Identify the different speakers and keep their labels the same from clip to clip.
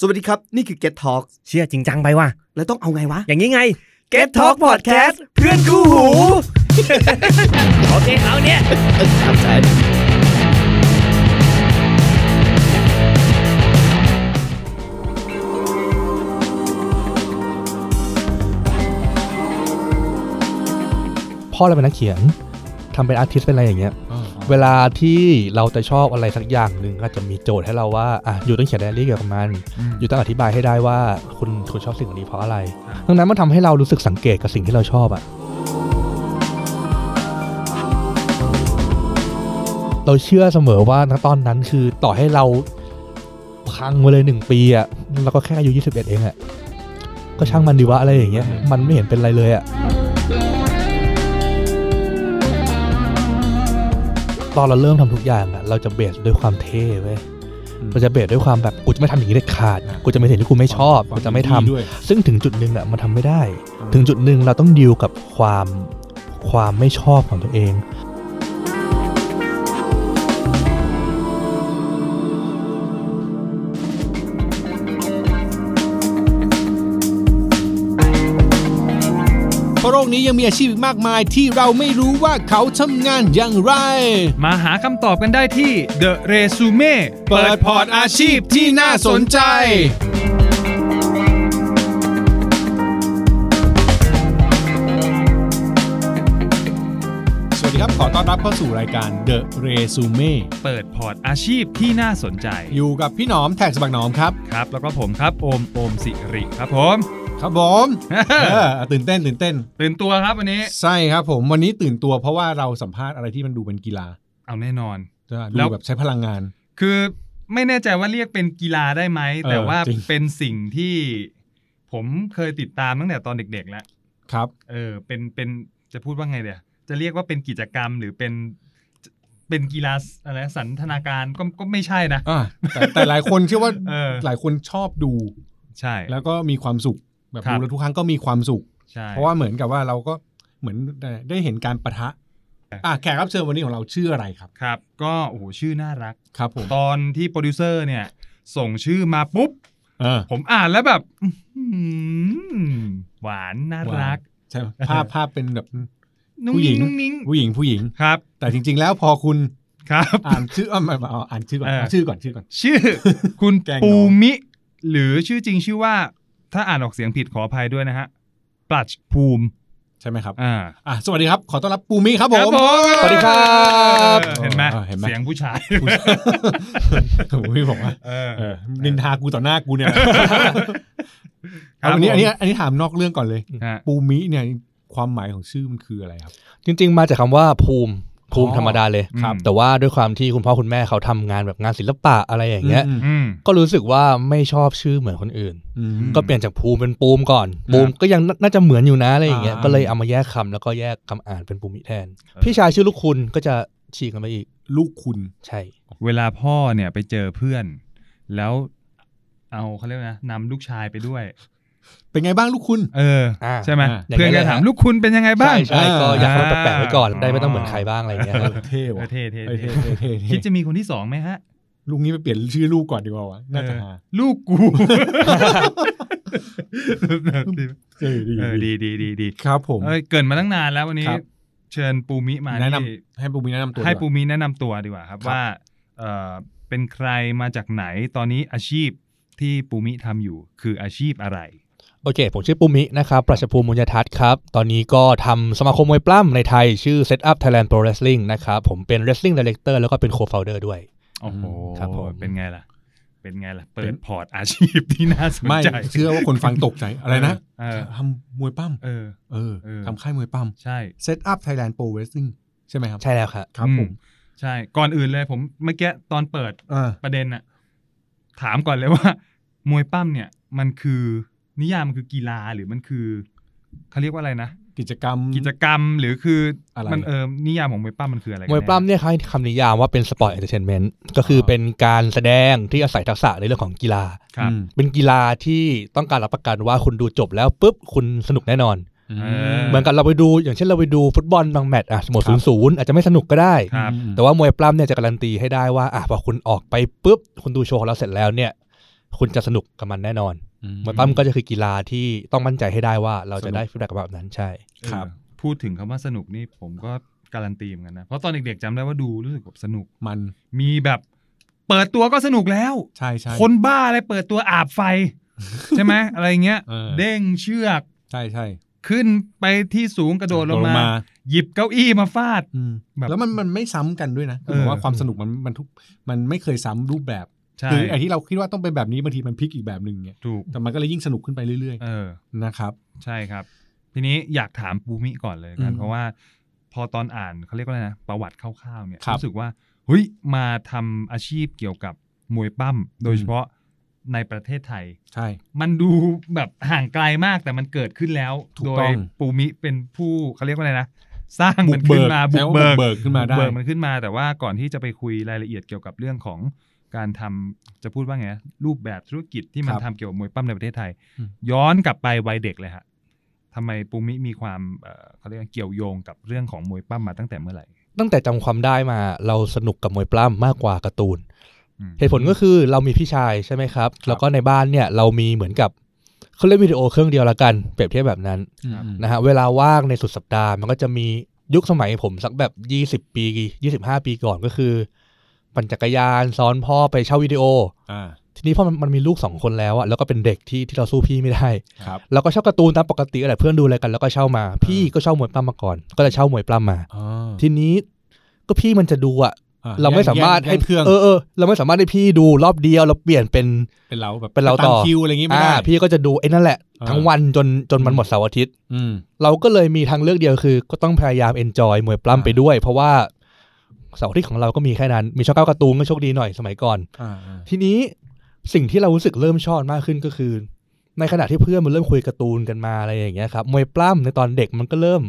Speaker 1: สวัสดีครับ นี่คือ Get Talk
Speaker 2: เชื่อจริงจังไปว่ะ
Speaker 1: แล้วต้องเอาไงวะ
Speaker 2: อย่างนี้ไง
Speaker 1: Get Talk Podcast เพื่อนคู่หู
Speaker 2: โอเคเอาเนี่ย
Speaker 3: พ่อเราเป็นนักเขียนทำเป็นอาร์ติสต์เป็นอะไรอย่างเงี้ย เวลาที่เราจะชอบอะไรสักอย่างหนึ่งก็จะมีโจทย์ให้เราว่าอ่ะอยู่ต้องเขียนไดอารี่เกี่ยวกับมัน อยู่ต้องอธิบายให้ได้ว่าคุณคุณชอบสิ่งนี้เพราะอะไรดังนั้นมันทำให้เรารู้สึกสังเกตกับสิ่งที่เราชอบอะเราเชื่อเสมอว่าณตอนนั้นคือต่อให้เราพังไปเลยหนึ่งปีอะเราก็แค่อายุ21 เองอะก็ช่างมันดีวะอะไรอย่างเงี้ยมันไม่เห็นเป็นไรเลยอะ ตอนเราเริ่มทำทุกอย่างอะเราจะเบสด้วยความเท่เว้ย
Speaker 4: อืม
Speaker 3: เราจะเบสด้วยความแบบกูจะไม่ทำอย่างนี้เด็ดขาด กูจะไม่เห็นที่กูไม่ชอบกูจะไม่ทำ
Speaker 4: ด้วย
Speaker 3: ซึ่งถึงจุดหนึ่งอะมันทำไม่ได้ ถึงจุดหนึ่งเราต้องดีลกับความความไม่ชอบของตัวเอง
Speaker 4: เพราะโลกนี้ยังมีอาชีพอีกมากมายที่เราไม่รู้ว่าเขาทำงานอย่างไร
Speaker 5: มาหาคำตอบกันได้ที่ The Resume
Speaker 4: เปิดพอร์ตอาชีพที่น่าสนใจ สวัสดีครับขอต้อนรับเข้าสู่รายการ The Resume
Speaker 5: เปิดพอร์ตอาชีพที่น่าสนใจ
Speaker 4: อยู่กับพี่หนอมแท็กสบักหนอม ครับ
Speaker 5: ครับ แล้วก็ผมครับโอมโอมสิริครับผม
Speaker 4: ครับผมเออตื่นเต้นตื่นเต้น
Speaker 5: ตื่นตัวครับวันนี้
Speaker 4: ใช่ครับผมวันนี้ตื่นตัวเพราะว่าเราสัมภาษณ์อะไรที่มันดูเป็นกีฬา
Speaker 5: เอาแน่นอน แล้
Speaker 4: ดู
Speaker 5: ว
Speaker 4: แบบใช้พลังงาน
Speaker 5: คือไม่แน่ใจว่าเรียกเป็นกีฬาได้ไหม
Speaker 4: เออ
Speaker 5: แต่ว่า
Speaker 4: จริง
Speaker 5: เป็นสิ่งที่ ผมเคยติดตามตั้งแต่ตอนเด็ก ๆ แล้ว
Speaker 4: ครับ
Speaker 5: เออ เป็นเป็นจะพูดว่าไงเดี๋ยวจะเรียกว่าเป็นกิจกรรมหรือเป็นเป็นกีฬาอะไรสันทนาการก็ก็ไม่ใช่นะ
Speaker 4: อ่าแต่แต่หลายคนเชื่อว่า
Speaker 5: เออ
Speaker 4: หลายคนชอบดู
Speaker 5: ใช่
Speaker 4: แล้วก็มีความสุขแบบ
Speaker 5: ครับ
Speaker 4: ดูแล้วทุกครั้งก็มีความสุข
Speaker 5: ใช่
Speaker 4: เพราะว่าเหมือนกับว่าเราก็เหมือนได้ได้เห็นการประทะอ่ะแขกรับเชิญวันนี้ของเราชื่ออะไรครับ
Speaker 5: ครับ ก็โอ้โหชื่อน่ารัก
Speaker 4: ครับผม
Speaker 5: ตอนที่โปรดิวเซอร์เนี่ย ส่งชื่อมาปุ๊บ
Speaker 4: เออ
Speaker 5: ผมอ่านแล้วแบบอื้อหือหวานน่ารัก
Speaker 4: ใช่ไหมภาพภาพเป็นแบบ
Speaker 5: นุ่ง
Speaker 4: ผู้หญิ
Speaker 5: นิ้ง
Speaker 4: ง
Speaker 5: นุ่งนิ้ง
Speaker 4: ผู้หญิงผู้หญิง
Speaker 5: ครับ
Speaker 4: แต่จริง ๆ แล้วพอคุณ
Speaker 5: ครับ
Speaker 4: อ่านชื่อ เอ่าไม่ไม่เอาอ่านชื่อก่อน
Speaker 5: เออ
Speaker 4: เอาชื่อก่อนชื่อก่อน
Speaker 5: ชื่อ คุณ
Speaker 4: แกล้งน้อง
Speaker 5: ปูมิ หรือชื่อจริงชื่อว่า ถ้าอ่านออกเสียงผิดขออภัยด้วยนะฮะปลัชภูมิ
Speaker 4: ใช่ไหมครับ
Speaker 5: อ่า
Speaker 4: อ่ะสวัสดีครับ ขอต้อนรับปูมี่ครับผม
Speaker 3: สวัสดีครับ
Speaker 5: เห็นไหม
Speaker 4: เออเห็นไหม
Speaker 5: เสียงผู้ชาย
Speaker 4: ผู้ชาย ผมพี่บอกว่า
Speaker 5: เออ
Speaker 4: เออนินทากูต่อหน้ากูเนี่ย
Speaker 5: ครับ
Speaker 4: เอาอันนี้
Speaker 5: ผ
Speaker 4: อั
Speaker 5: ม
Speaker 4: นนี้อันนี้ถามนอกเรื่องก่อนเลย
Speaker 5: ฮะ
Speaker 4: ปูมิเนี่ยความหมายของชื่อมันคืออะไรครับ
Speaker 3: จริง ๆ มาจากคำว่าภูมิภูมิ
Speaker 4: อ๋อ
Speaker 3: ธรรมดาเลย
Speaker 5: อืม
Speaker 3: แต่ว่าด้วยความที่คุณพ่อคุณแม่เขาทำงานแบบงานศิลปะอะไรอย่างเงี้ย
Speaker 4: ม
Speaker 5: อืม
Speaker 3: ก็รู้สึกว่าไม่ชอบชื่อเหมือนคนอื่น
Speaker 4: อืม
Speaker 3: ก็เปลี่ยนจากภูมิเป็นปูมก่อน ปูมก็ยังน่าน่าจะเหมือนอยู่นะอะไรอย่างเงี้ย
Speaker 4: อ่า
Speaker 3: ก็เลยเอามาแยกคำแล้วก็แยกคำอ่านเป็นปูมิแทน พี่ชายชื่อลูกคุณก็จะฉีกกันไปอีก
Speaker 4: ลูกคุณ
Speaker 3: ใช่
Speaker 5: เวลาพ่อเนี่ยไปเจอเพื่อน แล้วเอาเขาเรียกว่านะนำลูกชายไปด้วย
Speaker 4: เป็นไงบ้างลูกคุณ
Speaker 5: เออ
Speaker 3: อ่า
Speaker 5: ใช่ไหม
Speaker 4: อ่า
Speaker 5: เพื่อนก็ถามลูกคุณเป็นยังไงบ้าง
Speaker 3: ใช่ใช่ก็อยากให้มัน
Speaker 5: อ่า
Speaker 3: แปลกๆไว้ก่อนได้ไม่ต้องเหมือนใครบ้างอะไรอย่างเงี้ยครับ
Speaker 4: เท่
Speaker 5: เออ
Speaker 4: ว่ะ
Speaker 5: เท่เท่
Speaker 4: เออเท่
Speaker 5: เท่
Speaker 4: เท่เท่
Speaker 5: คิด
Speaker 4: เท่
Speaker 5: จะมีคนที่สองไหมฮะ
Speaker 4: ลูกนี้ไปเปลี่ยนชื่อลูกก่อนดีกว่าวะน่าจะ
Speaker 5: เอ
Speaker 4: หา
Speaker 5: อลูกกู
Speaker 4: เออดี
Speaker 5: เออดีดีดีดี
Speaker 4: ครับผม
Speaker 5: เอ้ยเกรินมาตั้งนานแล้ววันนี้
Speaker 4: ครับ
Speaker 5: เชิญปูมิมา
Speaker 4: แนะนำ
Speaker 5: ที่
Speaker 4: ให้ปูมิแนะนำตัวดีก
Speaker 5: ให้
Speaker 4: ว่า
Speaker 5: ปูมิแนะนำตัวดีกว่าครับ
Speaker 4: ครับ
Speaker 5: ว่าเออเป็นใครมาจากไหนตอนนี้อาชีพที่ปูมิทำอยู่คืออาชีพอะไร
Speaker 3: โอเค ผมชื่อปุมินะครับประชภูมิมุญยทัศน์ครับ ตอนนี้ก็ทำสมาคมมวยปล้ำในไทยชื่อ Set Up Thailand Pro Wrestling นะครับ ผมเป็น Wrestling Director แล้วก็เป็น Co-founder ด้วย
Speaker 5: โอ้โห
Speaker 3: ครับผม
Speaker 5: เป็นไงล่ะ เป็นไงล่ะ เปิ
Speaker 4: เป็
Speaker 5: ด
Speaker 4: น
Speaker 5: พอร์ตอาชีพที่น่าสน
Speaker 4: ไม่
Speaker 5: ใจ
Speaker 4: เชื่อว่าคนฟังตกใจอะไรนะ
Speaker 5: เออ
Speaker 4: ทำมวยปั้ม
Speaker 5: เออ
Speaker 4: เออ
Speaker 5: เออ
Speaker 4: ทำค่ายมวยปั้ม
Speaker 5: ใช่
Speaker 4: Set Up Thailand Pro Wrestling ใช่ไหมครับ
Speaker 3: ใช่แล้วครับ
Speaker 4: ครับผม
Speaker 5: ใช่ ก่อนอื่นเลยผมเมื่อกี้ตอนเปิด
Speaker 4: อ่า
Speaker 5: ประเด็นอะถามก่อนเลยว่า มวยปั้มเนี่ย มันคือนิยามมันคือกีฬาหรือมันคือเขาเรียกว่าอะไรนะ
Speaker 4: กิจกรรม
Speaker 5: กิจกรรมหรือคืออะไร มันเออนิยามของมวยปั้มมันคืออะไรกัน
Speaker 3: ม
Speaker 5: แน่
Speaker 3: วยปล้ำเนี่ยเขาให้คำนิยามว่าเป็นสปอร์ตเอนเตอร์เทนเมนต์ก็คือเป็นการแสดงที่อาศัยทักษะในเรื่องของกีฬา
Speaker 5: ครับ
Speaker 4: อืม
Speaker 3: เป็นกีฬาที่ต้องการรับประกันว่าคุณดูจบแล้วปุ๊บคุณสนุกแน่นอน เหมือนกับเราไปดูอย่างเช่นเราไปดูฟุตบอลบางแมตช์อะสมมติศูนย์ศูนย์อาจจะไม่สนุกก็ได้
Speaker 5: ครับ
Speaker 4: อืม
Speaker 3: แต่ว่ามวยปล้ำเนี่ยจะการันตีให้ได้ว่าอ่ะพอคุณออกไปปุ๊บ คุณดูโชว์ของเราเสร็จแล้วเนี่ย คุณจะสนุกกับมันแน่นอนหมอตั้มก็จะคือกีฬาที่ต้องมั่นใจให้ได้ว่าเราจะได้ฟีดแบ็กแบบนั้นใช่
Speaker 4: ครับ
Speaker 5: เออพูดถึงคำว่าสนุกนี่ผมก็การันตีเหมือนกันนะ เพราะตอนเด็กๆจำได้ว่าดูรู้สึกแบบสนุก
Speaker 4: มัน
Speaker 5: มีแบบเปิดตัวก็สนุกแล้ว
Speaker 4: ใช่ใช่
Speaker 5: คนบ้าอะไรเปิดตัวอาบ ไฟ ใช่ไหมอะไรเงี้ย
Speaker 4: เออ
Speaker 5: เด้งเชือก
Speaker 4: ใช่ใช่
Speaker 5: ขึ้นไปที่สูงกระโดดลงมา หยิบเก้าอี้มาฟาด
Speaker 4: อืม
Speaker 5: แบบ
Speaker 4: แล้วมันมันไม่ซ้ำกันด้วยนะคือ
Speaker 5: เออ
Speaker 4: หมายว่าความสนุกมันมันทุกมันไม่เคยซ้ำรูปแบบ
Speaker 5: ใช่
Speaker 4: คือไอ้ที่เราคิดว่าต้องเป็นแบบนี้บางทีมันพลิกอีกแบบหนึ่งเนี่ย
Speaker 5: ถูก
Speaker 4: แต่มันก็เลยยิ่งสนุกขึ้นไปเรื่อย
Speaker 5: เออ
Speaker 4: ๆนะครับ
Speaker 5: ใช่ครับ ทีนี้อยากถามปูมิก่อนเลยกั
Speaker 4: อื
Speaker 5: น
Speaker 4: ม
Speaker 5: เพราะว่าพอตอนอ่านเขาเรียกว่าอะไรนะ ประวัติคร่าวๆเนี่ย
Speaker 4: ครับ
Speaker 5: รู้สึกว่าเฮ้ยมาทำอาชีพเกี่ยวกับมวยปั้ม โดย
Speaker 4: อืม
Speaker 5: เฉพาะในประเทศไทย
Speaker 4: ใช่
Speaker 5: มันดูแบบห่างไกลมากแต่มันเกิดขึ้นแล้ว
Speaker 4: ถูก
Speaker 5: โด
Speaker 4: ต้
Speaker 5: ย
Speaker 4: อง
Speaker 5: ปูมิเป็นผู้เขาเรียกว่าอะไรนะ สร้างมัน
Speaker 4: บุ
Speaker 5: ขึ้
Speaker 4: ก
Speaker 5: น
Speaker 4: เบิก
Speaker 5: มา
Speaker 4: ใช้ว่าบุกเบิกขึ้นมาได้
Speaker 5: บุกเบิกมันขึ้นมาแต่ว่าก่อนที่จะไปคุยรายละเอียดเกี่ยวกับเรื่องของการทำจะพูดว่าไงนะรูปแบบธุรกิจที่มั
Speaker 4: ค
Speaker 5: น
Speaker 4: รับ
Speaker 5: ทำเกี่ยวกับมวยปั้มในประเทศไทย
Speaker 4: อืม
Speaker 5: ย้อนกลับไปวัยเด็กเลยฮะทำไมปูมิมีความเอ่อเขาเรียกว่าเกี่ยวโยงกับเรื่องของมวยปั้มมาตั้งแต่เมื่อไหร่
Speaker 3: ตั้งแต่จำความได้มาเราสนุกกับมวยปล้ำมากกว่าการ์ตูน
Speaker 5: อืม
Speaker 3: เหตุผลก็คือเรามีพี่ชายใช่ไหมครับ แล้วก็ในบ้านเนี่ยเรามีเหมือนกับเขาเล่นวิดีโอเครื่องเดียวละกันเปรียบเทียบแบบนั้น
Speaker 4: อืม
Speaker 3: นะฮะเวลาว่างในสุดสัปดาห์มันก็จะมียุคสมัยผมสักแบบ 20 ปี 25 ปีก่อนก็คือ ปั่นจักรยานซ้อนพ่อไปเช่าวิดีโอ
Speaker 4: อ่า
Speaker 3: ทีนี้พอมันมันมีลูกสองคนแล้วอะแล้วก็เป็นเด็กที่ที่เราสู้พี่ไม่ได้
Speaker 4: ครับ
Speaker 3: เราก็เช่าการ์ตูนตามปกติอะไรเพื่อนดูอะไรกันแล้วก็เช่ามา พี่ก็เช่ามวยปล้ำมาก่อน ก็จะเช่ามวยปล้ำมา ทีนี้ก็พี่มันจะดูอะ
Speaker 4: อ่
Speaker 3: เราไม่สามารถ
Speaker 4: แย่
Speaker 3: ให้
Speaker 4: งแย่งเครื่อง
Speaker 3: เออเออเราไม่สามารถให้พี่ดูรอบเดียวเราเปลี่ยนเป็น
Speaker 4: เป็นเราแบบ
Speaker 3: เป็นเรา
Speaker 4: ม
Speaker 3: ต่อ
Speaker 4: คิวอะไรอย่างงี้ไม่
Speaker 3: อ่า
Speaker 4: ได้
Speaker 3: พี่ก็จะดูไอ้นั่นแหละ
Speaker 4: อ่า
Speaker 3: ทั้งวันจนจนมันหมดเสาร์อาทิตย์
Speaker 4: อืม
Speaker 3: เราก็เลยมีทางเลือกเดียวคือ ก็ต้องพยายามเอนจอยมวยปล้ำไปด้วย เพราะว่าเสาร์อาทิตย์ของเราก็มีแค่นั้น มีช่องเก้าการ์ตูนก็โชคดีหน่อยสมัยก่อน
Speaker 4: อ่าอ่า
Speaker 3: ทีนี้สิ่งที่เรารู้สึกเริ่มชอบมากขึ้นก็คือ ในขณะที่เพื่อนมันเริ่มคุยการ์ตูนกันมาอะไรอย่างเงี้ยครับมวยปล้ำในตอนเด็กมันก็เริ่ม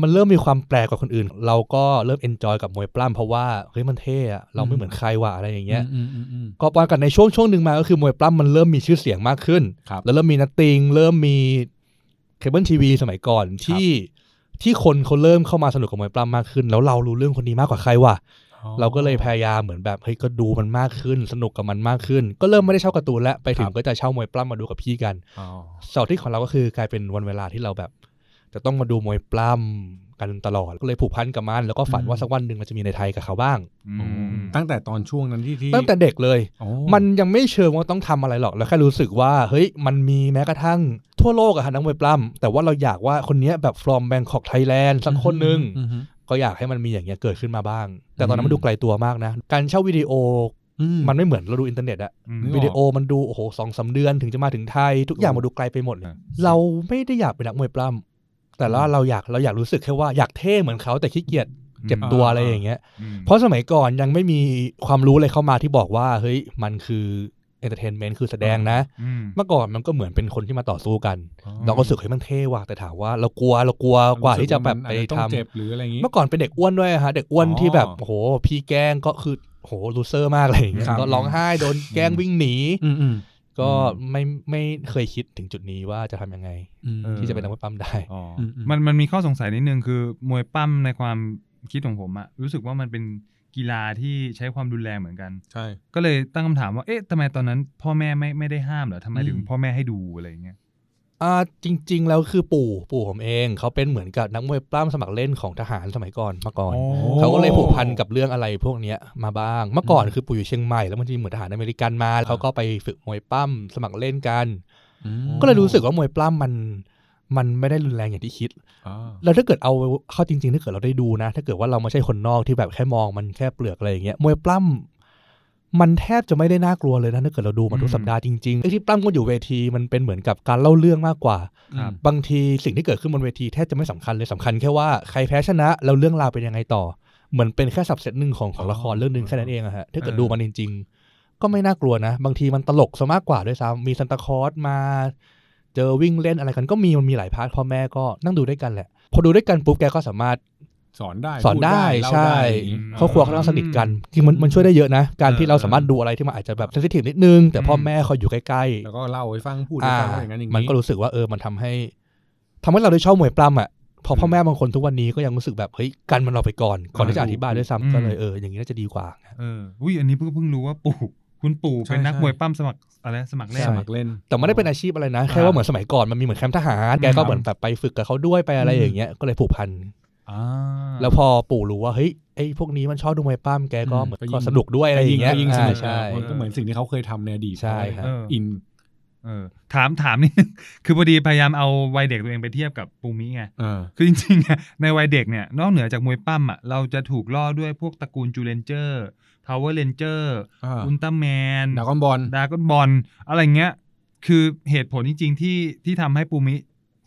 Speaker 3: มันเริ่มมีความแปลกกว่าคนอื่น เราก็เริ่มเอนจอยกับมวยปล้ำเพราะว่าเฮ้ยมันเท่อะเราไม่เหมือนใครว่ะอะไรอย่างเงี้ย
Speaker 4: อืมอืมอืม
Speaker 3: ก็ว่ากันในช่วงช่วงหนึ่งมาก็คือมวยปล้ำมันเริ่มมีชื่อเสียงมากขึ้น
Speaker 4: ครับ
Speaker 3: แล้วเริ่มมีนัตติง เริ่มมีเคเบิลทีวีสมัยก่อนที่ที่คนเขาเริ่มเข้ามาสนุกกับมวยปล้ำมากขึ้น แล้วเรารู้เรื่องคนนี้มากกว่าใครว่ะ
Speaker 4: อ๋อ
Speaker 3: เราก็เลยพยายามเหมือนแบบเฮ้ยก็ดูมันมากขึ้น สนุกกับมันมากขึ้น ก็เริ่มไม่ได้เช่าการ์ตูนแล้วไปถึ
Speaker 4: ค
Speaker 3: ง
Speaker 4: รับ
Speaker 3: ก็จะเช่ามวยปล้ำมาดูกับพี่กัน
Speaker 4: อ๋อ
Speaker 3: เสาร์อาที่ของเราก็คือกลายเป็นวันเวลาที่เราแบบ จะต้องมาดูมวยปล้ำกันตลอดก็เลยผูกพันกับมันแล้วก็ฝันว่าสักวันหนึ่งมันจะมีในไทยกับเขาบ้าง
Speaker 5: อื
Speaker 4: อ
Speaker 5: ม
Speaker 4: ตั้งแต่ตอนช่วงนั้นที่ที่
Speaker 3: ตั้งแต่เด็กเลย
Speaker 4: โอ้
Speaker 3: มันยังไม่เชิงว่าต้องทำอะไรหรอกเราแค่รู้สึกว่า เฮ้ย มันมีแม้กระทั่งทั่วโลกอะฮะนักมวยปล้ำแต่ว่าเราอยากว่าคนเนี้ยแบบ from Bangkok Thailand สักคนหนึ่ง
Speaker 4: อืมอืม
Speaker 3: ก็อยากให้มันมีอย่างเงี้ยเกิดขึ้นมาบ้าง แต่ตอนนั้
Speaker 4: อื
Speaker 3: น
Speaker 4: ม
Speaker 3: มันดูไกลตัวมากนะ การเช่าวิดีโอ
Speaker 4: อืม
Speaker 3: มันไม่เหมือนเราดูอินเทอร์เน็ตอะ
Speaker 5: อืม
Speaker 4: นึกออก
Speaker 3: วิดีโอมันดูโอ้โหสองสามเดือนถึงจะมาถึงไทย ทุกอย่างมันดูไกลไปหมดเลย
Speaker 5: อ่ะ
Speaker 3: เราไม่ได้อยากเป็นนักมวยปล้ำแต่ว่าเราอยากเราอยากรู้สึกแค่ว่าอยากเท่เหมือนเขาแต่ขี้เกียจเจ็บตัวอะไรอย่างเงี้ย
Speaker 5: อืม
Speaker 3: เพราะสมัยก่อนยังไม่มีความรู้อะไรเข้ามาที่บอกว่าเฮ้ยมันคือเอนเตอร์เทนเมนต์คือแสดงนะ
Speaker 5: อืม
Speaker 3: เมื่อก่อนมันก็เหมือนเป็นคนที่มาต่อสู้กัน
Speaker 4: อ๋อ
Speaker 3: เราก็รู้สึกเฮ้ยมันเท่ว่ะแต่ถามว่าเรากลัวเรากลัวกว่าที่จะแบบไป
Speaker 4: รู้สึกว่ามันอาจต้อง
Speaker 3: ทำ
Speaker 4: เจ็บหรืออะไรอย่างงี้
Speaker 3: เมื่อก่อนเป็นเด็กอ้วนด้วยฮะเด็กอ้วน
Speaker 4: อ๋อ
Speaker 3: ที่แบบโอ้โหพี่แกล้งก็คือโอ้โหลูเซอร์มากเลยอย่างเงี้ย
Speaker 4: ครับ
Speaker 3: ก็ร้องไห้โดนแกล้งวิ่งหนี
Speaker 4: อืมอืม
Speaker 3: ก็ไม่ไม่เคยคิดถึงจุดนี้ว่าจะทำยังไง
Speaker 4: อืม
Speaker 5: เออ
Speaker 3: ที่จะเป็นนักมวยปั้มได้
Speaker 5: อ๋ออ
Speaker 4: มอืม
Speaker 5: มันมันมีข้อสงสัยนิดนึงคือ มวยปั้มในความคิดของผมอะรู้สึกว่ามันเป็นกีฬาที่ใช้ความรุนแรงเหมือนกัน
Speaker 4: ใช่
Speaker 5: ก็เลยตั้งคำถามว่า เอ๊ะทำไมตอนนั้นพ่อแม่ไม่ไม่ได้ห้ามเหรอทำไมถึง
Speaker 4: อืม
Speaker 5: พ่อแม่ให้ดูอะไรอย่างเงี้ย
Speaker 3: อ่าจริง ๆ แล้วคือปู่ปู่ผมเองเขาเป็นเหมือนกับนักมวยปล้ำสมัครเล่นของทหารสมัยก่อนมาก่อน
Speaker 5: อ๋อ
Speaker 3: เขาก็เลยผูกพันกับเรื่องอะไรพวกเนี้ยมาบ้างเมื่อก่อนคือปู่อยู่เชียงใหม่แล้วมันจะมีเหมือนทหารอเมริกันมาเขาก็ไปฝึกมวยปล้ำสมัครเล่นกัน
Speaker 4: อืม
Speaker 3: ก็เลยรู้สึกว่ามวยปล้ำมันมันไม่ได้รุนแรงอย่างที่คิด
Speaker 4: อ๋อ
Speaker 3: แล้วถ้าเกิดเอาเข้าจริงๆถ้าเกิดเราได้ดูนะ ถ้าเกิดว่าเราไม่ใช่คนนอกที่แบบแค่มองมันแค่เปลือกอะไรอย่างเงี้ยมวยปล้ำมันแทบจะไม่ได้น่ากลัวเลยนะถ้าเกิดเราดูมาทุ
Speaker 5: อื
Speaker 3: ก
Speaker 5: ม
Speaker 3: สัปดาห์จริงๆไอ้ที่ปล้ำกันอยู่เวทีมันเป็นเหมือนกับการเล่าเรื่องมากกว่า
Speaker 5: ครับ
Speaker 3: บางทีสิ่งที่เกิดขึ้นบนเวทีแทบจะไม่สำคัญเลยสำคัญแค่ว่าใครแพ้ชนะ แล้วเรื่องราวเป็นยังไงต่อ เหมือนเป็นแค่สับเซตหนึ่งของของละครเรื่องหนึ่งแค่นั้นเองอะฮะถ้าเกิด
Speaker 5: เออ
Speaker 3: ดูมันจริง ๆ ก็ไม่น่ากลัวนะ บางทีมันตลกซะมากกว่าด้วยซ้ำมีซันตาคลอสมา เจอวิ่งเล่นอะไรกันก็มีมันมีหลายพาร์ทพ่อแม่ก็นั่งดูด้วยกันแหละ พอดูด้วยกันปุ๊บแกก็สามารถ
Speaker 4: สอนได้
Speaker 3: สอนได้
Speaker 4: พูเล่า
Speaker 3: ใช่
Speaker 4: อะไรอย่างงี้
Speaker 5: อืม
Speaker 3: ครอบครัวเขาต้องสนิทกันคือมันมันช่วยได้เยอะนะ การที่
Speaker 4: เออ
Speaker 3: เราสามารถดูอะไรที่มันอาจจะแบบเซนซิทีฟนิดนึงแต่พ่อแม่คอยอยู่ใกล้ๆ
Speaker 4: แล้วก็เล่าให้ฟังพูดให้
Speaker 3: อ่า
Speaker 4: ฟังว่าอย่างนั้นอย่าง
Speaker 3: มันก็รู้สึกว่าเออมันทำให้ทำให้เราได้ชอบมวยปล้ำอ่ะพอพ่อแม่บางคนทุกวันนี้ก็ยังรู้สึกแบบเฮ้ยกันมันเราไปก่อนก่อนที่จะอธิบายด้วยซ้ำก็เลยเอออย่างนี้น่าจะดีกว่า
Speaker 5: เอออุ้ยอันนี้เพิ่งเพิ่งรู้ว่าปู่ คุณปู่เป็นนักมวยปั้มสมัคร อะไรนะสมัครเล่น
Speaker 3: ใช่
Speaker 4: สมัครเล่น
Speaker 3: แต่ไม่ได้เป็นอาชีพอะไรนะ แค่ว่าเหมือนสมัยก่อนมันมีเหมือนแคมป์ทหาร แกก็เหมือนแบบไปฝึกกับเขาด้วยไปอะไรอย่างเงี้ย ก็เลยผูกพัน
Speaker 5: อ่า
Speaker 3: แล้วพอปู่รู้ว่าเฮ้ยไอ้พวกนี้มันชอบดูมวยปั้มแกก็
Speaker 4: อืม
Speaker 3: เหมือน
Speaker 4: ก็ยิ่ง
Speaker 3: ก็สนุกด้วยอะไรอย่างเงี้ย
Speaker 4: ก็ยิ่งสนุก
Speaker 3: อ่าใช่
Speaker 4: มันก็เหมือนสิ่งที่เขาเคยทำในอดีต
Speaker 3: ใช่ครับ
Speaker 5: เออ
Speaker 4: อิน
Speaker 5: เออถามถามนี่ คือพอดีพยายามเอาวัยเด็กตัวเองไปเทียบกับปูมิไง
Speaker 4: เออ
Speaker 5: คือจริงๆอะในวัยเด็กเนี่ย นอกเหนือจากมวยปั้มอ่ะเราจะถูกล่อด้วยพวกตระกูลจูเลนเจอร์พาวเวอร์เรนเจอร์
Speaker 4: อ่า
Speaker 5: อุลตร้าแมน
Speaker 4: ดากอนบอล
Speaker 5: ดากอนบอลอะไรเงี้ย คือเหตุผลจริง ๆ ที่ที่ทำให้ปูมิ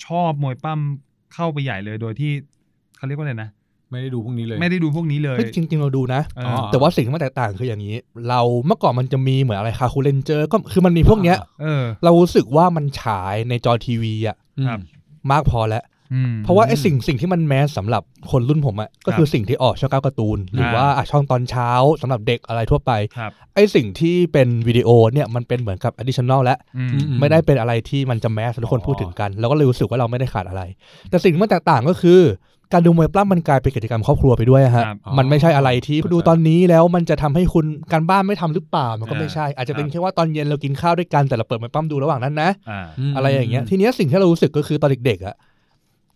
Speaker 5: ชอบมวยปั้มเข้าไปใหญ่เลยโดยที่เขาเรียกว่าอะไรนะ
Speaker 4: ไม่ได้ดูพวกนี้เลย
Speaker 5: ไม่ได้ดูพวกนี้เลย
Speaker 3: เฮ้ยจริง ๆ เราดูนะ
Speaker 5: เออ
Speaker 4: อ๋อ
Speaker 3: แต่ว่าสิ่งที่มันแตกต่างคืออย่างนี้ เราเมื่อก่อนมันจะมีเหมือนอะไรคาคูเลนเจอร์ก็คือมันมีพวกเนี้ย
Speaker 5: เออ
Speaker 3: เรารู้สึกว่ามันฉายในจอทีวีอะ
Speaker 4: อืม
Speaker 5: ครับ
Speaker 3: มากพอแล้ว
Speaker 5: อืม
Speaker 3: เพราะว่าไอ้สิ่งสิ่งที่มันแมสสำหรับคนรุ่นผมอะก็คือสิ่งที่ออกช่องเก้าการ์ตูน หรือว่าอ่ะช่องตอนเช้าสำหรับเด็กอะไรทั่วไป
Speaker 5: ครับ
Speaker 3: ไอ้สิ่งที่เป็นวิดีโอเนี่ยมันเป็นเหมือนกับ additional และ
Speaker 5: อืม
Speaker 4: อืม
Speaker 3: ไม่ได้เป็นอะไรที่มันจะแมสทุกคนพูดถึงกันเราก็เลยรู้สึกว่าเราไม่ได้ขาดอะไร แต่สิ่งที่มันแตกต่างก็คือ การดูมวยปล้ำมันกลายเป็นกิจกรรมครอบครัวไปด้วยอะฮะ
Speaker 5: ครับ
Speaker 3: มันไม่ใช่อะไรที่
Speaker 4: เข้าใจ
Speaker 3: ดูตอนนี้แล้วมันจะทำให้คุณการบ้านไม่ทำหรือเปล่ามันก็
Speaker 5: อ่า
Speaker 3: ไม่ใช่ อาจจะเป็น
Speaker 5: ครับ
Speaker 3: แค่ว่าตอนเย็นเรากินข้าวด้วยกันแต่เราเปิดมวยปล้ำดูระหว่างนั้นนะ
Speaker 5: อ่า
Speaker 3: อะไรอย่างเงี้ยทีเนี้ยสิ่งที่เรารู้สึกก็คือตอนเด็กๆอะ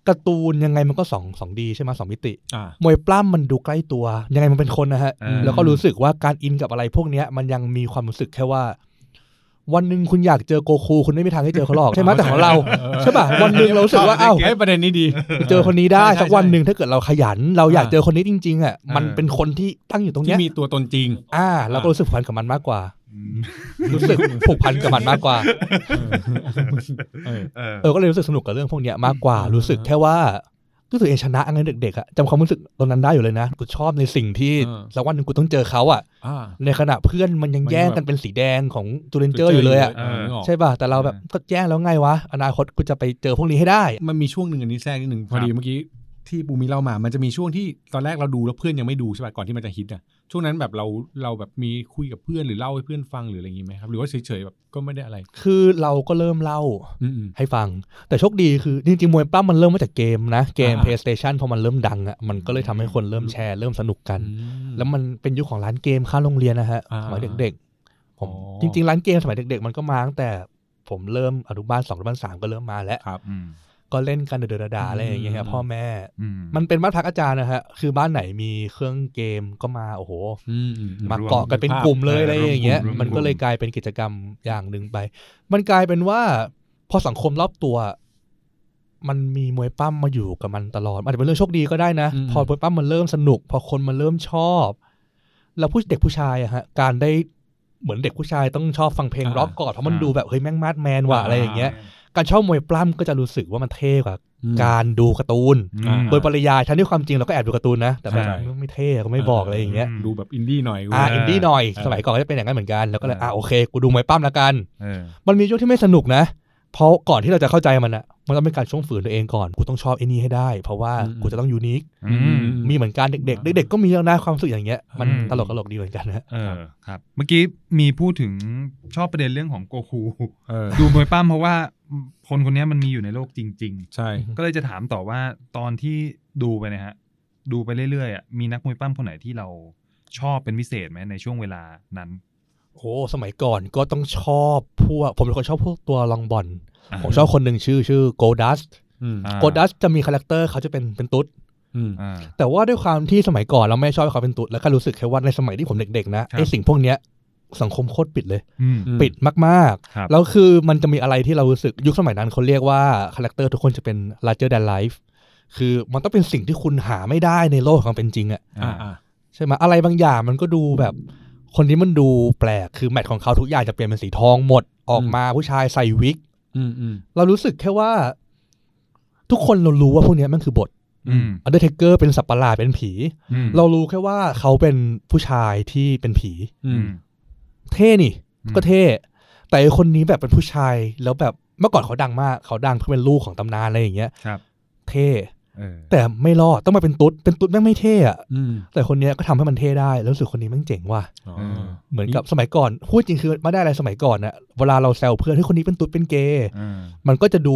Speaker 3: การ์ตูนยังไงมันก็สองสองดีใช่ไหมยสองมิติ
Speaker 4: อ่า
Speaker 3: มวยปล้ำมันดูใกล้ตัว ยังไงมันเป็นคนนะฮะ
Speaker 5: อืม
Speaker 3: แล้วก็รู้สึกว่าการอินกับอะไรพวกเนี้ยมันยังมีความรู้สึกแค่ว่า วันหนึ่งคุณอยากเจอโกคูคุณไม่มีทางได้เจอเขาหรอก ใช่ไหมแต่ของ เรา ใช่ป่ะวันหนึ่งเรารู้สึกว่าเอ้า
Speaker 4: เฮ้ยประเด็นนี้ดี
Speaker 3: เจอคนนี้ได้
Speaker 4: ใช่ใช่
Speaker 3: สักวันหนึ่งถ้าเกิดเราขยัน เราอยาก
Speaker 4: อ่า
Speaker 3: เจอคนนี้จริง ๆอ่ะมันเป็นคนที่ตั้งอยู่ตรง
Speaker 4: ที่
Speaker 3: เนี้ย
Speaker 4: มีตัวตนจริง
Speaker 3: อ่าเราก็รู้สึกผูกพันกับมันมากกว่า
Speaker 5: อืม
Speaker 3: รู้สึกผูกพันกับมันมากกว่า
Speaker 4: เออ
Speaker 5: เออ
Speaker 3: เออก็เลยรู้สึกสนุกกับเรื่องพวกเนี้ยมากกว่า
Speaker 4: อืม
Speaker 3: รู้สึกแค่ว่ารู้สึกเองชนะอันนั้นเด็กๆอะจำความรู้สึกตอนนั้นได้อยู่เลยนะกูชอบในสิ่งที่สักวันหนึ่งกูต้องเจอเขาอะ
Speaker 4: อ่า
Speaker 3: ในขณะเพื่อนมันยัง
Speaker 4: มัน
Speaker 3: แย่งกันเป็นสีแดงของจูเลนเจอร์อยู่เลยอ่ะ
Speaker 4: เออนึกออก
Speaker 3: ใช่ป่ะ แต่เราแบบก็แย่งแล้วไงวะ อนาคตกูจะไปเจอพวกนี้ให้ได้
Speaker 4: มันมีช่วงหนึ่งอันนี้แทรกนิดหนึ่งพอดีเมื่อกี้ที่ปูมีเล่ามา มันจะมีช่วงที่ตอนแรกเราดูแล้วเพื่อนยังไม่ดูใช่ป่ะก่อนที่มันจะฮิตอ่ะช่วงนั้นแบบเราเราแบบมีคุยกับเพื่อนหรือเล่าให้เพื่อนฟังหรืออะไรอย่างงี้ไหมครับ หรือว่าเฉยๆแบบก็ไม่ได้อะไร
Speaker 3: คือเราก็เริ่มเล่า
Speaker 4: อืม
Speaker 3: ให้ฟัง แต่โชคดีคือ จริงๆ มวยปล้ำมันเริ่มมาจากเกมนะ เกม
Speaker 4: อ่า
Speaker 3: PlayStation พอมันเริ่มดังอ่ะมันก็เลยทำให้คนเริ่มแชร์เริ่มสนุกกัน
Speaker 4: ๆ
Speaker 3: แล้วมันเป็นยุคของร้านเกมข้างโรงเรียนนะฮะ
Speaker 4: อ่า
Speaker 3: สมัยเด็กๆ ผม
Speaker 4: อ๋อ
Speaker 3: จริงๆ ร้านเกมสมัยเด็กๆ มันก็มาตั้งแต่ผมเริ่มอนุบาลสองอนุบาลสามก็เริ่มมาแล้ว
Speaker 4: ครับ
Speaker 5: อืม
Speaker 3: ก็เล่นกันเดือดๆดาๆอะไรอย่างเงี้ยครับพ่อแม่
Speaker 5: อืม
Speaker 3: มันเป็นบ้านพักอาจารย์นะฮะ คือบ้านไหนมีเครื่องเกมก็มา โอ้โห
Speaker 4: อืมอืมอืม
Speaker 3: มาเกาะกันเป็นกลุ่มเลยอะไรอย่างเงี้ย
Speaker 5: รวมกลุ่ม
Speaker 3: มันก็เลยกลายเป็นกิจกรรมอย่างหนึ่งไป มันกลายเป็นว่า พอสังคมรอบตัว มันมีมวยปั้มมาอยู่กับมันตลอด มันอาจจะเป็นเรื่องโชคดีก็ได้นะ
Speaker 4: อืม
Speaker 3: พอมวยปั้มมันเริ่มสนุก พอคนมันเริ่มชอบ แล้วผู้เด็กผู้ชายอะฮะ การได้เหมือนเด็กผู้ชายต้องชอบฟังเพลงร็อกก่อนเพราะมันดูแบบเฮ้ยแม่งมาดแมนว่ะอะไรอย่างเงี้ย การชอบมวยปล้ำก็จะรู้สึกว่ามันเท่กว่า
Speaker 4: อืม
Speaker 3: การดูการ์ตูน
Speaker 5: อืม
Speaker 4: อ่า
Speaker 3: โดยปริยายทั้งที่ความจริงเราก็แอบดูการ์ตูนนะ แต่แบบ
Speaker 5: ใช่
Speaker 3: ไม่เท่ก็ไม่บอกอะไรอย่างเงี้ย
Speaker 5: ม
Speaker 4: ดูแบบอินดี้หน่อย
Speaker 3: อ่าอินดี้หน่อย
Speaker 4: เออ
Speaker 3: สมัยก่อนก็จะเป็นอย่างนั้นเหมือนกัน แล้วก็เลย
Speaker 5: เอออ่
Speaker 3: อ่าโอเค กูดูมวยปั้มละกัน
Speaker 5: เออ
Speaker 3: มันมีช่วงที่ไม่สนุกนะ เพราะก่อนที่เราจะเข้าใจมันอะมันต้องเป็นการช่วงฝืนตัวเองก่อน กูต้องชอบไอ้นี่ให้ได้ เพราะว่ากูจะต้องยูนิค
Speaker 5: อืม
Speaker 3: มีเหมือนกันเด็กๆ เด็กๆ ก็มีแล้วนะความรู้สึกอย่างเงี้ย มัน
Speaker 5: อืม
Speaker 3: ตลกตลกๆดีเหมือนกันนะ
Speaker 5: เออครับ เมื่อกี้มีพูดถึงชอบประเด็นเรื่องของโกคู
Speaker 4: เออ
Speaker 5: ดูมวยปั้มเพราะว่าคนคนเนี้ยมันมีอยู่ในโลกจริง
Speaker 4: ใช่
Speaker 5: ๆ ก็เลยจะถามต่อว่าตอนที่ดูไปเนะฮะ ดูไปเรื่อยๆอ่ะมีนักมวยปั้มคนไหนที่เราชอบเป็นพิเศษไหมในช่วงเวลานั้น
Speaker 3: โอ้สมัยก่อนก็ต้องชอบพวก ผมเป็นคนชอบพวกตัวลองบอล
Speaker 5: อ่า
Speaker 3: ผมชอบคนหนึ่งชื่อชื่อโกดัส
Speaker 4: อืม
Speaker 5: อ่า
Speaker 3: โกดัสจะมีคาแรคเตอร์เขาจะเป็นเป็นตุ๊ด
Speaker 4: อืม
Speaker 5: อ่า
Speaker 3: แต่ว่าด้วยความที่สมัยก่อนเราไม่ชอบให้เขาเป็นตุ๊ดแล้วก็รู้สึกแค่ว่าในสมัยที่ผมเด็กๆนะครับ ไอ้สิ่งพวกเนี้ยสังคมโคตรปิดเลย
Speaker 5: อืม
Speaker 4: ม
Speaker 3: ปิดมาก
Speaker 5: ครับ
Speaker 3: ๆ แล้วคือมันจะมีอะไรที่เรารู้สึกยุคสมัยนั้นเขาเรียกว่าคาแรคเตอร์ทุกคนจะเป็น larger than life คือมันต้องเป็นสิ่งที่คุณหาไม่ได้ในโลกของความเป็นจริงอะ
Speaker 4: อ่า
Speaker 5: อ่า
Speaker 4: อ่า
Speaker 3: ใช่ไหมอะไรบางอย่างมันก็ดูแบบคนนี้มันดูแปลกคือแมทของเขาทุกอย่างจะเปลี่ยนเป็นสีทองหมดออก
Speaker 4: อืม
Speaker 3: มาผู้ชายใส่วิก
Speaker 4: อืมอืม
Speaker 3: เรารู้สึกแค่ว่า ทุกคนเรารู้ว่าพวกเนี้ยมันคือบท
Speaker 5: อืม
Speaker 3: อันเดอร์เทเกอร์เป็นสัตว์ประหลาดเป็นผี
Speaker 5: อืม
Speaker 3: เรารู้แค่ว่าเขาเป็นผู้ชายที่เป็นผี
Speaker 4: อื
Speaker 5: อื
Speaker 4: ม
Speaker 5: ม
Speaker 3: เท่นี่
Speaker 5: อืม
Speaker 3: ก็เท่ แต่ไอ้คนนี้แบบเป็นผู้ชายแล้วแบบเมื่อก่อนเขาดังมาก เขาดังเพื่อเป็นลูกของตำนานอะไรอย่างเงี้ย
Speaker 5: ครับ
Speaker 3: เท่
Speaker 5: เออ
Speaker 3: แต่ไม่รอดต้องมาเป็นตุ๊ดเป็นตุ๊ดแม่งไม่เท่อะ
Speaker 4: อืม
Speaker 3: แต่คนเนี้ยก็ทำให้มันเท่ได้แล้วรู้สึกคนนี้แม่งเจ๋งว่ะ
Speaker 4: อ๋อ
Speaker 3: เหมือนกับสมัยก่อนพูดจริงคือไม่ได้อะไรสมัยก่อนนะเวลาเราแซวเพื่อนที่คนนี้เป็นตุ๊ดเป็นเกย์
Speaker 5: อ่า
Speaker 3: มันก็จะดู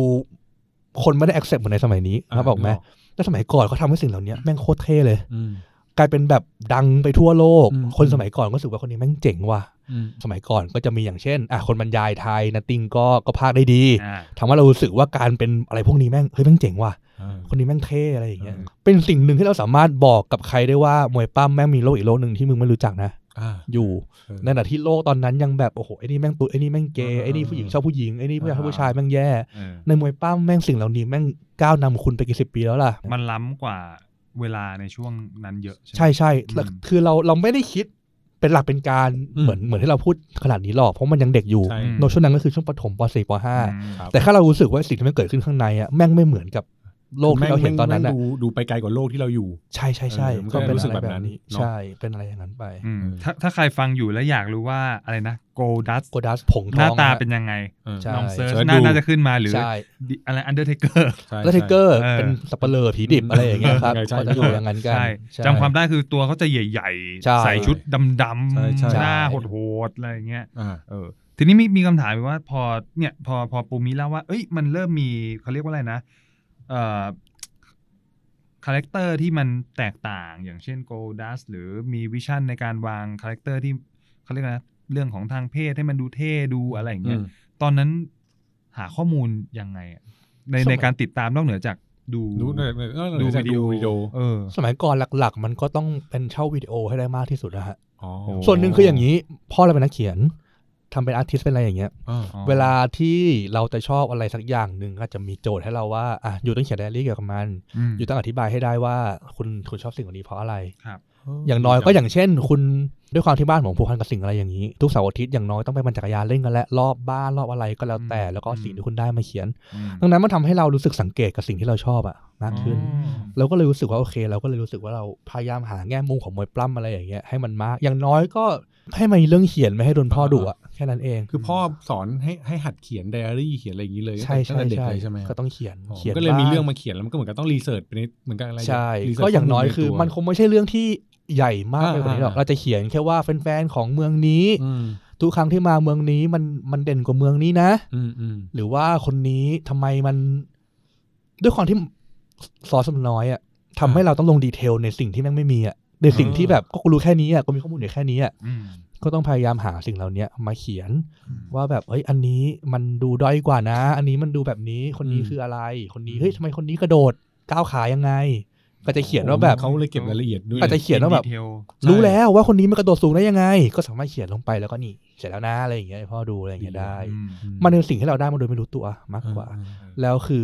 Speaker 3: คนไม่ได้ accept เหมือนในสมัยนี้
Speaker 4: อ่า
Speaker 3: ครับบอกไหม
Speaker 4: นึกออก
Speaker 3: แล้วสมัยก่อนเขาทำให้สิ่งเหล่านี้แม่งโคตรเท่เลย
Speaker 4: อืม
Speaker 3: กลายเป็นแบบดังไปทั่วโลก
Speaker 4: อืม
Speaker 3: คน
Speaker 4: อืม
Speaker 3: สมัยก่อนก็รู้สึกว่าคนนี้แม่งเจ๋งว่ะ
Speaker 4: อืม
Speaker 3: สมัยก่อนก็จะมีอย่างเช่นอ่ะคนบรรยายไทยนะติงก็ก็พากย์ได้ดี
Speaker 5: อ่า
Speaker 3: ทำให้เรารู้สึกว่าการเป็นอะไรพวกนี้แม่งเฮ้ยแม่งเจ๋งว่ะ
Speaker 4: อ่า
Speaker 3: คนนี้แม่งเท่อะไรอย่างเงี้ย
Speaker 4: เออ
Speaker 3: เป็นสิ่งหนึ่งที่เราสามารถบอกกับใครได้ว่ามวยปั้มแม่งมีโลกอีกโลกหนึ่งที่มึงไม่รู้จักนะ
Speaker 4: อ่า
Speaker 3: อยู่
Speaker 4: เออ
Speaker 3: ในขณะที่โลกตอนนั้นยังแบบโอ้โหไอ้นี่แม่งตุ๊ดไอ้นี่แม่งเกย์
Speaker 4: เออเออ
Speaker 3: ไอ้นี่ผู้หญิงชอบผู้หญิงไอ้นี่ผู้ชายชอบ
Speaker 4: อ่า
Speaker 3: ผู้ชายแม่งแย่
Speaker 4: เออ
Speaker 3: ในมวยปั้มแม่งสิ่งเหล่านี้แม่งก้าวนำคุณไปกี่สิบปีแล้วล่ะ
Speaker 5: มันล้ำกว่าเวลาในช่วงนั้นเยอะไหม
Speaker 3: ใช่ใช่แล้ว
Speaker 5: อืม
Speaker 3: คือเราเราไม่ได้คิดเป็นหลักเป็นการ
Speaker 4: อืม
Speaker 3: เหมือนเหมือนที่เราพูดขนาดนี้หรอกเพราะมันยังเด็กอยู่
Speaker 4: ใช่
Speaker 5: อืม
Speaker 3: โนช่วงนั้นก็คือช่วงปฐมปสี่ปห้า
Speaker 5: อืม
Speaker 4: ครับ
Speaker 3: แต่ถ้าเรารู้สึกว่าสิ่งที่มันเกิดขึ้นข้างในอะแม่งไม่เหมือนกับโลกที่เราเห็นตอนนั้นอะ
Speaker 4: แม่งดูดูไปไกลกว่าโลกที่เราอยู่
Speaker 3: ใช่ใช่ใช่
Speaker 4: เออมันก็
Speaker 3: ก็เป็น
Speaker 4: รู้สึ
Speaker 3: อะ
Speaker 4: ก
Speaker 3: ไร
Speaker 4: แบบ
Speaker 3: แบบ
Speaker 4: นั้น
Speaker 3: นี้
Speaker 4: เนอะ
Speaker 3: ใช่เป็นอะไรอย่างนั้นไป
Speaker 5: อืมถ้าถ้าใครฟังอยู่แล้วอยากรู้ว่าอะไรนะโกลดัส
Speaker 3: โกดัสผงท
Speaker 5: หน้า
Speaker 3: อง
Speaker 5: ตา
Speaker 3: ฮะ
Speaker 5: เป็นยังไง
Speaker 4: เออ
Speaker 3: ใช่
Speaker 5: ลองเซิร์ช
Speaker 4: เสิร์ช
Speaker 5: หน้า
Speaker 4: ดู
Speaker 5: น่าจะขึ้นมาหรือ
Speaker 3: ใช่
Speaker 5: ดิอะไรอันเดอร์เทเกอร์
Speaker 4: ใช่
Speaker 3: แล้วเทเก
Speaker 4: ใช่
Speaker 3: อร์
Speaker 5: เออ
Speaker 3: เป็นสับเปลือผีดิบอะไรอย่างเงี้ยครับ
Speaker 4: ใช่ใช่
Speaker 3: ก็จะอยู่อย่างนั้นกัน
Speaker 5: ใช่
Speaker 3: ใช่
Speaker 5: จำความได้คือตัวเขาจะใหญ่
Speaker 3: ใช่
Speaker 5: ๆ ใส่ชุดดำ
Speaker 4: ใช่ใช่
Speaker 5: ๆ หน้า
Speaker 3: ใช่
Speaker 5: โหดๆ อะไรอย่างเงี้ย
Speaker 4: อ่า
Speaker 5: เออทีนี้มีมีคำถามอีกว่าพอเนี่ยพอพอปูมิเล่าว่า เอ้ยมันเริ่มมีเขาเรียกว่าอะไรนะเอ่อคาแรคเตอร์ที่มันแตกต่างอย่างเช่นโกลดัสหรือมีวิชั่นในการวางคาแรคเตอร์ที่เขาเรียกอะไรนะเรื่องของทางเพศให้มันดูเท่ดูอะไรอย่างเงี้ย
Speaker 4: อืม
Speaker 5: ตอนนั้นหาข้อมูลยังไงอะใน
Speaker 3: สมัย
Speaker 5: ในการติดตามนอกเหนือจากดู
Speaker 4: ดูเออเออ
Speaker 5: ดู
Speaker 4: จาก
Speaker 5: วิดี
Speaker 4: ดู
Speaker 5: โอ
Speaker 4: วิดีโอ
Speaker 5: เออ
Speaker 3: สมัยก่อนหลักๆ มันก็ต้องเป็นเช่าวิดีโอให้ได้มากที่สุดนะฮะ
Speaker 4: อ๋อ
Speaker 3: ส่วนหนึ่งคืออย่างนี้ พ่อเราเป็นนักเขียนทำเป็นอาร์ติสเป็นอะไรอย่างเงี้ย
Speaker 4: อ่า
Speaker 5: อ๋อ
Speaker 3: เวลาที่เราจะชอบอะไรสักอย่างหนึ่งก็จะมีโจทย์ให้เราว่าอ่ะอยู่ต้องเขียนไดอารี่เกี่ยวกับมัน
Speaker 5: อืม
Speaker 3: อยู่ต้องอธิบายให้ได้ว่าคุณคุณชอบสิ่งเหล่านี้เพราะอะไร
Speaker 5: ครับ
Speaker 3: อย่างน้อยก็อย่างเช่น คุณด้วยความที่บ้านผมผูกพันกับสิ่งอะไรอย่างนี้ ทุกเสาร์อาทิตย์อย่างน้อยต้องไปปั่นจักรยานเล่นกันและรอบบ้านรอบอะไรก็แล้วแต่แล้วก็เอาสิ่งที่คุณได้มาเขียน
Speaker 5: อืม
Speaker 3: ดังนั้นมันทำให้เรารู้สึกสังเกตกับสิ่งที่เราชอบอะมากขึ้น
Speaker 5: อ๋อ
Speaker 3: เราก็เลยรู้สึกว่าโอเค เราก็เลยรู้สึกว่าเราพยายามหาแง่มุมของมวยปล้ำอะไรอย่างเงี้ยให้มันมากอย่างน้อยก็ให้มันเรื่องเขียนไม่ให้โดนพ่อดุอะแค่นั้นเอง
Speaker 4: คือพ่อสอนให้ให้หัดเขียนไดอารี่เขียนอะไรอย่างนี้เลย
Speaker 3: ใช่
Speaker 4: ตั้ง
Speaker 3: ใช่
Speaker 4: แต่เด็ก
Speaker 3: ใช่
Speaker 4: เลยใช่ไหม
Speaker 3: ก็ต้องเขียน
Speaker 4: อ๋อ
Speaker 3: เขียน
Speaker 4: ก็เลยมี
Speaker 3: บ้
Speaker 4: เรื่องมาเขียนแล้วมันก็เหมือนกับต้องรีเสิร์ชไปนิดเหมือนกันอะไร
Speaker 3: ใช่
Speaker 4: รีเสิร์ช
Speaker 3: ก็อย่างน้อยคือ
Speaker 4: ข้มูล
Speaker 3: มันคงไม่ใช่เรื่องที่ใหญ่มากไปกว่านี้หรอกเราจะเขียนแค่ว่าแฟนๆของเมืองนี้
Speaker 4: อืม
Speaker 3: ทุกครั้งที่มาเมืองนี้มันมันเด่นกว่าเมืองนี้นะ
Speaker 4: อืมอืม
Speaker 3: หรือว่าคนนี้ทำไมมันด้วยความที่ซอสมันน้อยอะทำให้เราต้องลงดีเทลในสิ่งที่แม่งไม่มีอะในสิ่งที่แบบก็กูรู้แค่นี้อะกูมีข้อมูลอยู่แค่นี้อะ
Speaker 5: อืม
Speaker 3: ก็ต้องพยายามหาสิ่งเหล่าเนี้ยมาเขียน
Speaker 5: อืม
Speaker 3: ว่าแบบเอ้ยอันนี้มันดูด้อยกว่านะ อันนี้มันดูแบบนี้คนนี้คืออะไร คนนี้เฮ้ยทำไมคนนี้กระโดดก้าวขายังไง ก็จะเขียนว่าแบบ
Speaker 4: เขาเลยเก็บรายละเอียดด้วย
Speaker 3: อาจจะเขียนว่าแบบ
Speaker 5: detail
Speaker 3: รู้แล้วว่าคนนี้มันกระโดดสูงได้ยังไง ก็สามารถเขียนลงไปแล้วก็นี่เสร็จแล้วนะอะไรอย่างเงี้ยให้พ่อดูอะไรอย่างเงี้ย
Speaker 4: ดี
Speaker 3: ได้
Speaker 5: อืม
Speaker 3: มันเป็นสิ่งที่เราได้มาโดยไม่รู้ตัวมากกว่า แล้วคือ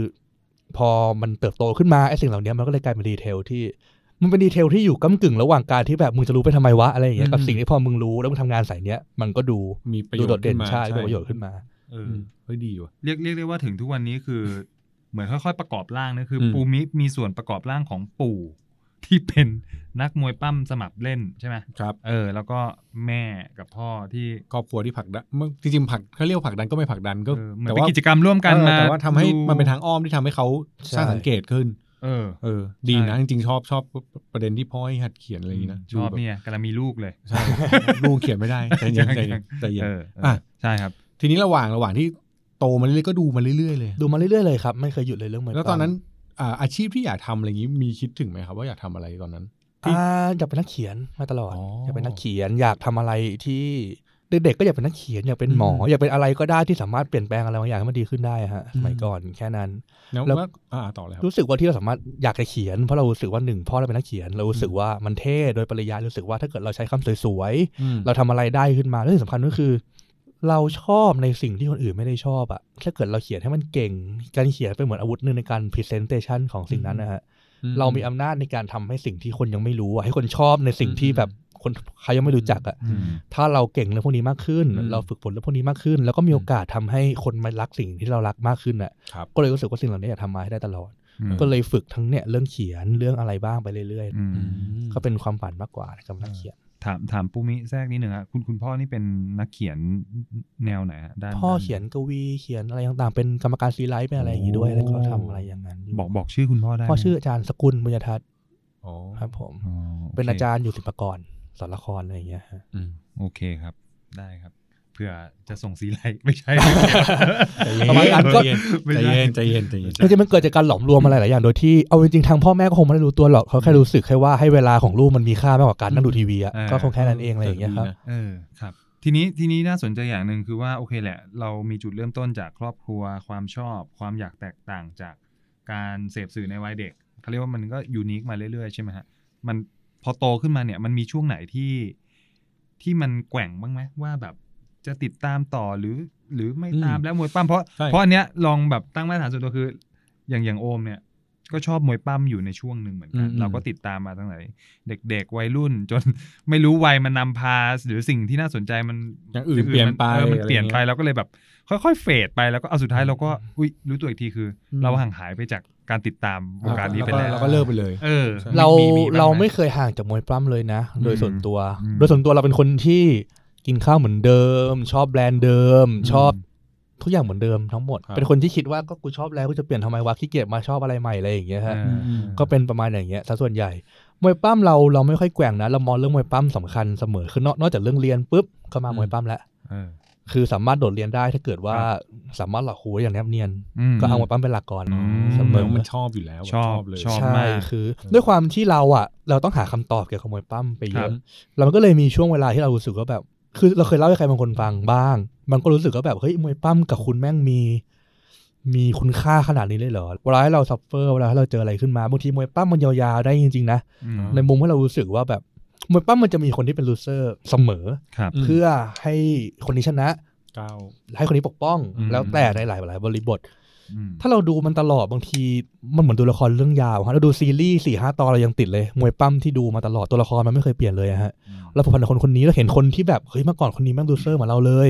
Speaker 3: พอมันเติบโตขึ้นมาไอ้สิ่งเหล่าเนี้ยมันก็เลยกลายเป็นดีเทลที่มันเป็นดีเทลที่อยู่ก้ากึ่งระหว่างการที่แบบมึงจะรู้ไปทำไมวะอะไรอย่างเงี้ยกับ
Speaker 4: อืม
Speaker 3: สิ่งที่พอมึงรู้แล้วมึงทำงานสายเนี้ยมันก็ดู
Speaker 4: มีประโย
Speaker 3: ดู
Speaker 4: ชน์
Speaker 3: โดดเด่น
Speaker 4: ขึ้มา
Speaker 3: ใช่ดูประโยชน์ขึ้นมา
Speaker 5: เอ
Speaker 4: อื
Speaker 5: อ
Speaker 4: มเฮ้ยดีว่ะ
Speaker 5: เรียกเรียกได้ว่าถึงทุกวันนี้คือ เหมือนค่อยๆประกอบร่างนะคืออ
Speaker 4: ม
Speaker 5: ปูมิมีส่วนประกอบร่างของปู่ที่เป็นนักมวยปั้มสมัครเล่นใช่ไหม
Speaker 4: ครับ
Speaker 5: เออ แล้วก็แม่กับพ่อที่
Speaker 4: ครอบครัวที่ผลักดันมันจริงๆผลักเขาเรียกว่าผลักดันก็ไม่ผลักดัน
Speaker 5: เอ
Speaker 4: ก็
Speaker 5: อเหมือนเป็นกิจกรรมร่วมกัน
Speaker 4: เออ
Speaker 5: มา
Speaker 4: แต่ว่าทำให้
Speaker 5: ดู
Speaker 4: มันเป็นทางอ้อมที่ทำให้เขา
Speaker 3: ใช่
Speaker 4: สร้างสังเกตขึ้น
Speaker 5: เออ
Speaker 4: เออ ดีนะ
Speaker 5: ใช่
Speaker 4: จริงๆชอบชอบประเด็นที่พ่อให้หัดเขียนอะไรอย่างนี้นะ
Speaker 5: ชอบเนี่ยกำลังมีลูกเลย
Speaker 4: ใช่ ลูกเขียนไม่ได้ใจเย็นใจเย็นใจเย็น
Speaker 5: เออเออ
Speaker 4: อ่ะ
Speaker 5: ใช่ครับ
Speaker 4: ทีนี้ระหว่างระหว่างที่โตมาเรื่อยๆก็ดูมาเรื่อยๆเลย
Speaker 3: ดูมาเรื่อยๆเลยครับไม่เคยหยุดเลยเรื่องมวย
Speaker 4: แล้วตอนนั้นอ่าอาชีพที่อยากทำอะไรอย่างนี้มีคิดถึงไหมครับว่าอยากทำอะไรตอนนั้น
Speaker 3: ปั้มอ่าอยากเป็นนักเขียนมาตลอด
Speaker 4: อ๋ออย
Speaker 3: อากเป็นนักเขียนอยากทำอะไรที่เด็กๆก็อยากเป็นนักเขียนอยากเป็นหมออ
Speaker 4: ม
Speaker 3: อยากเป็นอะไรก็ได้ที่สามารถเปลี่ยนแปลงอะไรบางอย่างให้มันดีขึ้นได้ฮะสมัยก่อนแค่นั้น
Speaker 4: แล้ว
Speaker 3: แล้ว
Speaker 4: ก็อ่าต่อเลยครับ
Speaker 3: รู้สึกว่าที่เราสามารถอยากจะเขียนเพราะเรารู้สึกว่าหนึ่งพ่อเราเป็นนักเขียน เรารู้สึกว่ามันเท่โดยปริยายรู้สึกว่าถ้าเกิดเราใช้คำสวย
Speaker 4: อืม
Speaker 3: ๆ เราทำอะไรได้ขึ้นมาและที่สำคัญก็คือ เราชอบในสิ่งที่คนอื่นไม่ได้ชอบอะถ้าเกิดเราเขียนให้มันเก่ง การเขียนเป็นเหมือนอาวุธหนึ่งในการพรีเซนเตชันของสิ่งนั้นนะฮะเรามีอำนาจในการทำให้สิ่งที่คนยังไม่รู้อะให้คนชอบในสิ่งที่แบบคนเขายังไม่รู้จักอะ
Speaker 4: อืม
Speaker 3: ถ้าเราเก่งเรื่องพวกนี้มากขึ้น
Speaker 4: อืม
Speaker 3: เราฝึกฝนเรื่องพวกนี้มากขึ้น แล้วก็มีโอกาสทำให้คนมารักสิ่งที่เรารักมากขึ้นอะ
Speaker 4: ครับ
Speaker 3: ก็เลยรู้สึกว่าสิ่งเหล่านี้อยากทำมาให้ได้ตลอด
Speaker 5: อืม
Speaker 3: ก็เลยฝึกทั้งเนี่ยเรื่องเขียนเรื่องอะไรบ้างไปเรื่อย
Speaker 5: อืม
Speaker 3: ๆ ก็เป็นความฝันมากกว่าในการนักเขียน
Speaker 5: ถามถามปูมิแทรกนิดหนึ่งอะคุณคุณพ่อนี่เป็นนักเขียนแนวไหนฮะด้าน
Speaker 3: พ่อ
Speaker 5: ด้า
Speaker 3: เขียนกวีเขียนอะไรต่างๆ เป็นกรรมการซีไลท์เป็นอะไรอย่างนี้ด้วย
Speaker 5: โอ้
Speaker 3: แล้วก็ทำอะไรอย่างนั้นยู่
Speaker 5: บอกบอกชื่อคุณพ่อได้ไหม
Speaker 3: พ่อชื่ออาจารย์สกุลบุญยทัศน์
Speaker 4: อ๋อ
Speaker 3: ครับผม
Speaker 5: อ๋อโค
Speaker 3: เป็นอาจารย์อยู่ศิลปากรสอนละครอะไรอย่างเงี้ยฮะ
Speaker 4: อืม
Speaker 5: โอเคครับ ได้ครับ เพื่อจะส่ง สีไลท์ไม่ใช่
Speaker 3: ประมาณนั้นก็
Speaker 4: ใจเย็นใจเย็นใจเย็นใจ
Speaker 3: ก็
Speaker 4: เย็น
Speaker 3: จะมันเกิดจากการหลอมรวมอะไรหลายอย่างโดยที่เอาจริงๆทางพ่อแม่ก็คงไม่ได้รู้ตัวหรอกเขาแค่รู้สึกแค่ว่าให้เวลาของลูกมันมีค่ามากกว่าการนั่งดูทีวีอะ
Speaker 5: เออ
Speaker 3: ก็คงแค่นั้นเองอะไรอย่างเงี้ยครับ
Speaker 5: เออครับ ทีนี้ทีนี้น่าสนใจอย่างหนึ่งคือว่าโอเคแหละ เรามีจุดเริ่มต้นจากครอบครัวความชอบ ความอยากแตกต่างจากการเสพสื่อในวัยเด็กเขาเรียกว่ามันก็ยูนิคมาเรื่อยๆใช่ไหมฮะมันพอโตขึ้นมาเนี่ยมันมีช่วงไหนที่ที่มันแกว่งบ้างไหมว่าแบบจะติดตามต่อหรือหรือไม่ตาม
Speaker 4: อืม
Speaker 5: แล้วมวยปั้มเพราะ
Speaker 4: ใช่
Speaker 5: เพราะอันเนี้ยลองแบบตั้งมาตรฐานส่วนตัวคือ อย่างอย่างโอมเนี่ย ก็ชอบมวยปั้มอยู่ในช่วงหนึ่งเหมือนกัน
Speaker 4: อืม
Speaker 5: เราก็ติดตามมาตั้งแต่เด็กๆวัยรุ่น จน ไม่รู้วัยมันนำพา หรือสิ่งที่น่าสนใจมัน
Speaker 4: อย่างอื่นเปลี่ยนไป
Speaker 5: ออมันเปลี่ยนไป
Speaker 4: อะไรเงี้ย
Speaker 5: เราก็เลยแบบ ค่อยๆเฟดไปแล้วก็เอาสุดท้ายเราก็อุ้ยรู้ตัวอีกทีคืออ
Speaker 4: ม
Speaker 5: เราห่างหายไปจากการติดตามวงการนี้ไป
Speaker 4: ก็
Speaker 5: แล้ว
Speaker 4: เราก็เลิกไปเลย
Speaker 5: เออ
Speaker 3: เรา
Speaker 5: มีมีบ้งห
Speaker 3: เราไม่เคยห่างจากมวยปล้ำเลยนะ โดยส่วนตัว
Speaker 5: อืม
Speaker 3: โดยส่วนตัวเราเป็นคนที่กินข้าวเหมือนเดิม ชอบแบรนด์เดิม ชอบทุกอย่างเหมือนเดิมทั้งหมด
Speaker 4: ครับ
Speaker 3: เป็นคนที่คิดว่าก็กูชอบแล้วกูจะเปลี่ยนทำไมวะขี้เกียจมาชอบอะไรใหม่อะไรอย่างเงี้ย
Speaker 5: เอ
Speaker 3: ฮะ
Speaker 5: ออ
Speaker 4: ม
Speaker 3: ก็เป็นประมาณอย่างเงี้ยซะส่วนใหญ่ มวยปั้มเราเราไม่ค่อยแกว่งนะ เรามองเรื่องมวยปั้มสำคัญเสมอ คือนอกนอกจากเรื่องเรียนปุ๊บก็มา
Speaker 4: อืม
Speaker 3: มวยปั้มแล้ว
Speaker 5: เออ
Speaker 3: คือสามารถโดดเรียนได้ถ้าเกิดว่า
Speaker 5: ครับ
Speaker 3: สามารถหลอกครูได้อย่างแนบเนียน
Speaker 5: ม
Speaker 3: ก็เอามวยปั้มเป็นหลักก่อน
Speaker 5: อืม
Speaker 3: เสม
Speaker 4: เมือ
Speaker 3: อ
Speaker 4: งมันชอบอยู่แล้ว
Speaker 5: ชอบ
Speaker 4: เลย
Speaker 5: ชอบ
Speaker 3: ใช่
Speaker 5: มาก
Speaker 3: คือ ด้วยความที่เราอ่ะ เราต้องหาคำตอบเกี่ยวกับมวยปั้มไปเย
Speaker 5: ครั
Speaker 3: อะ
Speaker 5: บ
Speaker 3: เราก็เลยมีช่วงเวลาที่เรารู้สึกว่าแบบ คือเราเคยเล่าให้ใครบางคนฟังบ้าง มันก็รู้สึกว่าแบบเฮ้ยมวยปั้มกับคุณแม่งมี มีคุณค่าขนาดนี้เลยเหรอเวลาให้เราซัฟเฟอร์เวลาให้เราเจออะไรขึ้นมาบางทีมวยปั้มมันเยียวยาได้จริงๆนะ
Speaker 5: อืม
Speaker 3: ในมุมที่เรารู้สึกว่าแบบมวยปั้มมันจะมีคนที่เป็นลูเซอร์เสมอ
Speaker 5: ครับ
Speaker 4: อืม
Speaker 3: เพื่อให้คนนี้ชนะ
Speaker 4: ก้าว
Speaker 3: ให้คนนี้ปกป้อง
Speaker 5: อืม
Speaker 3: แล้วแต่ในหลายหลายๆบริบท
Speaker 5: อืม
Speaker 3: ถ้าเราดูมันตลอดบางทีมันเหมือนดูละครเรื่องยาวฮะเราดูซีรีส์สี่ห้าตอนเรายังติดเลยมวยปั้มที่ดูมาตลอดตัวละครมันไม่เคยเปลี่ยนเลยอะฮะแล้วพอพันกับคนคนนี้เราเห็นคนที่แบบเฮ้ยเมื่อก่อนคนนี้แม่งลูเซอร์เหมือนเราเลย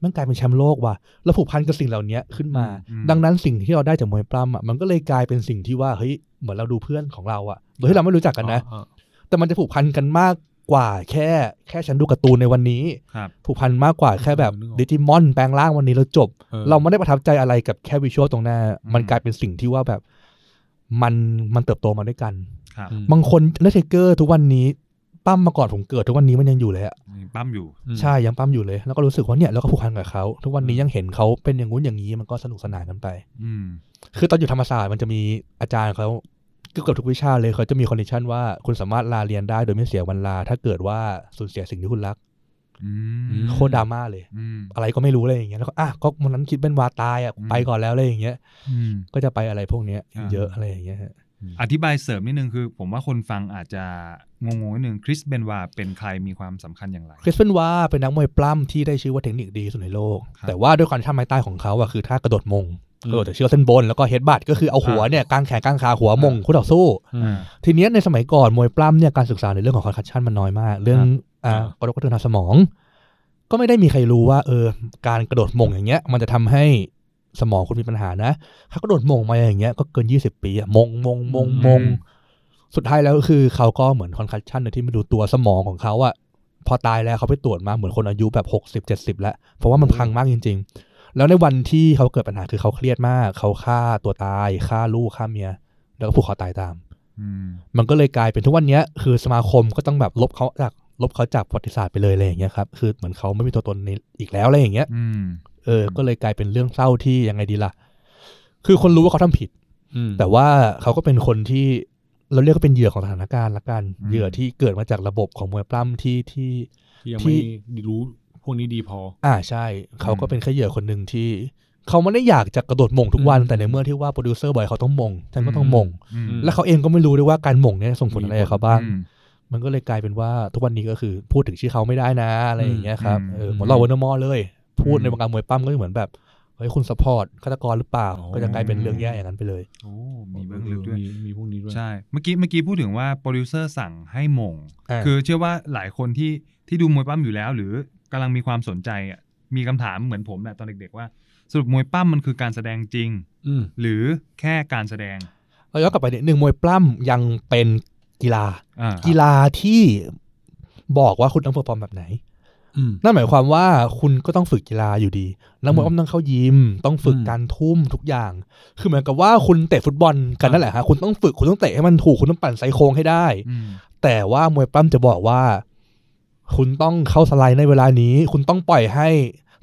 Speaker 3: แม่งกลายเป็นแชมป์โลกว่ะเราผูกพันกับสิ่งเหล่านี้ขึ้นมา
Speaker 5: อืม
Speaker 3: ดังนั้นสิ่งที่เราได้จากมวยปล้ำอ่ะมันก็เลยกลายเป็นสิ่งที่ว่าเฮ้ยเหมือนเราดูเพื่อนของเราอ่ะโดยที่เราไม่รู้จักกันนะ
Speaker 4: อ่า
Speaker 3: แต่มันจะผูกพันกันมากกว่าแค่แค่ฉันดูการ์ตูนในวันนี้
Speaker 5: ครับ
Speaker 3: ผูกพันมากกว่าแค่แบบ
Speaker 4: เออนึกออก
Speaker 3: ดิจิมอนแปลงร่างวันนี้แล้วจบ
Speaker 4: ออ
Speaker 3: เราไม่ได้ประทับใจอะไรกับแค่วิชวลตรงหน้า
Speaker 5: อืม
Speaker 3: มันกลายเป็นสิ่งที่ว่าแบบมันมันเติบโตมาด้วยกัน
Speaker 5: ครับ
Speaker 4: อืม
Speaker 3: บางคนเลเทเกอร์ทุกวันนี้ปั้มมาก่อนผมเกิดทุกวันนี้มันยังอยู่เลยอะ
Speaker 5: ยังปั้มอยู่
Speaker 4: อืม
Speaker 3: ใช่ยังปั้มอยู่เลย แล้วก็รู้สึกว่าเนี่ยเราก็ผูกพันกับเขาทุกวันนี้ยังเห็นเขาเป็นอย่างงู้นอย่างนี้มันก็สนุกสนานกันไป
Speaker 5: อืม
Speaker 3: คือตอนอยู่ธรรมศาสตร์มันจะมีอาจารย์เขาเกือบทุกวิชาเลยเขาจะมีคอนดิชันว่าคุณสามารถลาเรียนได้โดยไม่เสียวันลา ถ้าเกิดว่าสูญเสียสิ่งที่คุณรัก
Speaker 5: อืม
Speaker 4: อืม
Speaker 3: โคตรดราม่าเลย
Speaker 5: อืม
Speaker 3: อะไรก็ไม่รู้เลยอย่างเงี้ยแล้วก็อ่ะก็วันนั้นคิดเป็นวาตายอ่ะไปก่อนแล้วเลยอย่างเงี้ย
Speaker 5: อืม
Speaker 3: ก็จะไปอะไรพวกเนี้ย
Speaker 5: อ่า
Speaker 3: เยอะอะไรอย่างเงี้ยฮะ
Speaker 5: อธิบายเสริมนิดนึงคือ ผมว่าคนฟังอาจจะงงๆนิดนึงคริสเบนวาเป็นใครมีความสำคัญอย่างไร
Speaker 3: คริสเปนว่าเป็นนักมวยปล้ำที่ได้ชื่อว่าเทคนิคดีที่สุดในโลก
Speaker 5: ครับ
Speaker 3: แต่ว่าด้วยความท่าไม้ใต้ของเขาอ่ะคือท่ากระโดดมง
Speaker 4: อืม
Speaker 3: กระโดดจากเชือกเส้นบนแล้วก็เฮดบัตก็คือเอาหัวเนี่ยกางแขนกางขาหัวมงคู่ต่อสู้
Speaker 4: อืม
Speaker 3: ทีเนี้ยในสมัยก่อนมวยปล้ำเนี่ยการศึกษาในเรื่องของคอนคัชชันมันน้อยมาก เรื่องอ่ากระดูกกระเทือนทางสมอง ก็ไม่ได้มีใครรู้ว่าเออการกระโดดหมงอย่างเงี้ย มันจะทำให้สมองคุณมีปัญหานะถ้ากระโดดหมงมาอย่างเงี้ยก็เกิน 20 ปีอะหมงหมงหมงหมง
Speaker 5: อืม
Speaker 3: สุดท้ายแล้วก็คือเขาก็เหมือนคอนคัชชันโดยที่ไม่ดูตัวสมองของเขาอะพอตายแล้วเขาไปตรวจมาเหมือนคนอายุแบบ 60 70 แล้ว เพราะว่ามันพังมากจริง ๆ แล้วในวันที่เขาเกิดปัญหาคือเขาเครียดมากเขาฆ่าตัวตายฆ่าลูกฆ่าเมีย แล้วก็ผูกคอตายตาม
Speaker 5: อืม
Speaker 3: มันก็เลยกลายเป็นทุกวันเนี้ยคือสมาคมก็ต้องแบบลบเขาจากลบเขาจากประวัติศาสตร์ไปเลยอะไรอย่างเงี้ยครับคือเหมือนเขาไม่มีตัวตนในอีกแล้วอะไรอย่างเงี้ย
Speaker 5: อืม
Speaker 3: เออก็เลยกลายเป็นเรื่องเศร้าที่ยังไงดีล่ะ คือคนรู้ว่าเขาทำผิด
Speaker 4: อืม
Speaker 3: แต่ว่าเขาก็เป็นคนที่เราเรียกว่าเป็นเหยื่อของสถานการณ์ละกัน
Speaker 5: อืม
Speaker 3: เหยื่อที่เกิดมาจากระบบของมวยปล้ำที่ที่
Speaker 4: ที่ยัง
Speaker 3: ที่
Speaker 4: ไม่รู้พวกนี้ดีพอ
Speaker 3: อ่าใช่เขาก็เป็นแค่เหยื่อคนหนึ่งที่ เขาไม่ได้อยากจะกระโดดหมงทุกวัน
Speaker 4: อืม
Speaker 3: แต่ในเมื่อที่ว่าโปรดิวเซอร์บอยเขาต้องหมงฉันก็ต้องหมง
Speaker 5: อืม
Speaker 4: ม
Speaker 3: และเขาเองก็ไม่รู้ด้วยว่าการหมงเนี่ยส่งผลอะไรกับเขาบ้าง
Speaker 5: อืม
Speaker 3: มันก็เลยกลายเป็นว่าทุกวันนี้ก็คือพูดถึงชื่อเขาไม่ได้นะอะไรอย่างเงี้ยครับ
Speaker 5: อืม
Speaker 3: เออเหมือนเราเวอร์นมอเลย พูด
Speaker 5: อืม
Speaker 3: ในวงการมวยปั้มก็เหมือนแบบเฮ้ยคุณสปอร์ตฆาตกรหรือเปล่า
Speaker 4: อ๋อ
Speaker 3: ก็จะกลายเป็นเรื่องแย่อย่างนั้นไปเลย
Speaker 5: โอ้มีเบื้องลึกด้วย
Speaker 4: มีมีพวกนี้ด้วย
Speaker 5: ใช่ เมื่อกี้เมื่อกี้พูดถึงว่าโปรดิวเซอร์สั่งให้หมง
Speaker 3: อ่า
Speaker 5: คือเชื่อว่าหลายคนที่ที่ดูมวยปั้มอยู่แล้ว หรือกำลังมีความสนใจอ่ะมีคำถามเหมือนผมแหละตอนเด็กๆว่า สรุปมวยปั้มมันคือการแสดงจริง
Speaker 4: อืม
Speaker 5: หรือแค่การแสดง
Speaker 3: เราย้อนกลับไปนิดนึงมวยปล้ำยังเป็นกีฬา
Speaker 5: อ่า
Speaker 3: กีฬาที่บอกว่าคุณต้องเพอร์ฟอร์มแบบไหน
Speaker 4: อืม
Speaker 3: นั่นหมายความว่าคุณก็ต้องฝึกกีฬาอยู่ดีนักมว
Speaker 4: อืม
Speaker 3: ยก็ต้องเข้ายิม ต้องฝึก
Speaker 4: อืม
Speaker 3: การทุ่มทุกอย่าง คือเหมือนกับว่าคุณเตะฟุตบอลกันนั่นแหละฮะคุณต้องฝึกคุณต้องเตะให้มันถูกคุณต้องปั่นไซโครงให้ได้
Speaker 5: อืม
Speaker 3: แต่ว่ามวยปล้ำจะบอกว่า คุณต้องเข้าสไลด์ในเวลานี้ คุณต้องปล่อยให้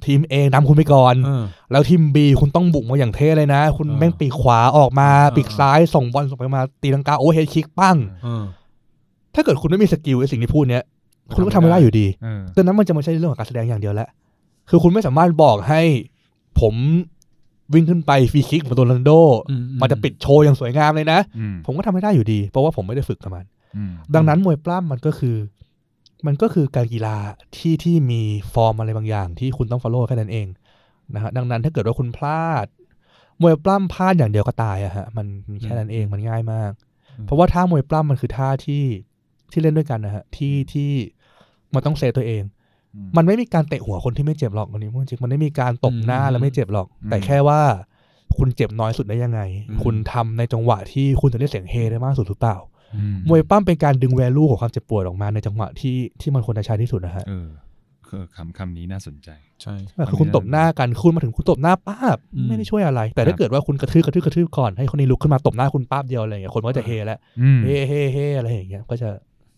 Speaker 3: ทีม A นำคุณไปก่อน
Speaker 4: เออ
Speaker 3: แล้วทีม B คุณต้องบุกมาอย่างเท่เลยนะ คุณ
Speaker 4: เออ
Speaker 3: แม่งปีกขวาออกมา
Speaker 4: เออ
Speaker 3: ปีกซ้ายส่งบอลส่งไปมาตีลังกาโอ้เฮดคิกปั้ง
Speaker 4: เออ
Speaker 3: ถ้าเกิดคุณไม่มีสกิลไอ้สิ่งที่พูดเนี้ย คุณก็ทำไม่ได้อยู่ดี
Speaker 5: เออ
Speaker 3: ดังนั้นมันจะไม่ใช่เรื่องของการแสดงอย่างเดียวแล้วคือคุณไม่สามารถบอกให้ ผมวิ่งขึ้นไปฟรีคิกเหมือนโรนัลโด
Speaker 4: อืม
Speaker 3: มันจะปิดโชว์อย่างสวยงามเลยนะ
Speaker 5: อืม
Speaker 3: ผมก็ทำไม่ได้อยู่ดี เพราะว่าผมไม่ได้ฝึกกับมัน
Speaker 5: อืม
Speaker 3: ดังนั้นมวยปล้ำมันก็คือ มันก็คือการกีฬาที่ที่มีฟอร์มอะไรบางอย่าง ที่คุณต้องฟอลโล่แค่นั้นเองนะฮะดังนั้นถ้าเกิดว่าคุณพลาด มวยปล้ำพลาดอย่างเดียวก็ตายอะฮะมันมันแค่นั้นเองมันง่ายมาก เพราะว่าท่ามวยปล้ำมันคือท่าที่ที่เล่นด้วยกันนะฮะที่ที่มันต้องเซฟตัวเอง
Speaker 5: อื
Speaker 3: มันไม่มีการเตะหัวคนที่ไม่เจ็บหรอกวันนี้พูดจริงมันไม่มีการตบหน้า
Speaker 4: อืม
Speaker 3: แล้วไม่เจ็บหรอก
Speaker 5: อืม
Speaker 3: แต่แค่ว่าคุณเจ็บน้อยสุดได้ยังไง คุณทำในจังหวะที่คุณจะได้เสียงเฮได้มากสุดหรือเปล่า
Speaker 5: อื
Speaker 3: มวยปั้มเป็นการดึงแวลูของความเจ็บปวดออกมาในจังหวะที่ที่มันควรจะใช้ที่สุดนะฮะ
Speaker 5: เออคือคำคำนี้น่าสนใจ
Speaker 4: ใช่
Speaker 3: คือคุณตบหน้ากันคุณมาถึงคุณตบหน้าป้าบไม่ได้ช่วยอะไร แต่
Speaker 5: ครั
Speaker 3: ถ้า
Speaker 5: บ
Speaker 3: เกิดว่าคุณกระทืบกระทืบกระทืบก่อนให้คนนี้ลุกขึ้นมาตบหน้าคุณป้าบเดียวอะไรอย่างเงี้ยคนก็จะเฮแล้ว
Speaker 5: อืม
Speaker 3: เฮ้เฮ้เฮ้อะไรอย่างเงี้ยก็จะ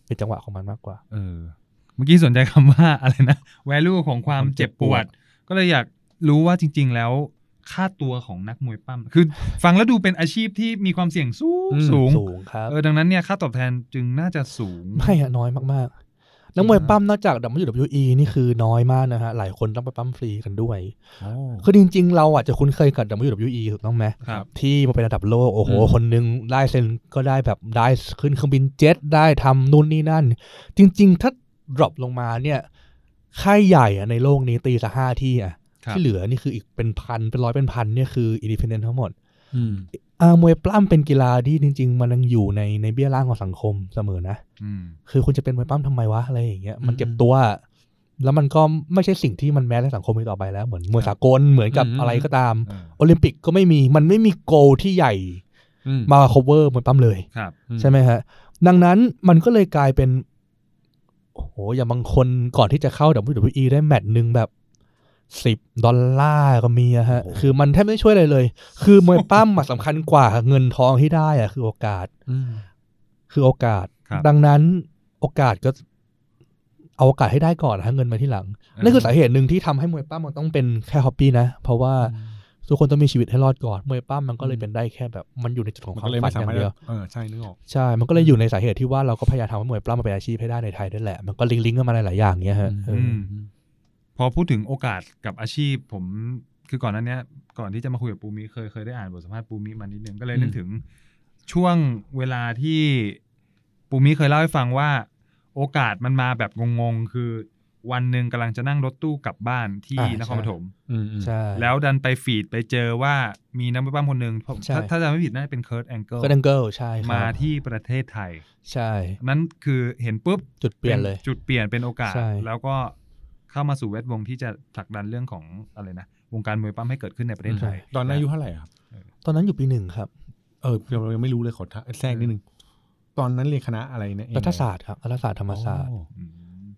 Speaker 3: เป็นจังหวะของมันมากกว่า
Speaker 5: เออ เมื่อกี้สนใจคำว่าอะไรนะ value ของความเจ็บปวด ก็เลยอยากรู้ว่าจริง ๆ แล้วค่าตัวของนักมวยปั้มคือ ฟังแล้วดูเป็นอาชีพที่มีความเสี่ยงสูงสูง
Speaker 3: สูงครับ
Speaker 5: เออดังนั้นเนี่ยค่าตอบแทนจึงน่าจะสูง
Speaker 3: ไม่อะน้อยมากๆนักมวยปั้มนอกจาก WWE นี่คือน้อยมากนะฮะหลายคนต้องไปปั้มฟรีกันด้วย คือจริง ๆ เราอาจจะคุ้นเคยกับ WWE ถูกต้องไหม
Speaker 5: ครับ
Speaker 3: ที่มันเป็นระดับโลก โอ้โห คนหนึงได้เซ็นก็ได้แบบได้ขึ้นเครื่องบินเจ็ตได้ทำนู่นนี่นั่น จริง ๆ ถ้าดรอปลงมาเนี่ยค่ายใหญ่อะในโลกนี้ตีซะห้าที่อะ
Speaker 5: ครับ
Speaker 3: ที่เหลือนี่คืออีกเป็นพันเป็นร้อยเป็นพันเนี่ยคืออินดิเพนเดนทั้งหมด
Speaker 4: อืม
Speaker 3: อ่ามวยปล้ำเป็นกีฬาที่จริง ๆ มันยังอยู่ในในเบี้ยล่างของสังคมเสมอนะ
Speaker 5: อืม
Speaker 3: คือคุณจะเป็นมวยปล้ำทำไมวะอะไรอย่างเงี้ยมันเก็บ
Speaker 4: อืม
Speaker 3: ตัว แล้วมันก็ไม่ใช่สิ่งที่มันแม้ในสังคมอีกต่อไปแล้วเหมือนมวยสากลเหมือนกับ
Speaker 4: อืม
Speaker 3: อะไรก็ตาม
Speaker 5: เออ
Speaker 3: โอลิมปิกก็ไม่มีมันไม่มีโกลที่ใหญ่
Speaker 4: อืม
Speaker 3: มา cover มวยปั้มเลย
Speaker 5: ครับ
Speaker 4: อืม
Speaker 3: ใช่ไหมฮะ ดังนั้นมันก็เลยกลายเป็น โอ้โห อย่างบางคนก่อนที่จะเข้า WWE ได้แมตช์หนึ่งแบบสิบดอลลาร์ก็มีอะฮะ คือมันแทบไม่ช่วยอะไรเลย คือมวยปั้มอะสำคัญกว่าเงินทองที่ได้อะคือโอกาส
Speaker 4: อืม
Speaker 3: คือโอกาส
Speaker 5: ครับ
Speaker 3: ดังนั้นโอกาสก็เอาโอกาสให้ได้ก่อนฮะเงินมาที่หลัง
Speaker 5: อ่านั่
Speaker 3: นั่นคือสาเหตุหนึ่งที่ทำให้มวยปั้มมันต้องเป็นแค่ฮอปปี้นะ เพราะว่าทุกคนต้องมีชีวิตให้รอดก่อน มวยปั้มมันก็เลย
Speaker 4: อืม
Speaker 3: เป็นได้แค่แบบ มันอยู่ในจุดของ
Speaker 4: มัน
Speaker 3: ค
Speaker 4: ก็
Speaker 3: วาม
Speaker 4: เลย
Speaker 3: ฝั
Speaker 4: ไม่สาารถ
Speaker 3: นอย่ามงเดียว
Speaker 4: เออใช่นึกออก
Speaker 3: ใช่ มันก็เลยอยู่ในสาเหตุที่ว่าเราก็พยายามทำให้มวยปล้ำมาเป็นอาชีพให้ได้ในไทยด้วยแหละ มันก็ลิงก์ลิงก์กันมาหลายๆอย่างเงี้ยฮะเออ
Speaker 5: อืม พอพูดถึงโอกาสกับอาชีพ ผมคือก่อนหนั้นเนี้ยก่อนที่จะมาคุยกับปูมิเคยเคยได้อ่านบทสัมภาษณ์ปูมิมานิดนึงก็เลยนึก
Speaker 4: อืม
Speaker 5: ถึงช่วงเวลาที่ปูมิเคยเล่าให้ฟังว่า โอกาสมันมาแบบงงๆ คือวันหนึ่งกำลังจะนั่งรถตู้กลับบ้านที่นครปฐม
Speaker 4: อืมอืม
Speaker 3: ใช่
Speaker 5: แล้วดันไปฟีดไปเจอว่ามีนักมวยปั้มคนหนึ่งผม
Speaker 3: ใช่
Speaker 5: ถ้าถ้าจำไม่ผิดน่าจะเป็นเคิร์ a แองเกิล
Speaker 3: ก็ดังเกิลใช่ครับ
Speaker 5: มาที่ประเทศไทย
Speaker 3: ใช่
Speaker 5: นั้นคือเห็นปุ๊บ
Speaker 3: จุดเปลี่ยนเลย
Speaker 5: จุดเปลี่ยนเป็นโอกาส
Speaker 3: ใช่
Speaker 5: แล้วก็เข้ามาสู่แวดวงที่จะผลักดันเรื่องของอะไรนะ วงการมวยปั้มให้เกิดขึ้นในประเทศไทย
Speaker 4: ตอนนั้นอายุเท่าไหร่ครับ
Speaker 3: ตอนนั้นอยู่ปีหนึ่งครับ
Speaker 4: เออเรายังไม่รู้เลยขอทักแทรกนิดนึง ตอนนั้นเรียนคณะอะไรเนี่ย
Speaker 3: รัฐศาสตร์ครับรัฐศาสตร์ธรรมศาสตร์
Speaker 5: อืม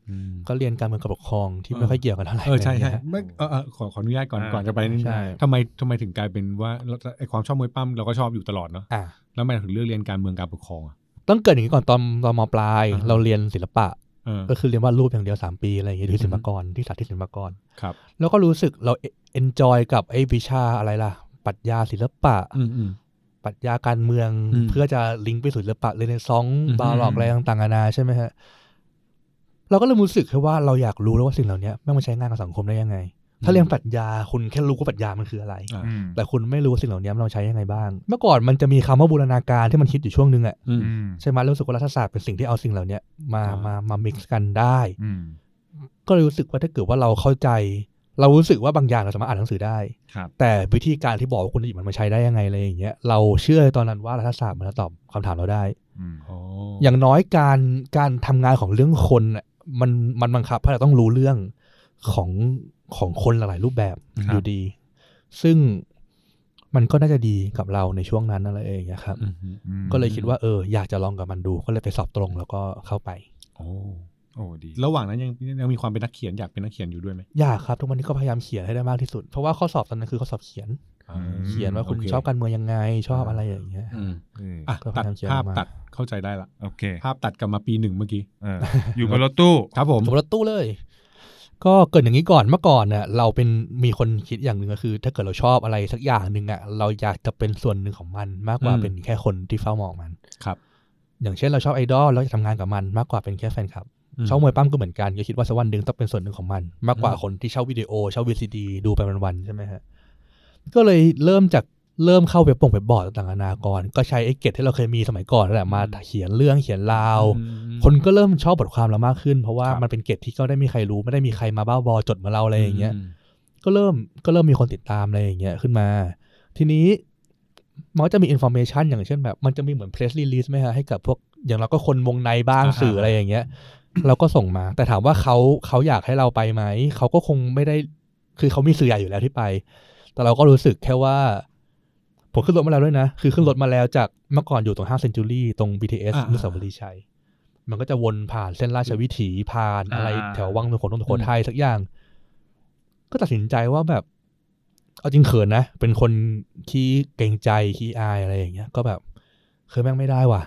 Speaker 4: อืม
Speaker 3: ก็เรียนการเมืองกับปกครองที่
Speaker 4: เออ
Speaker 3: ไม่ค่อยเกี่ยวกันเท่าไหร่
Speaker 4: เออใช่
Speaker 3: ะไร
Speaker 4: ใช่
Speaker 3: ย่างเงี้ย
Speaker 4: ไม่เออเออขอขออนุญาตก่อน
Speaker 5: อ่า
Speaker 4: ก่อนจะไปนิดนึง
Speaker 3: ใช่
Speaker 4: ทำไมทำไมถึงกลายเป็นว่าเราไอความชอบมวยปั้มเราก็ชอบอยู่ตลอดเนาะ
Speaker 3: อ่ะ
Speaker 4: แล้วทำไมถึงเลือกเรียนการเมืองการปกครองอ่ะ
Speaker 3: ต้องเกิดอย่างนี้ก่อนตอนตอนมปลาย
Speaker 4: อ่าฮะ
Speaker 3: เราเรียนศิลปะ
Speaker 4: เออ
Speaker 3: ก็คือเรียนวาดรูปอย่างเดียว 3 ปีอะไรอย่างเงี้ยที่ศิลปากรที่สาธิตศิลปากร
Speaker 4: ครับ
Speaker 3: แล้วก็รู้สึกเราเอนจอยกับไอ้วิชาอะไรล่ะปรัชญาศิลปะ
Speaker 4: อืมอืม
Speaker 3: ปรัชญาการเมือง
Speaker 4: อืม
Speaker 3: เพื่อจะลิงก์ไปสู่ศิลปะเรเนซองส์
Speaker 4: อืม
Speaker 3: บาหลอกอะไรต่างๆนานาใช่ไหมฮะ เราก็เริ่มรู้สึกแค่ว่าเราอยากรู้แล้วว่าสิ่งเหล่านี้แม่งมาใช้งานกับสังคมได้ยังไง ถ้าเรียนปรัชญาคุณแค่รู้ว่าปรัชญามันคืออะไร
Speaker 4: อ่า
Speaker 5: อืม
Speaker 3: แต่คุณไม่รู้ว่าสิ่งเหล่านี้มันเราใช้ยังไงบ้าง เมื่อก่อนมันจะมีคำว่าบูรณาการที่มันคิดอยู่ช่วงหนึงอะ
Speaker 4: อืม
Speaker 5: อืม
Speaker 3: ใช่ไหมรู้สึกว่ารัฐศาสตร์เป็นสิ่งที่เอาสิ่งเหล่านี้มา
Speaker 4: อ่าม
Speaker 3: มามา mix กันได้
Speaker 5: อืม
Speaker 3: ก็เลยรู้สึกว่าถ้าเกิดว่าเราเข้าใจ เรารู้สึกว่าบางอย่างเราสามารถอ่านหนังสือได้
Speaker 5: ครับ
Speaker 3: แต่วิธีการที่บอกว่าคุณจะหยิบมันมาใช้ได้ยังไงอะไรอย่างเงี้ยเราเชื่อในตอนนั้นว่ารัฐศาสตร์มันจะตอบคำถามเราได้
Speaker 5: อืม
Speaker 4: อ๋อ
Speaker 3: อ
Speaker 4: อ
Speaker 3: ย่างน้อยการการทำงานของเรื่องคนน่ะมันมันบังคับให้เราต้องรู้เรื่องของของคนหลายๆรูปแบบ
Speaker 4: ครับ
Speaker 3: อยู่ดี ซึ่งมันก็น่าจะดีกับเราในช่วงนั้นอะไรอย่างเงี้ยครับ
Speaker 4: อืมอืม
Speaker 5: อืม
Speaker 3: ก็เลยคิดว่าเอออยากจะลองกับมันดูก็เลยไปสอบตรงแล้วก็เข้าไป
Speaker 4: โอ้
Speaker 5: โอ้ดี
Speaker 4: ระหว่างนั้นยังยังมีความเป็นนักเขียนอยากเป็นนักเขียนอยู่ด้วยไหม
Speaker 3: ยากครับทุกวันนี้ก็พยายามเขียนให้ได้มากที่สุด เพราะว่าข้อสอบตอนนั้นคือข้อสอบเขียน
Speaker 4: อ่า
Speaker 3: เขียนว่าคุณ
Speaker 4: โอเค
Speaker 3: ชอบการเมืองยังไงชอบอะไรอย่างเงี้ย
Speaker 4: อืม
Speaker 5: เออ
Speaker 4: อ่ะ
Speaker 3: ก็พ
Speaker 4: ตัด
Speaker 3: ยายามเขียน
Speaker 4: ภาพ
Speaker 3: ออกมา
Speaker 4: ตัดเข้าใจได้ละ
Speaker 5: โอเค
Speaker 4: ภาพตัดกลับมาปีหนึ่งเมื่อกี้
Speaker 5: เอออยู่บนรถตู้
Speaker 4: ครับผม
Speaker 3: ผมรถตู้เลย ก็เกิดอย่างนี้ก่อนเมื่อก่อนน่ะเราเป็นมีคนคิดอย่างหนึ่งก็คือ ถ้าเกิดเราชอบอะไรสักอย่างหนึ่งอ่ะเราอยากจะเป็นส่วนหนึ่งของมันมากกว่า
Speaker 4: อืม
Speaker 3: เป็นแค่คนที่เฝ้ามองมัน
Speaker 4: ครับ
Speaker 3: อย่างเช่นเราชอบไอดอลเราจะทำงานกับมันมากกว่าเป็นแค่แฟนคลับ
Speaker 4: อืม
Speaker 3: เช่ามวยปั้มก็เหมือนกันก็คิดว่าสักวันหนึ่งต้องเป็นส่วนหนึ่งของมัน มากกว่า
Speaker 4: อืม
Speaker 3: คนที่เช่าวิดีโอเช่าวีซีดีดูไปวันๆใช่ไหมฮะก็เลยเริ่มจากเริ่มเข้าเว็บปงเว็บบอร์ดต่างๆนานาก่อนก็ใช้ไอ้เกตที่เราเคยมีสมัยก่อนนั่นแหละมาเขียนเรื่องเขียนราว
Speaker 4: อืม
Speaker 3: คนก็เริ่มชอบบทความเรามากขึ้น เพราะว่า
Speaker 4: ครับ
Speaker 3: มันเป็นเกตที่ก็ได้มีใครรู้ไม่ได้มีใครมาบ้าบอจดเหมาเราอะไรอย่างเงี้ย
Speaker 4: ม
Speaker 3: ก็เริ่มก็เริ่มมีคนติดตามอะไรอย่างเงี้ยขึ้นมา ทีนี้มันก็จะมีอินโฟเมชันอย่างเช่นแบบ มันจะมีเหมือนเพรสรีลิสไหมฮะให้กับพวกอย่างเราก็คนวงในบ้าง
Speaker 4: อ่าๆ
Speaker 3: สื่ออะไรอย่างเงี้ย เราก็ส่งมา แต่ถามว่าเขาเขาอยากให้เราไปไหม เขาก็คงไม่ได้คือเขามีสื่อใหญ่อยู่แล้วที่ไป แต่เราก็รู้สึกแค่ว่า ผมขึ้นรถมาแล้วด้วยนะ คือขึ้นรถมาแล้วจากเมื่อก่อนอยู่ตรงห้างเซนจูรี่ตรง BTS อนุสาวรีย์ชัยมันก็จะวนผ่านเส้นราชวิถีผ่านอะไร
Speaker 5: อ่า
Speaker 3: แถววังสุโขทัยสุโขทัยสักอย่าง ก็ตัดสินใจว่าแบบ เอาจริงเขินนะ เป็นคนขี้เกรงใจขี้อายอะไรอย่างเงี้ย ก็แบบเคยแม่งไม่ได้ว่ะ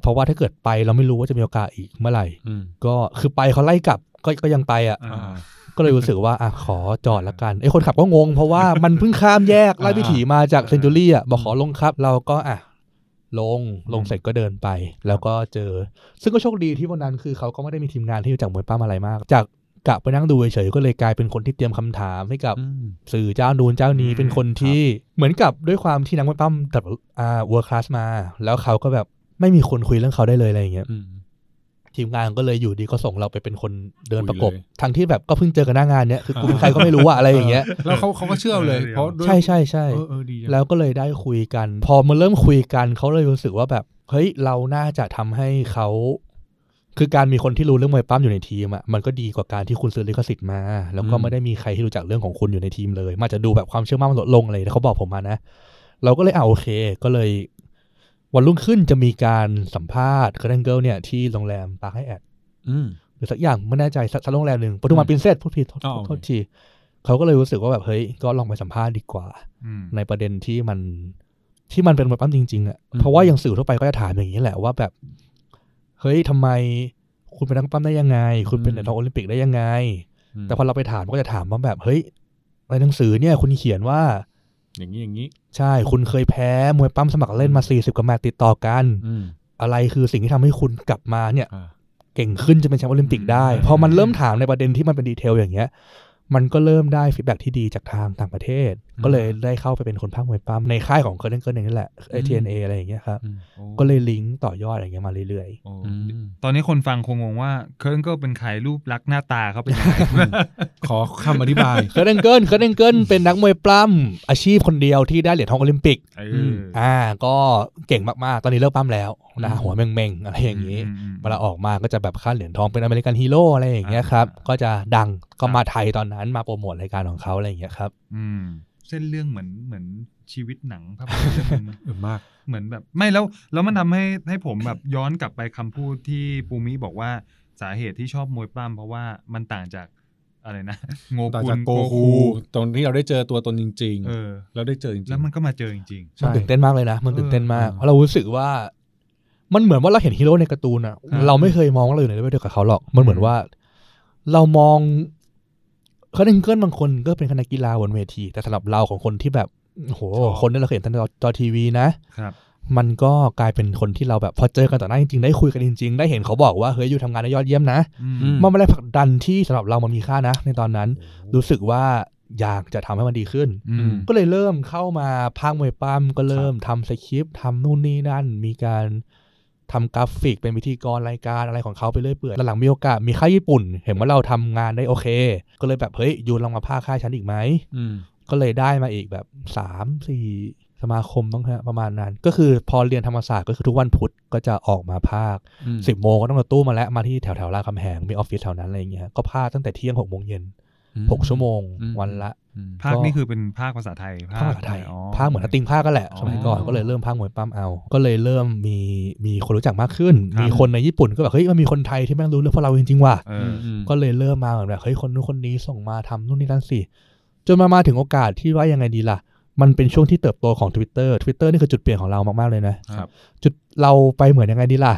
Speaker 3: เพราะว่าถ้าเกิดไปเราไม่รู้ว่าจะมีโอกาสอีกเมื่อไหร่
Speaker 4: อืม
Speaker 3: ก็คือไปเขาไล่กลับก็ก็ยังไปอ่ะ
Speaker 5: อ่า
Speaker 4: อ่า
Speaker 3: ก็เลยรู้สึกว่าอ่ะขอจอดละกันไอ้คนขับก็งง เพราะว่า มันเพิ่งข้ามแยกไล่วิถีมาจากเซนจูรี่อ่ะบอกขอลงครับ เราก็อ่ะลงลงเสร็จก็เดินไป แล้วก็เจอ ซึ่งก็โชคดีที่วันนั้นคือเขาก็ไม่ได้มีทีมงานที่รู้จักมวยป้ามอะไรมาก จากกะไปนั่งดูเฉยๆก็เลยกลายเป็นคนที่เตรียมคำถามให้กับ สื่อเจ้านูนเจ้านี้
Speaker 5: อืม
Speaker 3: เป็นคนที่เหมือนกับด้วยความที่นักมวยปั้มกับอ่าเวิร์คลาสมา แล้วเขาก็แบบไม่มีคนคุยเรื่องเขาได้เลยอะไรอย่างเงี้ย
Speaker 4: อืม
Speaker 3: ทีมงานก็เลยอยู่ดีก็ส่งเราไปเป็นคนเดิน
Speaker 4: คุย
Speaker 3: ประกบ
Speaker 4: เลย
Speaker 3: ทั้งที่แบบก็เพิ่งเจอกันหน้างานเนี้ยคือกูเป็นใครก็ไม่รู้อะอะไรอย่างเงี้ย
Speaker 4: แล้วเขาเขาก็เชื่อเลย เพราะด้วย
Speaker 3: ใช่ใช่ใช่
Speaker 4: เออเออดีจัง
Speaker 3: แล้วก็เลยได้คุยกัน พอมาเริ่มคุยกันเขาเลยรู้สึกว่าแบบเฮ้ยเราน่าจะทำให้เขาคือการมีคนที่รู้เรื่องมวยปั้มอยู่ในทีมอะมันก็ดีกว่าการที่คุณซื้อลิขสิทธิ์มา แล้วก็ไม่ได้มีใครที่รู้จักเรื่องของคุณอยู่ในทีมเลย มันอาจจะดูแบบความเชื่อมั่นมันลดลงเลยนะเขาบอกผมมานะ เราก็เลยเอาโอเค ก็เลย วันรุ่งขึ้นจะมีการสัมภาษณ์คาร์เดนเกิลเนี่ยที่โรงแรมปาร์คไฮแอด
Speaker 4: อืม
Speaker 3: หรือสักอย่างไม่แน่ใจสักสักโรงแรมหนึ่งปทุมวันปรินเซสพูดผิดโทษ
Speaker 4: อ๋อโอเค
Speaker 3: โทษทีเขาก็เลยรู้สึกว่าแบบเฮ้ยก็ลองไปสัมภาษณ์ดีกว่า
Speaker 5: อืม
Speaker 3: ในประเด็นที่มันที่มันเป็นแบบปั้มจริงๆอะ่ะ
Speaker 4: อืม
Speaker 3: เพราะว่าอย่างสื่อทั่วไปก็จะถามอย่างนี้แหละว่าแบบ เฮ้ยทำไมคุณเป็นนักปั้มได้ยังไง คุณเป็นเหรียญทองโอลิมปิกได้ยังไง แต่พอเราไปถามก็จะถามว่าแบบเฮ้ยในหนังสือเนี่ย คุณเขียนว่า
Speaker 4: อย่างนี้อย่างนี้
Speaker 3: ใช่ คุณเคยแพ้มวยปั้มสมัครเล่นมา 40 กว่าแมตช์ติดต่อกัน
Speaker 4: อืม
Speaker 3: อะไรคือสิ่งที่ทำให้คุณกลับมาเนี่ย
Speaker 4: อ่า
Speaker 3: เก่งขึ้นจะเป็นแชมป์โอลิมปิกได้ พอมันเริ่มถามในประเด็นที่มันเป็นดีเทลอย่างเงี้ย มันก็เริ่มได้ฟีดแบ็ที่ดีจากทางต่างประเทศ
Speaker 4: อืม
Speaker 3: ก็เลยได้เข้าไปเป็นคนภาคมวยปั้มในค่ายของเคิร์นเคิร์นเองนี่แหละไอ
Speaker 4: อืม
Speaker 3: ทีเอ็นเออะไรอย่างเงี้ยครับ
Speaker 4: อืม
Speaker 3: ก็เลยลิงก์ต่อยอดอะไรเงี้ยมาเรื่อย
Speaker 5: โอ้
Speaker 4: อืม
Speaker 5: ตอนนี้คนฟังคงงงว่าเคิร์นเก็เป็นใครรูปลักษณ์หน้าตาเขาเป็นยังไง
Speaker 4: ขอคำอธิบาย
Speaker 3: ๆเคิร์นเคิร์นเคิร์ นเคิร์นเป็นนักมวยปล้ำอาชีพคนเดียวที่ได้เหรียญทองโอลิมปิก
Speaker 5: เอ
Speaker 4: อืม
Speaker 5: ออ
Speaker 3: อ่า ก็เก่งมากๆ ตอนนี้เลิกปล้ำแล้วนะหัวเม่งๆอะไรอย่างงี้
Speaker 5: มม
Speaker 3: เวลาออกมาก็จะแบบค่าเหรียญทองเป็นอเมริกันฮีโร่อะไรอย่างเงี้ยครับ
Speaker 5: อ่า
Speaker 3: ก็จะดังก็มาไทยตอนนั้นมาโปรโมทรายการของเขาอะไรอย่างเงี้ยครับ
Speaker 5: อืมเส้นเรื่องเหมือนเหมือนชีวิตหนังภาพยนตร์เรื่องหนึงนะ
Speaker 4: เออมาก
Speaker 5: เหมือนแบบไม่แล้วแล้วมันทำให้ให้ผมแบบย้อนกลับไปคำพูดที่ปูมิบอกว่าสาเหตุที่ชอบมวยปล้ำเพราะว่ามันต่างจากอะไรนะ โง
Speaker 4: ต่าง
Speaker 5: กุ
Speaker 4: จา
Speaker 5: ล
Speaker 4: กโก
Speaker 5: โก
Speaker 4: คู
Speaker 5: คู
Speaker 4: ตอนที่เราได้เจอตัวตนจริง
Speaker 5: เออ
Speaker 4: ๆเราได้เจอจริงๆ
Speaker 5: แล้วมันก็มาเจอจริง
Speaker 3: มันตื่นเต้นมากเลยนะ มันตื่นเต้นมาก
Speaker 4: เออ
Speaker 3: เพราะเรารู้สึกว่า มันเหมือนว่าเราเห็นฮีโร่ในการ์ตูนอะ
Speaker 5: ครับ
Speaker 3: เราไม่เคยมองว่าเราอยู่ในเลเวลเดียวกับเขาหรอก มันเหมือนว่า เรามองเขาดึงเกิลบางคนก็เป็นคณะกีฬาบนเวที แต่สำหรับเราของคนที่แบบโอ้โห
Speaker 5: ชอบ
Speaker 3: คนที่เราเคยเห็นทางจอทีวีนะ
Speaker 5: ๆ ครับ
Speaker 3: มันก็กลายเป็นคนที่เราแบบพอเจอกันต่อหน้าจริงๆได้คุยกันจริงๆได้เห็นเขาบอกว่าเฮ้ยอยู่ทำงานได้ยอดเยี่ยมนะ
Speaker 5: อืม
Speaker 4: อืม
Speaker 3: มันไม่ได้ผลักดันที่สำหรับเรามันมีค่านะ ในตอนนั้น รู้สึกว่าอยากจะทำให้มันดีขึ้น
Speaker 5: อืม
Speaker 3: ก็เลยเริ่มเข้ามาพากย์มวยปั้มก็เริ่มทำสคริปต์ทำนู่นนี่นั่น มีการทำกราฟิกเป็นพิธีกรรายการอะไรของเขาไปเรื่อยเปื่อยหลังๆมีโอกาสมีค่ายญี่ปุ่น เห็นว่าเราทำงานได้โอเค ก็เลยแบบเฮ้ยยูนลองมาพากย์ค่ายฉันอีกไหม
Speaker 4: อืม
Speaker 3: ก็เลยได้มาอีกแบบสามสี่สมาคมต้องฮะประมาณนั้น ก็คือพอเรียนธรรมศาสตร์ก็คือทุกวันพุธก็จะออกมาภาค
Speaker 4: อืม
Speaker 3: สิบโมงก็ต้องรถตู้มาแล้วมาที่แถวแถวๆรามคำแหงมีออฟฟิศแถวนั้นอะไรอย่างเงี้ยก็ภาคตั้งแต่เที่ยงหกโมงเย็นหกชั่วโมง
Speaker 4: อืม
Speaker 3: วันละ
Speaker 4: อืม
Speaker 5: ภาคนี่คือเป็นภาคภาษาไทย
Speaker 3: ภาคภาษาไทย
Speaker 5: อ๋
Speaker 3: ภาคเหมือนฮัตติงภาคก็แหละ
Speaker 5: อ๋อ
Speaker 3: สมัยก่อนก็เลยเริ่มภาคมวยปั้มเอา ก็เลยเริ่มมีมีคนรู้จักมากขึ้น
Speaker 5: ครับ
Speaker 3: มีคนในญี่ปุ่นก็แบบเฮ้ยมันมีคนไทยที่แม่งรู้เรื่องพวกเราจริงๆว่ะ
Speaker 5: เอออ
Speaker 3: ก็เลยเริ่มมาแบบเฮ้ยคนนู้นคนนี้ส่งมาทำนู่นนี่นั่นสิจนมามาถึงโอกาสที่ว่ายังไงดีล่ะ มันเป็นช่วงที่เติบโตของ Twitter Twitter นี่คือจุดเปลี่ยนของเรามากๆเลยนะครับ จุดเราไปเหมือนยังไงดีล่ะ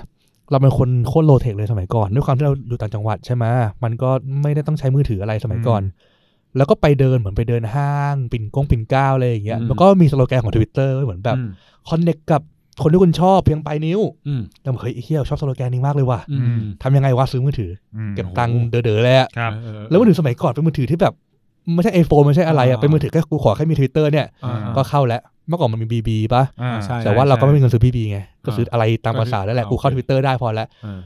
Speaker 3: เราเป็นคนโคตรโลเทคเลยสมัยก่อนด้วยความที่เราอยู่ต่างจังหวัดใช่ไหมมันก็ไม่ได้ต้องใช้มือถืออะไรสมัยก่อน แล้วก็ไปเดินเหมือนไปเดินห้าง ปิ่นกงปิ่นเกล้าอะไรอย่างเงี้ย
Speaker 4: อืม
Speaker 3: แล้วก็มีสโลแกนของทวิตเตอร์เหมือนแบบ
Speaker 4: อืม
Speaker 3: คอนเน c t กับ คนที่คุณชอบเพียงปลายนิ้ว
Speaker 4: อืม
Speaker 3: แล้วผมเฮ้ยไอ้เฮียชอบสโลแกนนี้มากเลยว่ะ
Speaker 4: อืม
Speaker 3: ทำยังไงวะซื้อมือถือ
Speaker 5: อืม
Speaker 3: เก็บตังค์เด๋อๆเลยอะ
Speaker 5: ครับ
Speaker 4: เออเออ
Speaker 3: แล้วมือถือสมัยก่อนเป็นมือถือที่แบบไม่ใช่ไอโฟนไม่ใช่อะไร
Speaker 4: อ่า
Speaker 3: อะเป็นมือถือแค่กูขอแค่มีทวิตเตอร์เนี่ย
Speaker 4: อ่า
Speaker 3: ก็เข้าแล้วเมื่อก่อนมันมีบีบีป่ะ
Speaker 5: อ่า
Speaker 4: ใช่
Speaker 3: แต่ว่าเราก็ไม่มีเงินซื้อบีบีไงก็
Speaker 4: อ่า
Speaker 3: ซื้ออะไรตามภาษาแล้วแหละ
Speaker 4: อ่า
Speaker 3: กูเข้า
Speaker 4: โอ
Speaker 3: ท
Speaker 4: เค
Speaker 3: วิตเตอร์ได้พอแล้ว
Speaker 4: อ่า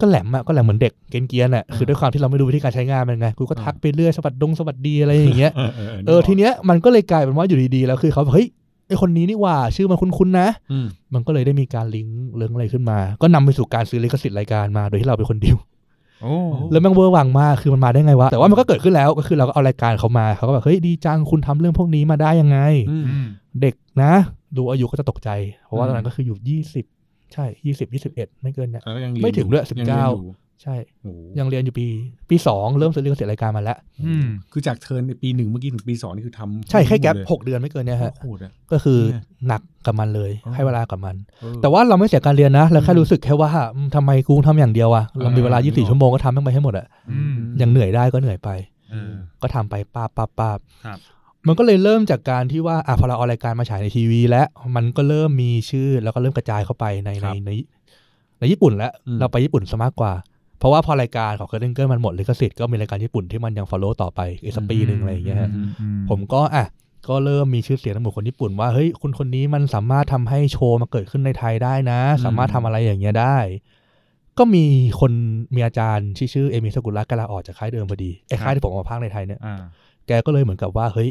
Speaker 3: ก็แหลมอะก็แหลมเหมือนเด็กเกรียนๆอะคือด้วยความที่เราไม่รู้วิธีการใช้งานมันไงกูก็
Speaker 4: อ่า
Speaker 3: ทักไปเรื่อยสวัสดงสวัสดีอะไรอย่างเงี้ย
Speaker 4: เออเออ
Speaker 3: เออทีเนี้ยมันก็เลยกลายเป็นว่าอยู่ดีๆ แล้วคือเขาแบบเฮ้ยไอคนนี้นี่หว่าชื่อมันคุ้นๆนะ
Speaker 4: อืม
Speaker 3: มันก็เลยได้มีการลิงก์เรื่องอะไรขึ้นมา ก็นำไปสู่การซื้อลิขสิทธิ์รายการมาโดยที่เราเป็นคนดิว
Speaker 5: โอ้
Speaker 3: แล้วแม่งเวอร์วังมากคือมันมาได้ไงวะแต่ว่ามันก็เกิดขึ้นแล้วก็คือเราก็เอารายการเขามาเขาก็แบบเฮ้ยดีจังคุณทำเรื่องพวกนี้มาได้ยังไง
Speaker 4: อืม
Speaker 5: อืม
Speaker 3: เด็กนะ ดูอายุก็จะตกใจ เพราะว่า
Speaker 4: อืม
Speaker 3: ตอนนั้นก็คืออยู่ยี่สิบใช่ยี่สิบยี่สิบเอ็ดไม่เกินเนี่ย
Speaker 4: แล้วก็ยังเรีน
Speaker 3: ไม่ถึงด้วย
Speaker 4: รีนอ
Speaker 3: ใช่
Speaker 4: โอ้โห
Speaker 3: ยังเรียนอยู่ปีปีสองเริ่มซื้อลิขสิทธิ์รายการมาแล้ว
Speaker 5: อืม
Speaker 4: คือจากเทิร์นในปีหนึ่งเมื่อกี้ถึงปีสองนี่คือทำ
Speaker 3: ใช่แค่แก๊ป
Speaker 4: เลย
Speaker 3: หกเดือนไม่เกินเนี่ยฮะ
Speaker 4: โหดอะ
Speaker 3: ก็คือ
Speaker 4: เนี่ย
Speaker 3: หนักกับมันเลย
Speaker 4: อ๋อ
Speaker 3: ให้เวลากับมัน
Speaker 4: เออ
Speaker 3: แต่ว่าเราไม่เสียการเรียนนะเราแค่
Speaker 4: อืม
Speaker 3: รู้สึกแค่ว่าอืมทำไมกูทำอย่างเดียวอะเรามีเวลา
Speaker 4: อ่า
Speaker 3: 24
Speaker 4: อ่า
Speaker 3: ชั่วโมงก็ทำมันไปให้หมดอะ
Speaker 5: อืม
Speaker 3: อย่างเหนื่อยได้ก็เหนื่อยไป
Speaker 5: เออ
Speaker 3: ก็ทำไปป้าบป้าบป้าบ
Speaker 5: ครับ
Speaker 3: มันก็เลยเริ่มจากการที่ว่าอ่ะพอเราเอารายการมาฉายในทีวี แล้วมันก็เริ่มมีชื่อแล้วก็เริ่มกระจายเข้าไปใน
Speaker 4: ค
Speaker 3: ใน
Speaker 4: รับ
Speaker 3: ในในญี่ปุ่นแล้ว
Speaker 4: อืม
Speaker 3: เราไปญี่ปุ่นซะมากกว่า เพราะว่าพอรายการของเคิร์ดเกิลมันหมดลิขสิทธิ์ก็มีรายการญี่ปุ่นที่มันยัง follow ต่อไปอีกสักปีหนึ่งอะไรอย่างเงี้ยฮะ
Speaker 5: อือื
Speaker 3: ผมก็อ่ะก็เริ่มมีชื่อเสียงในหมู่คนญี่ปุ่นว่าเฮ้ยคุณคนนี้มันสามารถทำให้โชว์มาเกิดขึ้นในไทยได้นะ
Speaker 4: อืม
Speaker 3: สามารถทำอะไรอย่างเงี้ยได้ ก็มีคนมีอาจารย์ที่ชื่อเอมิสกุลรักกลาออกจากค่ายเดิมพอดีไอ้ค่ายที่ผมเอามาพากย์ในไทยเนี่ย
Speaker 5: อ่า
Speaker 3: แกก็เลยเหมือนกับว่าเฮ้ย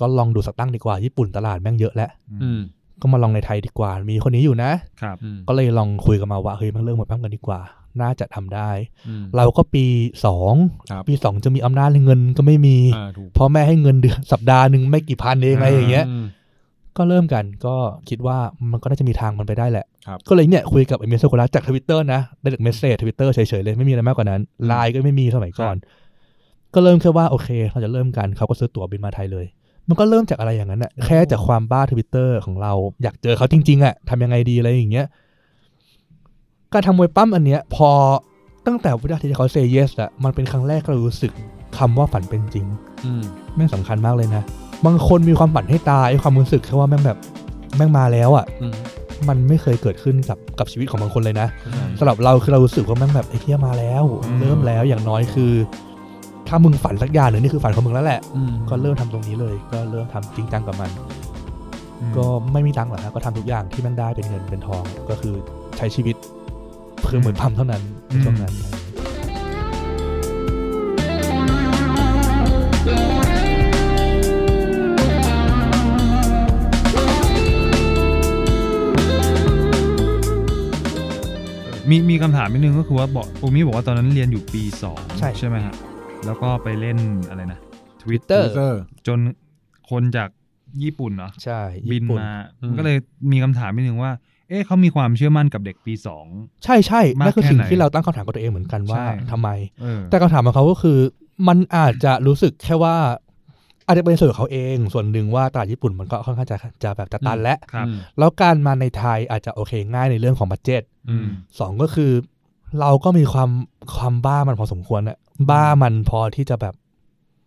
Speaker 3: ก็ลองดูสักตั้งดีกว่าญี่ปุ่นตลาดแม่งเยอะแล้ว
Speaker 5: อื
Speaker 4: อื
Speaker 5: ม
Speaker 4: ม
Speaker 3: ก็มาลองในไทยดีกว่า มีคนนี้อยู่นะ
Speaker 5: ครับ
Speaker 4: อืม
Speaker 3: ก็เลยลองคุยกันมาว่าเฮ้ยมันเริ่มหมดแป๊มกันดีกว่า น่าจะทำได้
Speaker 4: อืม
Speaker 3: เราก็ปีสอง
Speaker 4: ครับ
Speaker 3: ปีสองจะมีอำนาจเงินก็ไม่มี
Speaker 4: อ่าถูก
Speaker 3: พ่อแม่ให้เงินเดือนสัปดาห์หนึ่งไม่กี่พันเองอะไรอย่างเงี้ย
Speaker 4: ม
Speaker 3: ก็เริ่มกันก็คิดว่ามันก็น่าจะมีทางมันไปได้แหละ
Speaker 4: ครับ
Speaker 3: ก็เลยเนี่ยคุยกับเอเมซโคลาจากทวิตเตอร์นะได้จากเมสเซจทวิตเตอร์เฉยๆเลยไม่มีอะไรมากกว่านั้นไลน์ก็ไม่มีสมัยก่อน ก็เริ่มแค่ว่าโอเค เราจะเริ่มกันเขาก็ซื้อตั๋วบินมาไทยเลย มันก็เริ่มจากอะไรอย่างนั้นน่ะแค่จากความบ้าทวิตเตอร์ของเราอยากเจอเขาจริงๆอะทำยังไงดีอะไรอย่างเงี้ยการทำมวยปั้มอันเนี้ยพอตั้งแต่วินาทีที่เขาเซเยสอะมันเป็นครั้งแรกที่เรารู้สึกคำว่าฝันเป็นจริง
Speaker 4: อืม
Speaker 3: แม่งสำคัญมากเลยนะ บางคนมีความฝันให้ตายไอ้ความรู้สึกแค่ว่าแม่งแบบแม่งมาแล้วอะ่ะ
Speaker 4: อืม
Speaker 3: มันไม่เคยเกิดขึ้นกับกับชีวิตของบางคนเลยนะ
Speaker 4: เข้าใจ
Speaker 3: สำหรับเราคือเรารู้สึกว่าแม่งแบบไอ้เหี้ยมาแล้ว เริ่มแล้วอย่างน้อยคือ ถ้ามึงฝันสักอย่างหนึ่งนี่คือฝันของมึงแล้วแหละ
Speaker 4: อืม
Speaker 3: ก็เริ่มทำตรงนี้เลย ก็เริ่มทำจริงจังกับมัน ก็ไม่มีตังค์หรอกนะก็ทำทุกอย่างที่แม่งได้เป็นเงินเป็นทองก็คือใช้ชีวิตเพื่อเหมือนพัมเท่านั้นช่วงนั้น
Speaker 5: มีมีคำถามนิดนึงก็คือว่าบอกปูมี่บอกว่าตอนนั้นเรียนอยู่ปีสอง
Speaker 3: ใช่
Speaker 5: ใช่ไหมฮะแล้วก็ไปเล่นอะไรนะ
Speaker 3: Twitter
Speaker 4: Twitter
Speaker 5: จนคนจากญี่ปุ่นเนาะ
Speaker 3: ใช่
Speaker 5: บิน
Speaker 3: ญี่ปุ่
Speaker 5: มา
Speaker 4: อืม
Speaker 5: มันก็เลยมีคำถามนิดนึงว่า เอ๊ะเขามีความเชื่อมั่นกับเด็กปีสอง
Speaker 3: ใช่ใช่
Speaker 5: มาก
Speaker 3: นั่นคือสิ่ง
Speaker 5: แค่ไหน
Speaker 3: ที่เราตั้งคำถามกับตัวเองเหมือนกันว่า
Speaker 5: ใช่
Speaker 3: ทำไม
Speaker 5: เออ
Speaker 3: แต่คำถามของเขาก็คือ มันอาจจะรู้สึกแค่ว่า อาจจะเป็นส่วนของเขาเอง ส่วนหนึ่งว่าตลาดญี่ปุ่นมันก็ค่อนข้างจะจะแบบจะตันและ
Speaker 5: ครับ
Speaker 4: อืม
Speaker 3: แล้วการมาในไทยอาจจะโอเคง่ายในเรื่องของบัตเจ็ต
Speaker 5: อืม
Speaker 3: สองก็คือ เราก็มีความความบ้ามันพอสมควรอะบ้ามันพอที่จะแบบ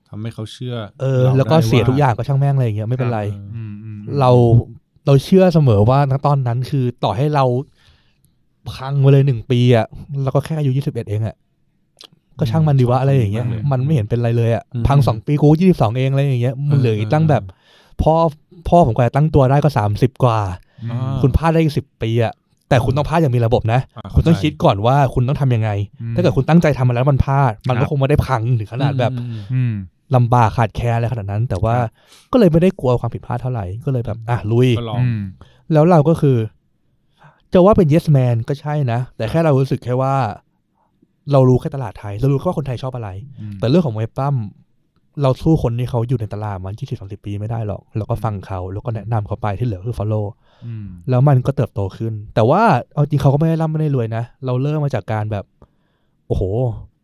Speaker 4: ทำให้เขาเชื่อ
Speaker 3: เออ
Speaker 4: รา
Speaker 3: แล้วก็
Speaker 4: ได้
Speaker 3: เสีย
Speaker 4: ว่
Speaker 3: ทุกอย่างก็ช่างแม่งอะไรอย่างเงี้ยไม่เป็นไร
Speaker 4: ออ
Speaker 5: อืมอืม
Speaker 3: เราเราเชื่อเสมอว่าณตอนนั้นคือต่อให้เราพังไปเลยหนึ่งปีอะเราก็แค่อายุยี่สิบเอ็ดเองอะก็ช่างมันดีวะอะไรอย่างเงี้ย มันไม่เห็นเป็นไรเลยอะ
Speaker 4: อืม
Speaker 3: พังสองปีกูยี่สิบสองเองอะไรอย่างเงี้ยมันเหลืออีกตั้งแบบ
Speaker 4: เอ
Speaker 3: พ่อพ่อผมกว่าจะตั้งตัวได้ก็สามสิบกว่า
Speaker 5: อืม
Speaker 4: อ่า
Speaker 3: คุณพลาดได้อีกสิบปีอะแต่คุณต้องพลาดอย่างมีระบบนะ
Speaker 4: อ่า
Speaker 3: คุณต้อง
Speaker 4: เข้าใจ
Speaker 3: คิดก่อนว่าคุณต้องทำยังไง
Speaker 5: อืม
Speaker 3: ถ้าเกิดคุณตั้งใจทำมาแล้วมันพลาด มัน
Speaker 5: ครั
Speaker 3: ก็
Speaker 5: บ
Speaker 3: คงไม่ได้พังถึงขนาดแบบ
Speaker 4: อืม
Speaker 5: อืม
Speaker 3: ลำบากขาดแคลนอะไรขนาดนั้น แต่ว่า
Speaker 5: ครับ
Speaker 3: ก็เลยไม่ได้กลัวความผิดพลาดเท่าไหร่ก็เลยแบบ อ่ะ ลุย
Speaker 4: ก็ลอง
Speaker 5: อืม
Speaker 3: แล้วเราก็คือ จะว่าเป็น yes man ก็ใช่นะ แต่แค่เรารู้สึกแค่ว่า เรารู้แค่ตลาดไทย เรารู้แค่ว่าคนไทยชอบอะไร แต่เรื่องของเว็บปั้มเราสู้คนที่เขาอยู่ในตลาดมันที่สิบสามสิบปีไม่ได้หรอกเราก็ฟังเขาแล้วก็แนะนำเขาไปที่เหลือคือ follow
Speaker 5: อืม
Speaker 3: แล้วมันก็เติบโตขึ้น แต่ว่าเอาจริงเขาก็ไม่ได้ร่ำไม่ได้รวยนะ เราเริ่มมาจากการแบบ โอ้โห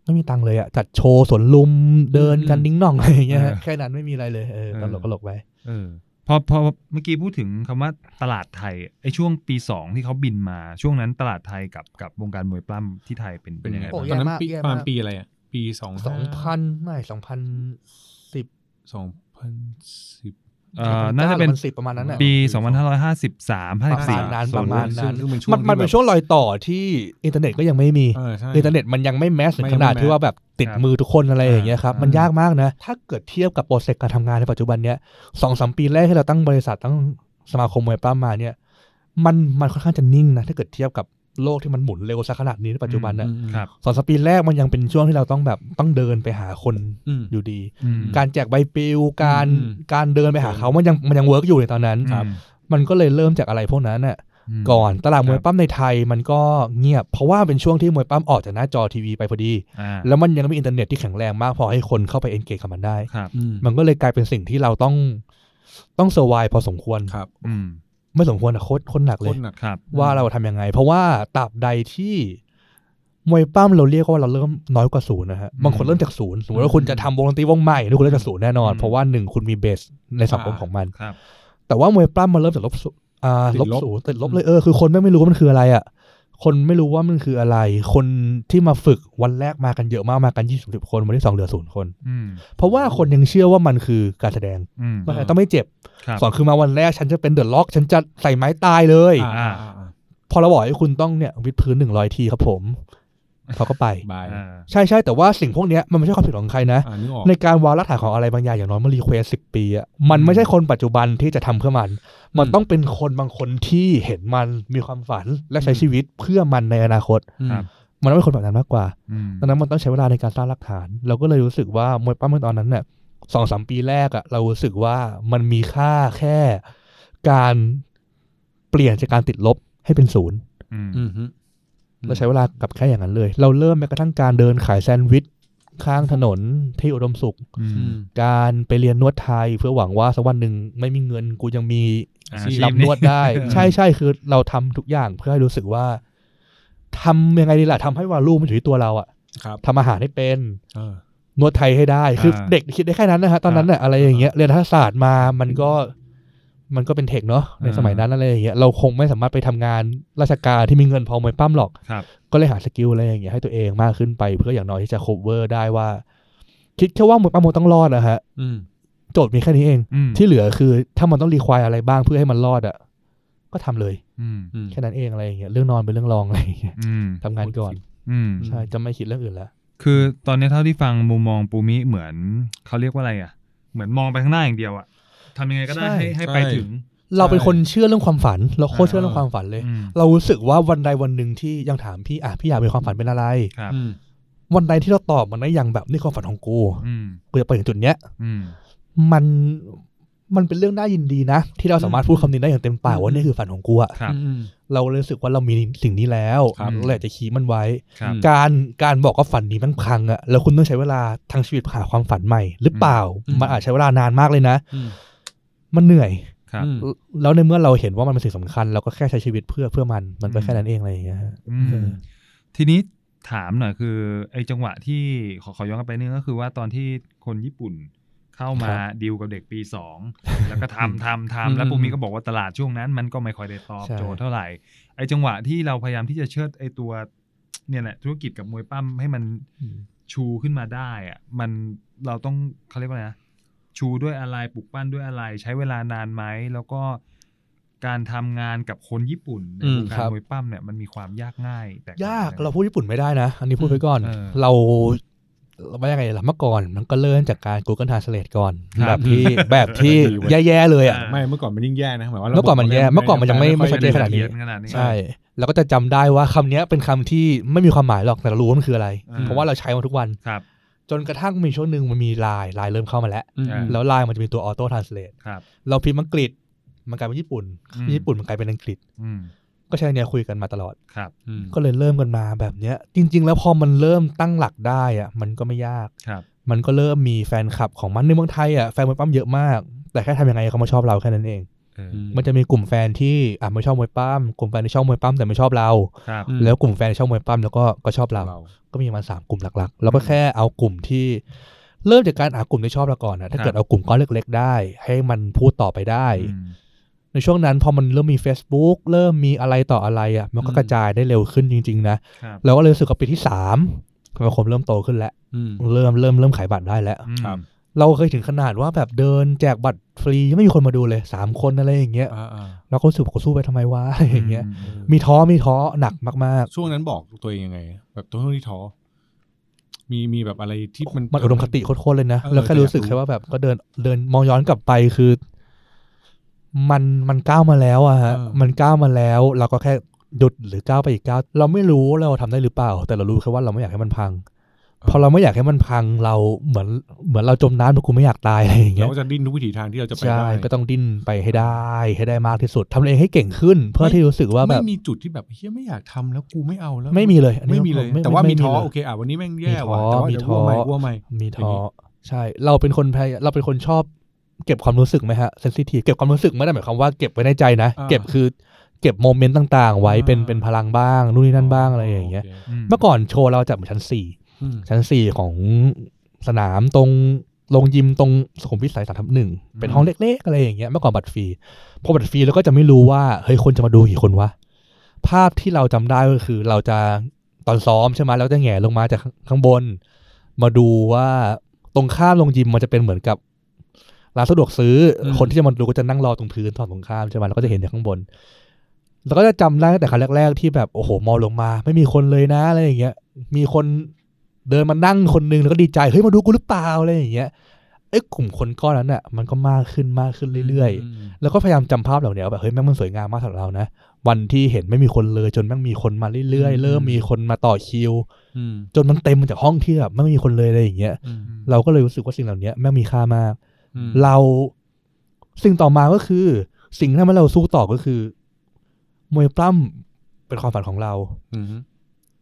Speaker 3: ไม่มีตังค์เลยอะจัดโชว์สวนลุมเดินกัน
Speaker 4: อืม
Speaker 3: นิ้งหน่องอะไรอย่างเงี้ยฮะ
Speaker 5: เออ
Speaker 3: แค่นั้นไม่มีอะไรเลยเออ
Speaker 4: เออ
Speaker 3: ตลกก็หลกไป
Speaker 4: เออ
Speaker 5: พอพอเมื่อกี้พูดถึงคำว่าตลาดไทยไอ้ช่วงปีสองที่เขาบินมาช่วงนั้นตลาดไทยกับกับวงการมวยปล้ำที่ไทยเป็น
Speaker 4: เป็
Speaker 5: เป็น น
Speaker 4: ยั
Speaker 5: ยัง ง
Speaker 4: ไงบ้างตอน
Speaker 5: ไงบ้าง
Speaker 4: นั้นปีประมาณปีอะไรอ่ะ ปีสอง
Speaker 3: สองพันไม่สองพันสิบ
Speaker 4: สองพันสิบ
Speaker 5: เอ่อน่าจะเป็น
Speaker 3: 2009หรือ2010ประมาณนั้นน่ะ
Speaker 5: ปี 2553
Speaker 3: ประมาณนั้น
Speaker 5: 54
Speaker 3: ประมาณ
Speaker 4: ซึ่งซึ่งเป็นช่วง
Speaker 3: มันมันเป็น
Speaker 4: ที่แบบ
Speaker 3: ช่วงรอยต่อที่อินเทอร์เน็ตก็ยังไม่มี
Speaker 4: เออใช่
Speaker 3: อินเทอร์เน็ตมันยังไม่แมสถึง
Speaker 4: ไม่
Speaker 3: ขนาด
Speaker 4: ไม่
Speaker 3: ที่
Speaker 4: mass
Speaker 3: ว่าแบบติด
Speaker 5: ครับ
Speaker 3: มือทุกคนอะไรอย่างเงี้ยครับ
Speaker 4: อ่ามั
Speaker 3: มันยากมากนะ ถ้าเกิดเทียบกับโปรเจกต์การทำงานในปัจจุบันเนี้ยสองสามปีแรกที่เราตั้งบริษัทตั้งสมาคมมวยปล้ำมาเนี่ย มันมันค่อนข้างจะนิ่งนะ ถ้าเกิดเทียบกับโลกที่มันหมุนเร็วซะขนาดนี้ในปัจจุบันนะ
Speaker 4: อืม
Speaker 5: ครับ
Speaker 3: สองสามปีแรกมันยังเป็นช่วงที่เราต้องแบบต้องเดินไปหาคน
Speaker 4: อืม
Speaker 3: อยู่ดี
Speaker 5: อืม
Speaker 3: การแจกใบปลิวการ
Speaker 4: อืม
Speaker 3: การเดินไปหาเขามันยังมันยังเวิร์กอยู่ในตอนนั้น
Speaker 5: อืม
Speaker 3: มันก็เลยเริ่มจากอะไรพวกนั้นน่ะ
Speaker 5: ม
Speaker 3: ก่อนตลาดมวย
Speaker 5: ครับ
Speaker 3: ปั้มในไทยมันก็เงียบ เพราะว่าเป็นช่วงที่มวยปั้มออกจากหน้าจอทีวีไปพอดี
Speaker 5: อ่า
Speaker 3: แล้วมันยังไม่มีอินเทอร์เน็ตที่แข็งแรงมากพอให้คนเข้าไปเอนเกจกับมันได้
Speaker 5: ครับ
Speaker 4: อืม
Speaker 3: มันก็เลยกลายเป็นสิ่งที่เราต้องต้องเซอร์ไวพอสมควร
Speaker 4: ครับ
Speaker 5: อืม
Speaker 3: ไม่สมควรอะโคตรคนหนักเล
Speaker 4: โค
Speaker 3: ย
Speaker 4: ตรหนัก
Speaker 5: ครับ
Speaker 3: ว่าเราทำยังไง เพราะว่าตราบใดที่มวยปั้มเราเรียกว่าเราเริ่มน้อยกว่าศูนย์นะฮะ
Speaker 5: อืม
Speaker 3: บางคนเริ่มจากศูนย์สมมติว่าคุณจะทำวงดนตรีวงใหม่ทุกคนเริ่มจากศูนย์แน่นอน
Speaker 5: อืม
Speaker 3: เพราะว่าหนึ่งคุณมีเบสในสังคม
Speaker 4: อ่า
Speaker 3: ของมัน
Speaker 5: ครับ
Speaker 3: แต่ว่ามวยปล้ำมันเริ่มจากลบศูนย์อ่า
Speaker 4: ติด
Speaker 3: ล
Speaker 4: ล
Speaker 3: บบ ศูนย์ติดลบเลยเออคือคนแม่งไม่รู้ว่ามันคืออะไรอ่ะ คนไม่รู้ว่ามันคืออะไร คนที่มาฝึกวันแรกมากันเยอะมากมากันยี่สิบคนวันที่สองเหลือศูนย์คน
Speaker 5: อืม
Speaker 3: เพราะว่าคนยังเชื่อว่ามันคือการแสดง
Speaker 5: อืม
Speaker 3: มันต้องไม่เจ็บ
Speaker 5: ครับ
Speaker 3: สองคือมาวันแรกฉันจะเป็นเดือดล็อก ฉันจะใส่ไม้ตายเลย
Speaker 4: อ่าอ่าอ่า
Speaker 3: พอเราบอกให้คุณต้องเนี่ยวิดพื้นหนึ่งร้อยทีครับผมเขาก็ไป
Speaker 4: บาย
Speaker 5: อ่า
Speaker 3: ใช่ใช่แต่ว่าสิ่งพวกเนี้ยมันไม่ใช่ความผิดของใครนะ
Speaker 4: อ่านึกออก
Speaker 3: ในการวางรากฐานของอะไรบางอย่างอย่างน้อยมันรีเควสสิบปีอะมันไม่ใช่คนปัจจุบันที่จะทำเพื่อมัน มันต้องเป็นคนบางคนที่เห็นมันมีความฝันและใช้
Speaker 4: อืม
Speaker 3: ชีวิตเพื่อมันในอนาคต
Speaker 4: อืม
Speaker 5: ครับ
Speaker 3: มันต้องเป็นคนแบบนั้นมากกว่า
Speaker 5: อืม
Speaker 3: ดังนั้นมันต้องใช้เวลาในการสร้างรากฐาน เราก็เลยรู้สึกว่ามวยปั้มเมื่อตอนนั้นเนี่ยสองสามปีแรกอะเรารู้สึกว่ามันมีค่าแค่การเปลี่ยนจากการติดลบให้เป็นศูนย์
Speaker 5: อืม
Speaker 4: อืมฮึ อืม
Speaker 3: เราใช้เวลากับแค่อย่างนั้นเลย เราเริ่มแม้กระทั่งการเดินขายแซนด์วิชข้างถนนที่อุดมสุข
Speaker 5: อืม
Speaker 4: อืม
Speaker 3: การไปเรียนนวดไทยเพื่อหวังว่าสักวันหนึ่งไม่มีเงินกูยังมี
Speaker 5: อา
Speaker 4: ชีพ
Speaker 5: พ
Speaker 3: รับนวดได้ ใช่ใช่คือเราทำทุกอย่างเพื่อให้รู้สึกว่าทำยังไงดีล่ะทำให้วาลูมันอยู่ที่ตัวเราอะ
Speaker 4: ครับ
Speaker 3: ทำอาหารให้เป็น
Speaker 4: เออน
Speaker 3: วดไทยให้ได้ คืออา เด็กคิดได้แค่นั้นนะฮะตอนนั้นน่ะอะไรอย่างเงี้ยเรียนทัศศาสตร์มามันก็มันก็เป็นเทคเนาะใน
Speaker 5: อ่า
Speaker 3: สมัยนั้นอะไรอย่างเงี้ยเราคงไม่สามารถไปทำงานราชการที่มีเงินพอมวยปั้มหรอก
Speaker 5: ครับ
Speaker 3: ก็เลยหาสกิลอะไรอย่างเงี้ยให้ตัวเองมากขึ้นไป เพื่ออย่างน้อยที่จะ cover ได้ว่า คิดแค่ว่าหมวยปลาโมวยต้องรอดนะฮะ
Speaker 4: อืม
Speaker 3: โจทย์มีแค่นี้เอง
Speaker 5: อืม
Speaker 3: ที่เหลือคือถ้ามันต้องรีควายอะไรบ้างเพื่อให้มันรอดอ่ะ ก็ทำเลย
Speaker 5: อืม
Speaker 4: อืม
Speaker 3: แค่นั้นเองอะไรอย่างเงี้ยเรื่องนอนเป็นเรื่องรองอะไรอย่างเงี้ย
Speaker 5: อืม
Speaker 3: ทำงานก่อน
Speaker 5: อืม
Speaker 3: ใช่จะไม่คิดเรื่องอื่นละ
Speaker 5: คือตอนนี้เท่าที่ฟังมุมมองปูมิเหมือนเขาเรียกว่าอะไรอ่ะ เหมือนมองไปข้างหน้าอย่างเดียวอ่ะทำยังไงก็ได้ให้ให้ไป
Speaker 4: ใช่
Speaker 5: ถึง
Speaker 3: เราเป็นคนเชื่อเรื่องความฝัน เราโคตรเชื่อเรื่องความฝันเลย
Speaker 5: อืม
Speaker 3: เรารู้สึกว่าวันใดวันหนึ่งที่ยังถามพี่อ่ะพี่อยากมีความฝันเป็นอะไร
Speaker 5: ครับ
Speaker 4: อืม
Speaker 3: วันใดที่เราตอบมันได้อย่างแบบนี่ความฝันของกู
Speaker 5: อืม
Speaker 3: กูจะไปถึงจุดเนี้ย
Speaker 5: อืม
Speaker 3: มันมันเป็นเรื่องน่ายินดีนะ ที่เราสามารถพูดคำนี้ได้อย่างเต็มปากว่านี่คือฝันของกูอะ
Speaker 5: ครับ
Speaker 4: อืม
Speaker 3: เราเลยรู้สึกว่าเรามีสิ่งนี้แล้ว
Speaker 4: ครับ
Speaker 3: เราอยากจะคีบมันไว้
Speaker 5: ครับ
Speaker 3: การการบอกว่าฝันนี้มันพังอะแล้วคุณต้องใช้เวลาทั้งชีวิตหาความฝันใหม่ หรือเปล่า
Speaker 4: อืม
Speaker 3: มันอาจใช้เวลานานมากเลยนะ
Speaker 4: อืม
Speaker 3: มันเหนื่อย
Speaker 5: ครับ
Speaker 4: อืม
Speaker 3: แล้วในเมื่อเราเห็นว่ามันเป็นสิ่งสำคัญ เราก็แค่ใช้ชีวิตเพื่อเพื่อมันมันก็แค่นั้นเองอะไรอย่างเงี้ยฮะ
Speaker 5: อืม
Speaker 3: เออ
Speaker 5: ทีนี้ถามหน่อยคือ ไอ้จังหวะที่ขอขอย้อนกลับไปนึงก็คือว่าตอนที่คนญี่ปุ่นเข้ามาดีลกับเด็กปีสองแล้วก็ทำ
Speaker 4: อื
Speaker 5: ทำ
Speaker 4: ม
Speaker 5: ทำแล้วปูมิก็บอกว่าตลาดช่วงนั้น มันก็ไม่ค่อยได้ตอบ
Speaker 3: ใช่
Speaker 5: โจทย์เท่าไหร่ ไอ้จังหวะที่เราพยายามที่จะเชิดไอ้ตัวเนี่ยแหละธุรกิจกับมวยปั้มให้มัน ชูขึ้นมาได้อะมันเราต้องเขาเรียกว่าไงนะชูด้วยอะไรปลูกปั้นด้วยอะไร ใช้เวลานานไหมแล้วก็การทำงานกับคนญี่ปุ่นใน
Speaker 4: อืม
Speaker 5: วงกา
Speaker 3: ค
Speaker 5: ร
Speaker 3: รับ
Speaker 5: มวยปั้มเนี่ยมันมีความยากง่ายแตกต่งน
Speaker 3: ยากเราพูดญี่ปุ่นไม่ได้นะ อันนี้พูดไปก่อน
Speaker 5: เออ
Speaker 3: เราเราว่ายังไงล่ะเมื่อก่อนมันก็เริ่มจากการ Google Translate ก่อน
Speaker 5: ครับ
Speaker 3: แบบที่แบบที่แย่ๆเลยอ่ะ
Speaker 5: อ่า
Speaker 4: ไม่เมื่อก่อนมันยิ่งแย่นะหมายว่าระบบ
Speaker 3: เมื่อก่อนมันแย่เมื่อก่อนมันยังไม่
Speaker 4: ค่อ
Speaker 3: ไม่ชัดเจนขนาดนี้
Speaker 5: ละอียขนาดนี้
Speaker 3: ใช่เราก็จะจำได้ว่าคำเนี้ยเป็นคำที่ไม่มีความหมายหรอกแต่เรารู้ว่ามันคืออะไร
Speaker 5: อืม
Speaker 3: เพราะว่าเราใช้มันทุกวัน
Speaker 5: ครับ
Speaker 3: จนกระทั่งมีช่วงหนึ่งมันมีไลน์ไลน์เริ่มเข้ามาแล้ว
Speaker 4: อืมอืม
Speaker 3: แล้วไลน์มันจะมีตัวออโต้ทรานสเลท
Speaker 5: ครับ
Speaker 3: เราพิมพ์อังกฤษมันกลายเป็นญี่ปุ่น
Speaker 5: อืม
Speaker 3: ญี่ปุ่นมันกลายเป็นอังกฤษ
Speaker 5: อืม
Speaker 3: ก็ใช้อันเนี้ยคุยกันมาตลอด
Speaker 5: ครับ
Speaker 3: ก็เลยเริ่มกันมาแบบเนี้ย จริง ๆ แล้วพอมันเริ่มตั้งหลักได้อ่ะมันก็ไม่ยาก
Speaker 5: ครับ
Speaker 3: มันก็เริ่มมีแฟนคลับของมันในเมืองไทยอ่ะแฟนมวยปั้มเยอะมาก แต่แค่ทำยังไงให้เขามาชอบเราแค่นั้นเอง
Speaker 5: เออ
Speaker 3: มันจะมีกลุ่มแฟนที่อ่ะไม่ชอบมวยปั้มกลุ่มแฟนที่ชอบมวยปั้มแต่ไม่ชอบเรา
Speaker 5: ครับ
Speaker 4: อืม
Speaker 3: แล้วกลุ่มแฟนที่ชอบมวยปั้มแล้วก็ก็ชอบเรา
Speaker 4: เรา
Speaker 3: ก็มีประมาณสามกลุ่มหลักๆ แล้วก็แค่เอากลุ่มที่เริ่มจากการหากลุ่มที่ชอบเราก่อนนะถ้า
Speaker 5: ครับ
Speaker 3: เกิดเอากลุ่มก้อนเล็กๆได้ ให้มันพูดต่อไปได้
Speaker 5: อืม
Speaker 3: ในช่วงนั้นพอมันเริ่มมี Facebook เริ่มมีอะไรต่ออะไรอ่ะมันก็
Speaker 4: อืม
Speaker 3: กระจายได้เร็วขึ้นจริงๆนะครับเราก็เลยรู้สึกว่าปีที่สามสมาคมเริ่มโตขึ้นแล้ว
Speaker 4: อืม
Speaker 3: เริ่มเริ่มเริ่มขายบัตรได้แล้ว
Speaker 5: อืม
Speaker 4: ครับ
Speaker 3: เราเคยถึงขนาดว่าแบบเดินแจกบัตรฟรีไม่มีคนมาดูเลยสามคนอะไรอย่างเงี้ย
Speaker 4: อ่าอ่า
Speaker 3: เราก็รู้สึกว่าเขาสู้ไปทำไมวะอะไรอย่างเงี้ย
Speaker 4: เออ
Speaker 3: มีท้อมีท้อหนักมาก
Speaker 4: ช่วงนั้นบอกตัวเองยังไง แบบตัวที่ท้อมีมีแบบอะไรที่มัน
Speaker 3: ๆ มันอุดมคติโคตรๆเลยนะ
Speaker 4: เออ
Speaker 3: แล้วแค่รู้สึก
Speaker 4: แต่อยากรู้
Speaker 3: แค่ว่าแบบก็เดินเดินมองย้อนกลับไปคือ มันมันก้าวมาแล้วอะฮะมันก้าวมาแล้ว เราก็แค่หยุดหรือก้าวไปอีกก้าวเราไม่รู้ว่าเราทำได้หรือเปล่า แต่เรารู้แค่ว่าเราไม่อยากให้มันพัง พอเราไม่อยากให้มันพังเราเหมือนเหมือนเราจมน้ำเพราะกูไม่อยากตายอะไรอย่างเงี้
Speaker 4: เรา
Speaker 3: ย
Speaker 4: ก็จะดิ้นทุกวิถีทางที่เราจะไป
Speaker 3: ใช่
Speaker 4: ได้
Speaker 3: ก็ต้องดิ้นไปให้ได้ให้ได้มากที่สุดทำตัวเองให้เก่งขึ้น เพื่อที่รู้สึกว่าแบ
Speaker 4: ไม่
Speaker 3: บ
Speaker 4: มีจุดที่แบบเฮียไม่อยากทำแล้วกูไม่เอาแล้ว
Speaker 3: ไม่มีเลยอันนี้
Speaker 4: ไม่มีเลย
Speaker 3: ไม่
Speaker 4: แต่ว่า
Speaker 3: ไม่
Speaker 4: มีท้อ
Speaker 3: ไม่มีเลย
Speaker 4: โอเคอ่ะวันนี้แม่งแย่ว่ะ
Speaker 3: มีท้อ
Speaker 4: แต่ว่า
Speaker 3: มี
Speaker 4: เดี๋ยว
Speaker 3: ท้อ
Speaker 4: กลัวไหมกลัวไหม
Speaker 3: มีท้
Speaker 4: อ
Speaker 3: อ
Speaker 4: ย่างนี้
Speaker 3: ใช่ เราเป็นคนพยายเราเป็นคนชอบเก็บความรู้สึกไหมฮะเซนซิทีฟเก็บความรู้สึกไม่ได้หมายความว่าเก็บไว้ในใจนะ
Speaker 4: อ่า
Speaker 3: เก็บคือเก็บโมเมนต์ต่างๆ ไว้เป็น
Speaker 4: อ่า
Speaker 3: เป็นพลังบ้างนู่นนี่นั่นบ้างอะไรอย่างเงี้ย
Speaker 5: อืม
Speaker 3: เมื่อก่อนโชว์เราจัดบนชั้นสี่
Speaker 4: อืม
Speaker 3: ชั้นสี่ของสนามตรงโรงยิมตรงสุขุมวิทสายสามทับหนึ่งเป็นห้องเล็กๆอะไรอย่างเงี้ยเมื่อก่อนบัตรฟรีพอบัตรฟรีเราก็จะไม่รู้ว่าเฮ้ยคนจะมาดูกี่คนวะภาพที่เราจำได้ก็คือเราจะตอนซ้อมใช่ไหมเราจะแหง่ลงมาจากข้างบน มาดูว่าตรงข้ามโรงยิมมันจะเป็นเหมือนกับร้านสะดวกซื้ออคนที่จะมาดูก็จะนั่งรอตรงพื้นฝั่งตรงข้ามใช่ไหมเราก็จะเห็นจากข้างบน แล้วก็จะจำได้ตั้งแต่ครั้งแรก ๆ ที่แบบโอ้โหมองลงมา ไม่มีคนเลยนะอะไรอย่างเงี้ย มีคนเดินมานั่งคนนึงแล้วก็ดีใจเฮ้ยมาดูกูหรือเปล่าอะไรอย่างเงี้ยไอ้กลุ่มคนก้อนนั้นน่ะมันก็มากขึ้นมากขึ้นเรื่อย
Speaker 4: อืม
Speaker 3: ๆ แล้วก็พยายามจำภาพเหล่านี้ว่าแบบเฮ้ยแม่งมันสวยงามมากสำหรับเรานะวันที่เห็นไม่มีคนเลยจนแม่งมีคนมาเรื่อย
Speaker 4: อืม
Speaker 3: ๆเริ่มมีคนมาต่อคิว
Speaker 4: อืม
Speaker 3: จนมันเต็มจากห้องที่แบบไม่มีคนเลยอะไรอย่างเงี้ย
Speaker 4: อืม
Speaker 5: อืม
Speaker 3: เราก็เลยรู้สึกว่าสิ่งเหล่านี้แม่งมีค่ามาก
Speaker 4: อืม
Speaker 3: เราสิ่งต่อมาก็คือ สิ่งที่ทำให้เราสู้ต่อก็คือ มวยปล้ำเป็นความฝันของเรา
Speaker 4: อืม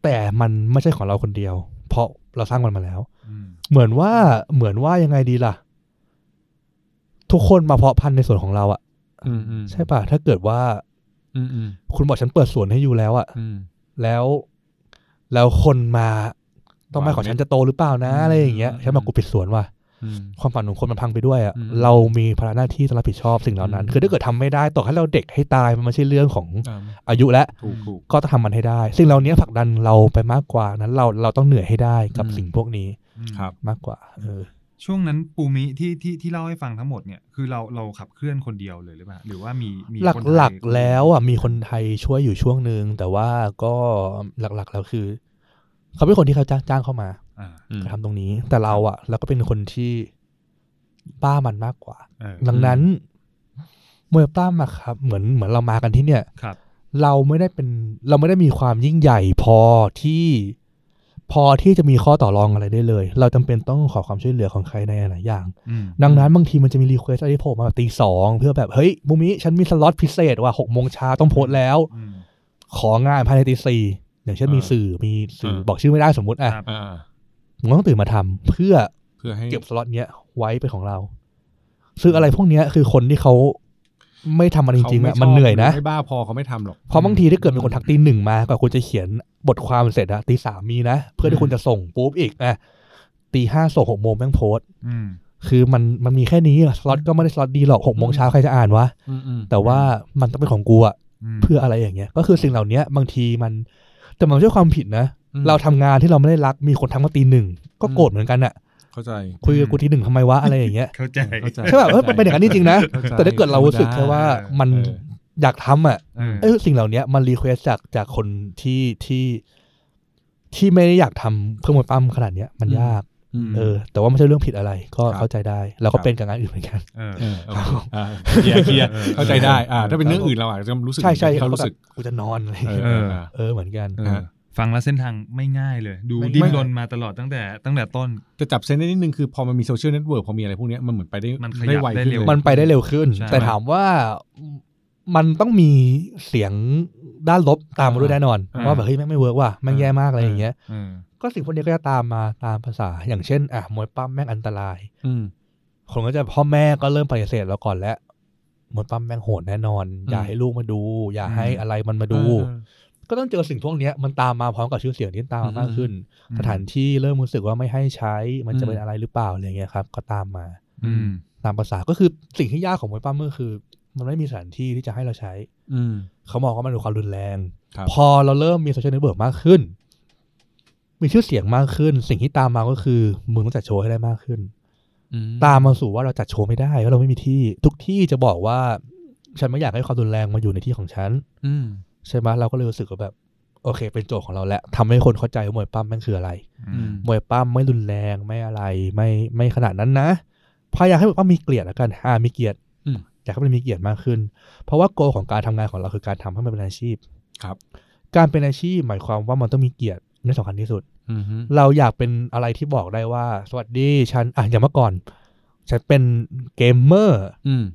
Speaker 3: แต่มันไม่ใช่ของเราคนเดียว เพราะเราสร้างมันมาแล้ว
Speaker 5: อืม
Speaker 3: เหมือนว่าเหมือนว่ายังไงดีล่ะ ทุกคนมาเพาะพันธุ์ในส่วนของเราอะ
Speaker 4: อืมอืม
Speaker 3: ใช่ปะถ้าเกิดว่า
Speaker 4: อืมอืม
Speaker 3: คุณบอกฉันเปิดสวนให้อยู่แล้วอะ
Speaker 4: อืม
Speaker 3: แล้ว แล้วคนมาต้องไม่
Speaker 4: หวาน
Speaker 3: ของฉัน
Speaker 4: ไหม
Speaker 3: จะโตหรือเปล่านะ
Speaker 4: อืม
Speaker 3: อะไรอย่างเงี้ย
Speaker 4: อืม
Speaker 3: ใช่ไหมกูปิดสวนว่ะ
Speaker 4: อืม
Speaker 3: ความฝันของคนมันพังไปด้วยอะ
Speaker 4: อืม
Speaker 3: เรามีภาระหน้าที่ต้องรับผิดชอบสิ่งเหล่านั้น
Speaker 4: อืม
Speaker 3: คือถ้าเกิดทำไม่ได้ต่อให้เราเด็กให้ตายมันไม่ใช่เรื่องของ
Speaker 4: อ่า
Speaker 3: อายุแล้ว
Speaker 4: ถูกถูก
Speaker 3: ก็ต้องทำมันให้ได้ สิ่งเหล่านี้ผลักดันเราไปมากกว่านั้น เราเราต้องเหนื่อยให้ได้กับ
Speaker 4: อืม
Speaker 3: สิ่งพวกนี้
Speaker 5: อืม
Speaker 4: ครับ
Speaker 3: มากกว่า เออ
Speaker 5: ช่วงนั้นปูมิที่ที่ที่เล่าให้ฟังทั้งหมดเนี่ยคือเราเราขับเคลื่อนคนเดียวเลยหรือเปล่าหรือว่ามีมี
Speaker 3: หลัก
Speaker 5: คน
Speaker 3: หลัก
Speaker 5: ไทย
Speaker 3: ๆแล้วอ่ะมีคนไทยช่วยอยู่ช่วงหนึ่งแต่ว่าก็หลักๆแล้วคือ เขาเป็นคนที่เขาจ้างจ้างเข้ามา
Speaker 5: อ่า
Speaker 4: อืม
Speaker 3: ทำตรงนี้ แต่เราอ่ะเราก็เป็นคนที่บ้ามันมากกว่า
Speaker 5: เออ
Speaker 3: ดังนั้นมวยปล้ำอะครับ เหมือนเหมือนเรามากันที่เนี่ย
Speaker 5: ครับ
Speaker 3: เราไม่ได้เป็นเราไม่ได้มีความยิ่งใหญ่พอที่ พอที่จะมีข้อต่อรองอะไรได้เลย เราจำเป็นต้องขอความช่วยเหลือของใครในหลายๆอย่าง
Speaker 5: อืม
Speaker 3: ดังนั้นบางทีมันจะมีรีเควสอะไรที่โผล่มาแบบตีสองเพื่อแบบ เฮ้ยมุมิฉันมีสล็อตพิเศษว่ะหกโมงเช้าต้องโพสต์แล้ว
Speaker 5: อืม
Speaker 3: ของานภายในตีสี่อย่างเช่น
Speaker 4: อ่ามี
Speaker 3: มีสื่อมีสื่ออา บอกชื่อไม่ได้สมมติอ่ะ
Speaker 5: ครับ
Speaker 4: อ่า
Speaker 3: ผมต้องตื่นมาทำเพื่อ
Speaker 4: เพื่อให้
Speaker 3: เก็บสล็อตเนี้ยไว้เป็นของเรา ซึ่งอะไรพวกเนี้ยคือคนที่เขาไม่ทำมันจริงๆ
Speaker 4: ขา
Speaker 3: อ่ะ
Speaker 4: ไชบ
Speaker 3: มันเหนื่อยนะ
Speaker 4: ไม่บ้าพอเขาไม่ทำหรอก
Speaker 3: เพราะบางทีถ้าเกิดมีคนทักตีหนึ่งมากว่าคุณจะเขียนบทความเสร็จอะตีสามมีนะ เพื่อที่คุณจะส่งปุ๊บอีกอะตีห้าส่งหกโมงแม่งโพสต์
Speaker 5: อืม
Speaker 3: คือมันมันมีแค่นี้อะสล็อตก็ไม่ได้สล็อตดีหรอกหกโมงเช้าใครจะอ่านวะ
Speaker 4: อืมอืม
Speaker 3: แต่ว่ามันต้องเป็นของกูอะ
Speaker 5: ม
Speaker 3: เพื่ออะไรอย่างเงี้ย ก็คือสิ่งเหล่านี้บางทีมัน แต่มันไม่ใช่ความผิดนะ
Speaker 4: อืม
Speaker 3: เราทำงานที่เราไม่ได้รักมีคนทักมาตีหนึ่งก็โกรธเหมือนกันอะ
Speaker 4: เข้าใจ
Speaker 3: คุยกับกูทีหนึ่งทำไมวะอะไรอย่างเงี้ย
Speaker 5: เข้าใจ
Speaker 4: เข้าใจ
Speaker 3: ใช่ป่ะเออมันเป็นอย่างนั้นจริงๆนะ
Speaker 4: เข้าใจ
Speaker 3: แต่ถ้าเกิดเรารู้สึกแค่ว่ามัน
Speaker 4: เออ
Speaker 3: อยากทำอะ
Speaker 5: เออ
Speaker 3: เออสิ่งเหล่าเนี้ยมันรีเควสจากจากคนที่ที่ที่ไม่ได้อยากทำเพื่อมวยปั้มขนาดเนี้ยมัน
Speaker 4: อืม
Speaker 3: ยาก
Speaker 4: ม
Speaker 3: เออ แต่ว่าไม่ใช่เรื่องผิดอะไร ก็
Speaker 4: ครับ
Speaker 3: เข้าใจได้ เราก็
Speaker 4: ครับ
Speaker 3: เป็นกับงานอื่นเหมือนกัน
Speaker 5: เออ
Speaker 4: เออโอเคอ่าเคลียร์เคลียร์เข้าใจได้อ่าถ้าเป็นเรื่องอื่นเราอาจจะรู้สึก
Speaker 3: ใช่ใช่
Speaker 4: ที่เขารู้สึก
Speaker 3: กูจะนอนอะไร
Speaker 4: เอ
Speaker 3: เงี้ย
Speaker 4: ออ่า
Speaker 3: เออเหมือนกัน
Speaker 4: เออ
Speaker 5: ฟังแล้วเส้นทางไม่ง่ายเลย ดู
Speaker 4: ไม่
Speaker 5: ดิ้น
Speaker 4: ง่าย
Speaker 5: รนมาตลอดตั้งแต่ตั้งแต่ต้น
Speaker 4: จะจับเซนได้นิดนึงคือพอมันมีโซเชียลเน็ตเวิร์กพอมีอะไรพวกเนี้ยมันเหมือนไปได้
Speaker 5: มันขยับ
Speaker 4: ได้ไว
Speaker 5: ได้
Speaker 4: ขึ้น
Speaker 5: เร็
Speaker 4: เล
Speaker 5: ว
Speaker 4: ย
Speaker 3: มันไปได้เร็วขึ้น
Speaker 5: ใช่
Speaker 3: แต่ถามว่ามันต้องมีเสียงด้านลบตามมาด้วยแน่นอน
Speaker 4: อ่า
Speaker 3: ว่าแบบเฮ้ยแม่งไม่เวิร์กว่ะแม่งแย่มากอะไรอย่างเงี้ย
Speaker 5: เออ
Speaker 3: ก็สิ่งพวกนี้ก็จะตามมาตามภาษา อย่างเช่นอ่ะมวยปั้มแม่งอันตราย
Speaker 4: ืม
Speaker 3: คนก็จะพ่อแม่ก็เริ่มปฏิเสธเราก่อนแล้วหมดปั๊มแมงโหดแน่นอน
Speaker 4: อืม
Speaker 3: อย่าให้ลูกมาดู อย่าให้อะไรมันมาดู
Speaker 4: เออ
Speaker 3: ก็ต้องเจอสิ่งพวกเนี้ยมันตามมาพร้อมกับชื่อเสียงที่ตามมา
Speaker 4: อืม
Speaker 3: มากขึ้น สถานที่เริ่มรู้สึกว่าไม่ให้ใช้มันจะเป็นอะไรหรือเปล่าอะไรเงี้ยครับ ก็ตามมา
Speaker 5: อืม
Speaker 3: ตามภาษาก็คือสิ่งที่ยากของมวยปั้มก็คือ มันไม่มีสถานที่ที่จะให้เราใช้
Speaker 4: อืม
Speaker 3: เขามองว่ามันเป็นความรุนแรง
Speaker 4: ครับ
Speaker 3: พอเราเริ่มมีโซเชียลเน็ตเวิร์กมากขึ้น มีชื่อเสียงมากขึ้น สิ่งที่ตามมาก็คือ มึงต้องจัดโชว์ให้ได้มากขึ้น
Speaker 4: อืม
Speaker 3: ตามมาสู่ว่าเราจัดโชว์ไม่ได้เพราะเราไม่มีที่ ทุกที่จะบอกว่า ฉันไม่อยากให้ความรุนแรงมาอยู่ในที่ของฉัน
Speaker 4: อืม
Speaker 3: ใช่ไหมเราก็เลยรู้สึกว่าแบบ โอเค เป็นโจทย์ของเราแหละทำให้คนเข้าใจว่ามวยปั้มแม่งคืออะไร
Speaker 5: อืม
Speaker 3: มวยปั้มไม่รุนแรงไม่อะไรไม่ไม่ขนาดนั้นนะพยายามให้มวยปั้มมีเกียรติละกันอ่ามีเกียรติ
Speaker 4: อืม
Speaker 3: อยากให้มันมีเกียรติมากขึ้น เพราะว่าโกของการทำงานของเราคือการทำให้มันเป็นอาชีพ
Speaker 4: ครับ
Speaker 3: การเป็นอาชีพหมายความว่ามันต้องมีเกียรตินี่สำคัญที่สุด
Speaker 4: อืม
Speaker 3: เราอยากเป็นอะไรที่บอกได้ว่า สวัสดีฉันอ่ะอย่างเมื่อก่อน ฉันเป็นเกมเมอร์
Speaker 4: อืม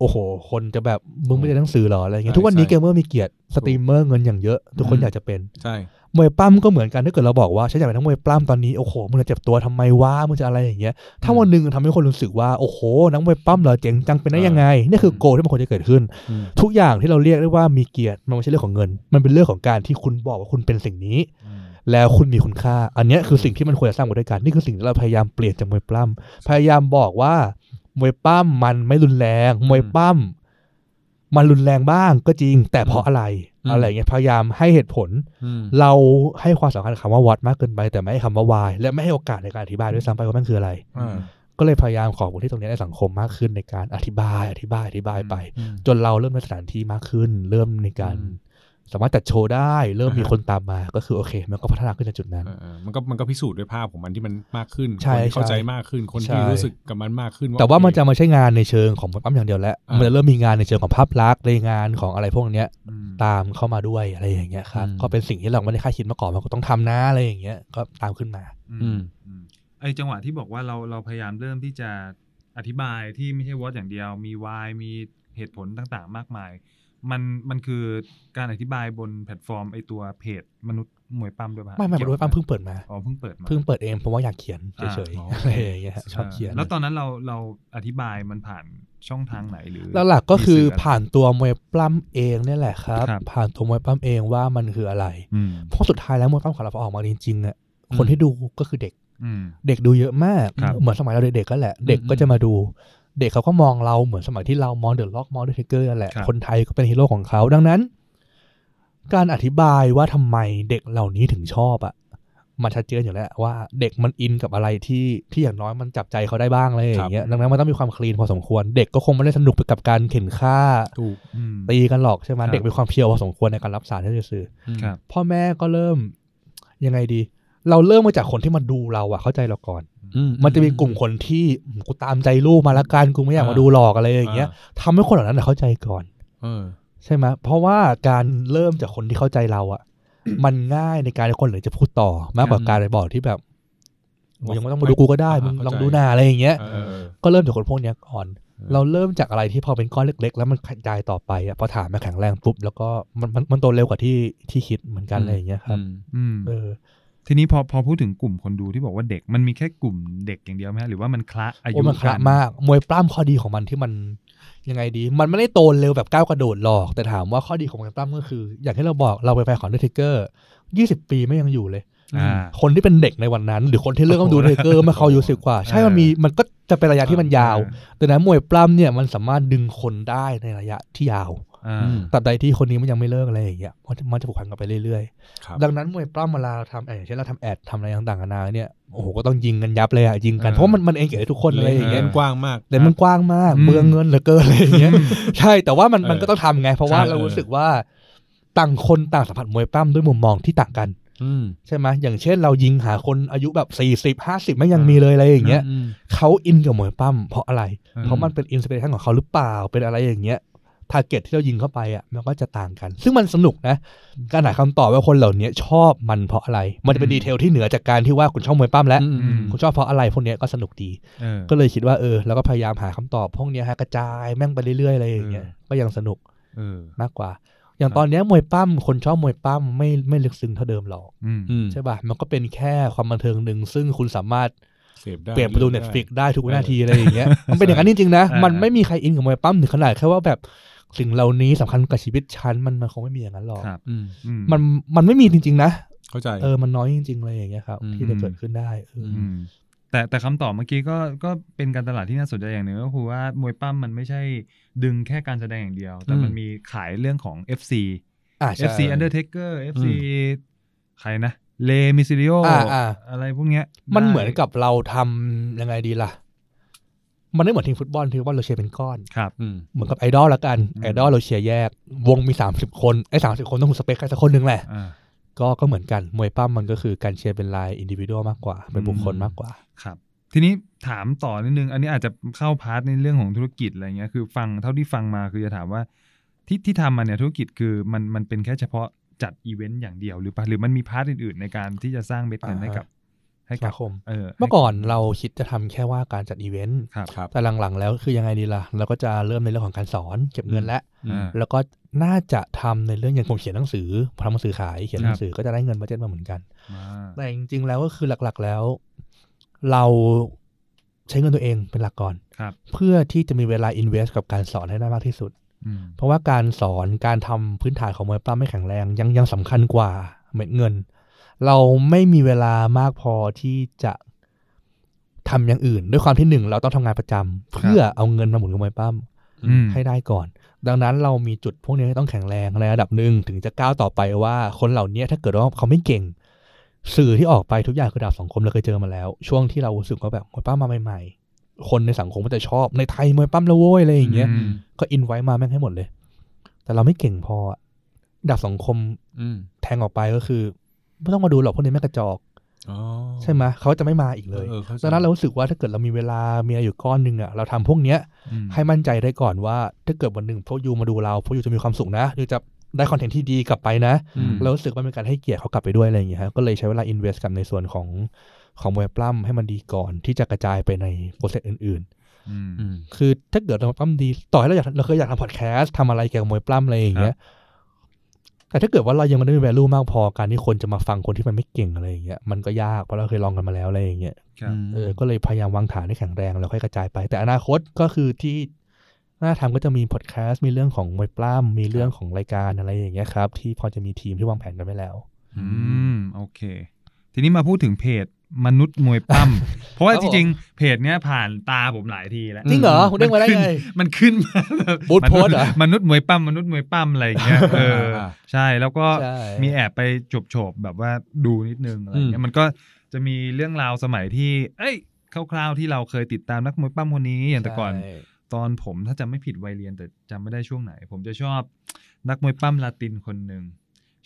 Speaker 3: โอ้โห คนจะแบบมึงไม่ได้เรียนหนังสือเหรออะไรเงี้
Speaker 4: ใช่
Speaker 3: ยทุกวันนี้
Speaker 4: ใช่
Speaker 3: เกมเมอร์มีเกียรติสตรีมเมอร์เงินอย่างเยอะ ทุกคน
Speaker 4: อืม
Speaker 3: อยากจะเป็น
Speaker 4: ใช่
Speaker 3: มวยปั้มก็เหมือนกันถ้าเกิดเราบอกว่าฉันอยากเป็นนักมวยปล้ำตอนนี้โอ้โหมึงจะเจ็บตัวทำไมวะมึงจะอะไรอย่างเงี้ยถ้าวันหนึ่งทำให้คนรู้สึกว่าโอ้โหนักมวยปล้ำเหรอเจ๋งจังเป็นได้ยังไงนี่คือโกลที่มันควรจะเกิดขึ้น
Speaker 4: อืม
Speaker 3: ทุกอย่างที่เราเรียกได้ว่ามีเกียรติมันไม่ใช่เรื่องของเงิน มันเป็นเรื่องของการที่คุณบอกว่าคุณเป็นสิ่งนี้ แล้วคุณมีคุณค่า อันเนี้ยคือสิ่งที่มันควรจะสร้างบนด้วยกันนี่คือสิ่งที่เราพยายามเปลี่ยนจากมวยปล้ำพยายามบอกว่ามวยปล้ำมันไม่รุนแรงมวยปล้ำมันรุนแรงบ้างก็จริง แต่เพราะอะไรอะไรอย่างเงี้ยพยายามให้เหตุผล
Speaker 4: อืม
Speaker 3: เราให้ความสำคัญกับคำว่าวัดมากเกินไป แต่ไม่ให้คำว่าวายและไม่ให้โอกาสในการอธิบายด้วยซ้ำไปว่ามันคืออะไร
Speaker 4: อ่า
Speaker 3: ก็เลยพยายามขอบทที่ตรงนี้ในสังคมมากขึ้นในการอธิบายอธิบายอธิบายไป
Speaker 4: อืม
Speaker 3: จนเราเริ่มในสถานที่มากขึ้น เริ่มในการ
Speaker 4: อืม
Speaker 3: สามารถจัดโชว์ได้ เริ่มมี
Speaker 4: อ่าฮะ
Speaker 3: คนตามมาก็คือโอเค มันก็พัฒนาขึ้นจากจุดนั้น
Speaker 4: เออมันก็มันก็พิสูจน์ด้วยภาพของมันที่มันมากขึ้น
Speaker 3: ใช่
Speaker 4: คนที่เข้าใจ
Speaker 3: ใช่
Speaker 4: มากขึ้นคน
Speaker 3: ใช่
Speaker 4: ที่รู้สึกกับมันมากขึ้น
Speaker 3: แต่ว่า
Speaker 4: โอเค
Speaker 3: มันจะไม่ใช่งานในเชิงของปั๊มอย่างเดียวแล้ว
Speaker 4: อ่ามั
Speaker 3: มันจะเริ่มมีงานในเชิงของภาพลักษณ์ในงานของอะไรพวกเนี้ย
Speaker 5: อืม
Speaker 3: ตามเข้ามาด้วยอะไรอย่างเงี้ยครับ
Speaker 4: อืม
Speaker 3: ก็เป็นสิ่งที่เราไม่ได้คาดคิดมาก่อนว่าก็ต้องทำนะอะไรอย่างเงี้ยก็ตามขึ้นมา
Speaker 4: อืม
Speaker 5: อืมไอจังหวะที่บอกว่าเราเราพยายามเริ่มที่จะอธิบายที่ไม่ใช่วอตอย่างเดียว มีวายมีเหตุผลต่างๆ มากมาย มันมันคือการอธิบายบนแพลตฟอร์มไอตัวเพจมนุษย์มวยปั้มด้วยปะ
Speaker 3: ไม่ไม่
Speaker 5: เกี่ยว
Speaker 3: รู้ว่าปั้มเพิ่งเปิดมา
Speaker 5: อ๋อเพิ่งเปิดมา
Speaker 3: เพิ่งเปิดเองเพราะว่าอยากเขียน
Speaker 5: อ่า
Speaker 3: เฉย
Speaker 4: อ๋อ
Speaker 3: ๆ
Speaker 4: อ
Speaker 3: อะไรอย่างเงี้ยฮะชอบเขียน
Speaker 5: แล้วตอนนั้นเราเราอธิบายมันผ่านช่องทางไหนหรือ
Speaker 3: แล้วหลักก็คือ
Speaker 5: มีสื่ะไร
Speaker 3: ผ่านตัวมวยปล้ำเองเนี่ยแหละครับ
Speaker 5: ครับ
Speaker 3: ผ่านตัวมวยปล้ำเองว่ามันคืออะไร
Speaker 5: อืม
Speaker 3: เพราะสุดท้ายแล้วมวยปล้ำของเราพอออกมาจริงๆอ่ะคนที่ดูก็คือเด็ก
Speaker 5: อืม
Speaker 3: เด็กดูเยอะมาก
Speaker 5: ครับ
Speaker 3: เหมือนสมัยเราเด็กๆก็แหละ เด็กก็จะมาดู เด็กเขาก็มองเราเหมือนสมัยที่เรามองเดอะล็อกมองเดอะเทเกอร์นั่นแหละ
Speaker 5: ครับ
Speaker 3: คนไทยก็เป็นฮีโร่ของเขา ดังนั้น การอธิบายว่าทำไมเด็กเหล่านี้ถึงชอบอ่ะ มันชัดเจนอยู่แล้วว่าเด็กมันอินกับอะไรที่ที่อย่างน้อยมันจับใจเขาได้บ้างอะไรอย่างเงี้ย ดังนั้นมันต้องมีความคลีนพอสมควร เด็กก็คงไม่ได้สนุกไปกับการเข็นฆ่า
Speaker 4: ถูก
Speaker 5: อืม
Speaker 3: ตีกันหรอกใช่ไหม
Speaker 5: ครับ
Speaker 3: เด็กมีความเพียวพอสมควรในการรับสารที่จะสื่อ
Speaker 5: ครับ
Speaker 3: พ่อแม่ก็เริ่มยังไงดี เราเริ่มมาจากคนที่มาดูเราอะเข้าใจเราก่อน
Speaker 4: อื
Speaker 3: มันจะมีกลุ่มคนที่อืมกูตามใจลูกมาละกันกูไม่อยากมาดูหลอกอะไรอย่างเงี้ยทำให้คนเหล่านั้นน่ะเข้าใจก่อน
Speaker 4: เออ
Speaker 3: ใช่ไหมเพราะว่าการเริ่มจากคนที่เข้าใจเราอะมันง่ายในการที่คนเหล่านี้จะพูดต่อมากกว่า
Speaker 4: อืม
Speaker 3: การไปบอกที่แบบ
Speaker 4: บอก
Speaker 3: มึงยังไม่ต้องมาดูกูก็ได้
Speaker 4: อ่า
Speaker 3: มึง
Speaker 4: เข้าใจ
Speaker 3: ลองดูหน้าอะไรอย่างเงี้ย
Speaker 4: เออเออเออ
Speaker 3: ก็เริ่มจากคนพวกเนี้ยก่อน
Speaker 4: ออ
Speaker 3: เราเริ่มจากอะไรที่พอเป็นก้อนเล็ก ๆ แล้วมันขยายต่อไปอะพอฐานมันแข็งแรงปุ๊บแล้วก็มันมันมันโตเร็วกว่าที่ที่คิดเหมือนกันอะไรอย่างเงี้ยครับ
Speaker 4: อืม
Speaker 5: อืม
Speaker 3: เออ
Speaker 5: ทีนี้พอพอพูดถึงกลุ่มคนดูที่บอกว่าเด็กมันมีแค่กลุ่มเด็กอย่างเดียวไหมฮะหรือว่ามันคละอา
Speaker 3: โอ้
Speaker 5: ยุ
Speaker 3: มันคละ
Speaker 5: กั
Speaker 3: มาก มวยปล้ำข้อดีของมันที่มันยังไงดี มันไม่ได้โตเร็วแบบก้าวกระโดดหรอก แต่ถามว่าข้อดีของมวยปล้ำก็คือ อย่างที่เราบอกเราไปแฟนของเดอะเทเกอร์ยี่สิบปีไม่ยังอยู่เลย
Speaker 5: อ่า
Speaker 3: คนที่เป็นเด็กในวันนั้น หรือคนที่เริ่ม
Speaker 5: โอ้โห
Speaker 3: ดูเทเกอร์เมื่อเขาอายุสิบกว่า ใช่
Speaker 5: เออ
Speaker 3: มันมีมันก็จะเป็นระยะที่มันยาว แต่นะมวยปล้ำเนี่ยมันสามารถดึงคนได้ในระยะที่ยาว
Speaker 5: อ่า
Speaker 4: อืม
Speaker 3: ตราบใดที่คนนี้มันยังไม่เลิกอะไรอย่างเงี้ยมันจะมันจะผูกพันกันไปเรื่อย
Speaker 4: ครับ
Speaker 3: ๆ ดังนั้นมวยปล้ำเวลาเราทำเอ่ออย่างเช่นเราทำแอดทำอะไรต่างๆนานาเนี่ยโอ้โหก็ต้องยิงกันยับเลยอะยิงกันเพราะมันมันเองเกิดให้ทุกคนอะไรอย่างเงี้ย
Speaker 4: นกว้างมาก
Speaker 3: แต่มันกว้างมาก
Speaker 5: อืม
Speaker 3: เมืองเงินเหลือเกินอะไรอย่างเงี้ยใช่แต่ว่ามัน
Speaker 4: เออ
Speaker 3: มันก็ต้องทำไง เพราะว่า
Speaker 4: ใช่
Speaker 3: เรา
Speaker 4: เออ
Speaker 3: รู้สึกว่าต่างคนต่างสัมผัสมวยปล้ำด้วยมุมมองที่ต่างกัน
Speaker 4: อืม
Speaker 3: ใช่ไหมอย่างเช่นเรายิงหาคนอายุแบบสี่สิบห้าสิบไม่งยังมีเลยอะไรอย่างเงี้ย
Speaker 4: อืม
Speaker 3: เขาอินกับมวยปล้ำเพราะอะไร
Speaker 5: อืม
Speaker 3: เพราะมันเป็นอินสปิเรชันของเขาหรือเปล่าเป็นอะไรอย่างเงี้ยทาร์เก็ตที่เรายิงเข้าไปอ่ะมันก็จะต่างกัน ซึ่งมันสนุกนะ การหาคำตอบว่าคนเหล่านี้ชอบมันเพราะอะไร มันจะเป็นดีเทลที่เหนือจากการที่ว่าคุณชอบมวยปล้ำแล้ว
Speaker 4: อืมอืม
Speaker 3: คุณชอบเพราะอะไรพวกเนี้ยก็สนุกดี
Speaker 5: เออ
Speaker 3: ก็เลยคิดว่าเออแล้วก็พยายามหาคำตอบพวกเนี้ยฮะกระจายแม่งไปเรื่อยๆอะไรอย่างเงี้ยก็ยังสนุก
Speaker 5: เออ
Speaker 3: มากกว่า อย่างตอนเนี้ยมวยปั้มคนชอบมวยปั้มไม่ไม่ลึกซึ้งเท่าเดิมหรอก
Speaker 5: อืม
Speaker 4: อืม
Speaker 3: ใช่ป่ะมันก็เป็นแค่ความบันเทิงหนึ่งซึ่งคุณสามารถ
Speaker 4: เสพได้
Speaker 3: เปลี่ยนไปดู
Speaker 4: ลื
Speaker 3: เน็
Speaker 4: อกได้
Speaker 3: ตฟิกได้ทุกวินาทีอะไรอย่างเงี้ยมันเป็นอย่างนั้นจริงๆนะ
Speaker 5: อ่ามั
Speaker 3: มันไม่มีใครอินกับมวยปั้มถึงขนาดแค่ว่าแบบสิ่งเหล่านี้สำคัญกับชีวิตฉันมันมันคงไม่มีอย่างนั้นหรอก
Speaker 5: ครับ
Speaker 4: อืม
Speaker 5: อืม
Speaker 3: มันมันไม่มีจริง ๆ นะ
Speaker 4: เข้าใจ
Speaker 3: เออมันน้อยจริงๆเลยอย่างเงี้ยครับ
Speaker 4: อืม
Speaker 3: ที่จะเกิดขึ้นได้เอออ
Speaker 5: อืมแต่แต่คำตอบเมื่อกี้ก็ก็เป็นการตลาดที่น่าสนใจอย่างหนึ่งก็คือว่ามวยปั้มมันไม่ใช่ดึงแค่การแสดงอย่างเดียว แต่มันมีขายเรื่องของ FC
Speaker 3: อ่าใช่
Speaker 5: FC Undertaker FC ใครนะเลมิซิ r ิโอ
Speaker 3: อ่าอ่า
Speaker 5: อะไรพวกเนี้ย
Speaker 3: มัน
Speaker 5: ได้
Speaker 3: เหมือนกับเราทำยังไงดีล่ะ มันไม่เหมือนทีมฟุตบอลทีมฟุตบอลเราเชียร์เป็นก้อน
Speaker 4: อืม
Speaker 3: เหมือนกับไอดอลละกัน
Speaker 5: อืม
Speaker 3: ไอดอลเราเชียร์แยก วงมี 30 คนไอ้สาคนต้องหุ่นสเปคใครสักคนหนึ่งแหละ
Speaker 5: อ่า
Speaker 3: ก็ก็เหมือนกันมวยปั้มมันก็คือการเชียร์เป็นลายอินดิวิวมากกว่า เป็นบุคคลมากกว่า
Speaker 5: ครับ ทีนี้ถามต่อนิดนึง อันนี้อาจจะเข้าพาร์ทในเรื่องของธุรกิจอะไรเงี้ยคือฟังเท่าที่ฟังมาคือจะถามว่าที่ที่ทำมาเนี่ยธุรกิจคือมันมันเป็นแค่เฉพาะจัดอีเวนต์อย่างเดียวหรือเปล่าหรือมันมีพาร์ทอื่นๆในการที่จะสร้างเม็ดเงินให้กับ ให้กับ
Speaker 3: สมาคม
Speaker 5: เออ
Speaker 3: เมื่อก่อนเราคิดจะทำแค่ว่าการจัดอีเวนต์
Speaker 5: ครับ
Speaker 3: แต่หลังๆ แล้วคือยังไงดีล่ะ เราก็จะเริ่มในเรื่องของการสอนเก็บเงินและ
Speaker 4: อืม
Speaker 5: อ่า
Speaker 3: แล้วก็น่าจะทำในเรื่องอย่างผมเขียนหนังสือทำหนังสือขายเขียนหนังสือก็จะได้เงินบัดเจ็ตมาเหมือนกัน
Speaker 5: อ่า
Speaker 3: แต่จริงๆแล้วก็คือหลักๆแล้ว เราใช้เงินตัวเองเป็นหลักก่อน
Speaker 5: ครับ
Speaker 3: เพื่อที่จะมีเวลาอินเวสกับการสอนให้ได้มากที่สุด
Speaker 5: อืม
Speaker 3: เพราะว่าการสอนการทำพื้นฐานของมวยปล้ำไม่แข็งแรงยังยังสำคัญกว่าเม็ดเงิน เราไม่มีเวลามากพอที่จะทำอย่างอื่น ด้วยความที่หนึ่งเราต้องทำงานประจำเพื่อเอาเงินมาหมุนกับมวยปล้ำ
Speaker 5: อืม
Speaker 3: ให้ได้ก่อน ดังนั้นเรามีจุดพวกนี้ให้ต้องแข็งแรงในระดับหนึ่งถึงจะก้าวต่อไปว่าคนเหล่านี้ถ้าเกิดว่าเขาไม่เก่ง สื่อที่ออกไปทุกอย่างคือดาบสองคมเราเคยเจอมาแล้ว ช่วงที่เรารู้สึกว่าแบบมวยปั้มมาใหม่ๆ คนในสังคมก็จะชอบในไทยมวยปั้มแล้วโว้ยอะไรอย่างเงี้ย
Speaker 5: อืม
Speaker 3: ก็อินไว้มาแม่งให้หมดเลย แต่เราไม่เก่งพออะดาบสองคม
Speaker 4: อืม
Speaker 3: แทงออกไปก็คือไม่ต้องมาดูหรอกพวกนี้แม่งกระจอก
Speaker 4: อ๋อ
Speaker 3: ใช่ไหมยเขาจะไม่มาอีกเลย
Speaker 4: ออข้ใจ
Speaker 3: ดังนั้นเรารู้สึกว่าถ้าเกิดเรามีเวลามีอะไรอยู่ก้อนหนึ่งอะเราทำพวกเนี้ย
Speaker 5: อืม
Speaker 3: ให้มั่นใจได้ก่อนว่าถ้าเกิดวันหนึ่งพวกยูมาดูเราพวกยูจะมีความสุขนะยูจะได้คอนเทนต์ที่ดีกลับไปนะ
Speaker 4: อืม
Speaker 3: แล้วรู้สึกว่าเป็นการให้เกียรติเขากลับไปด้วยอะไรอย่างเงี้ยฮะก็เลยใช้เวลาอินเวสกับในส่วนของของมวยปล้ำให้มันดีก่อนที่จะกระจายไปในโปรเซสอื่น
Speaker 5: อืม
Speaker 4: อืม
Speaker 3: ๆ คือถ้าเกิดมวยปล้ำดีต่อให้เราอยากเราเคยอยากทำพอดแคสต์ทำอะไรเกี่ยวกับมวยปล้ำอะไรอย่างเงี้ยแต่ถ้าเกิดว่าเรายังไม่ได้มี value มากพอการที่คนจะมาฟังคนที่มันไม่เก่งอะไรอย่างเงี้ยมันก็ยากเพราะเราเคยลองกันมาแล้วอะไรอย่างเงี้ย
Speaker 5: ครับ
Speaker 3: เออ ก็เลยพยายามวางฐานให้แข็งแรงแล้วค่อยกระจายไป แต่อนาคตก็คือที่น่าทำก็จะมีพอดแคสต์มีเรื่องของมวยปล้ำมีเรื่องของรายการอะไรอย่างเงี้ยครับ ที่พอจะมีทีมที่วางแผนกันไว้แล้ว
Speaker 5: อืม โอเค ทีนี้มาพูดถึงเพจมนุษย์มวย ปั้ม เพราะว่า
Speaker 3: ครับ
Speaker 5: จ
Speaker 3: ผม
Speaker 5: ริงๆ เพจเนี้ยผ่านตาผมหลายทีแล้ว
Speaker 3: จริงเหรอคุณได้มาได้
Speaker 5: น
Speaker 3: ไง
Speaker 5: ขึ้นมันขึ้น มาแบบ
Speaker 3: บูธโพสต์เหรอ
Speaker 5: มนุษย์มวยปั้มมนุษย์มวยปั้มอะไรอย่างเงี้ ยเออ
Speaker 4: อ่า
Speaker 5: ใช่แล้วก็
Speaker 3: ใช่
Speaker 5: มีแอบไปจบโฉบแบบว่าดูนิดนึงอะไรอย่างเงี้ยมันก็จะมีเรื่องราวสมัยที่ เอ้ยคร่าวๆที่เราเคยติดตามนักมวยปั้มคนนี้อย่างแต่ก่อน
Speaker 3: ใช่
Speaker 5: ตอนผมถ้าจำไม่ผิดวัยเรียนแต่จำไม่ได้ช่วงไหน ผมจะชอบนักมวยปั้มลาตินคนหนึ่ง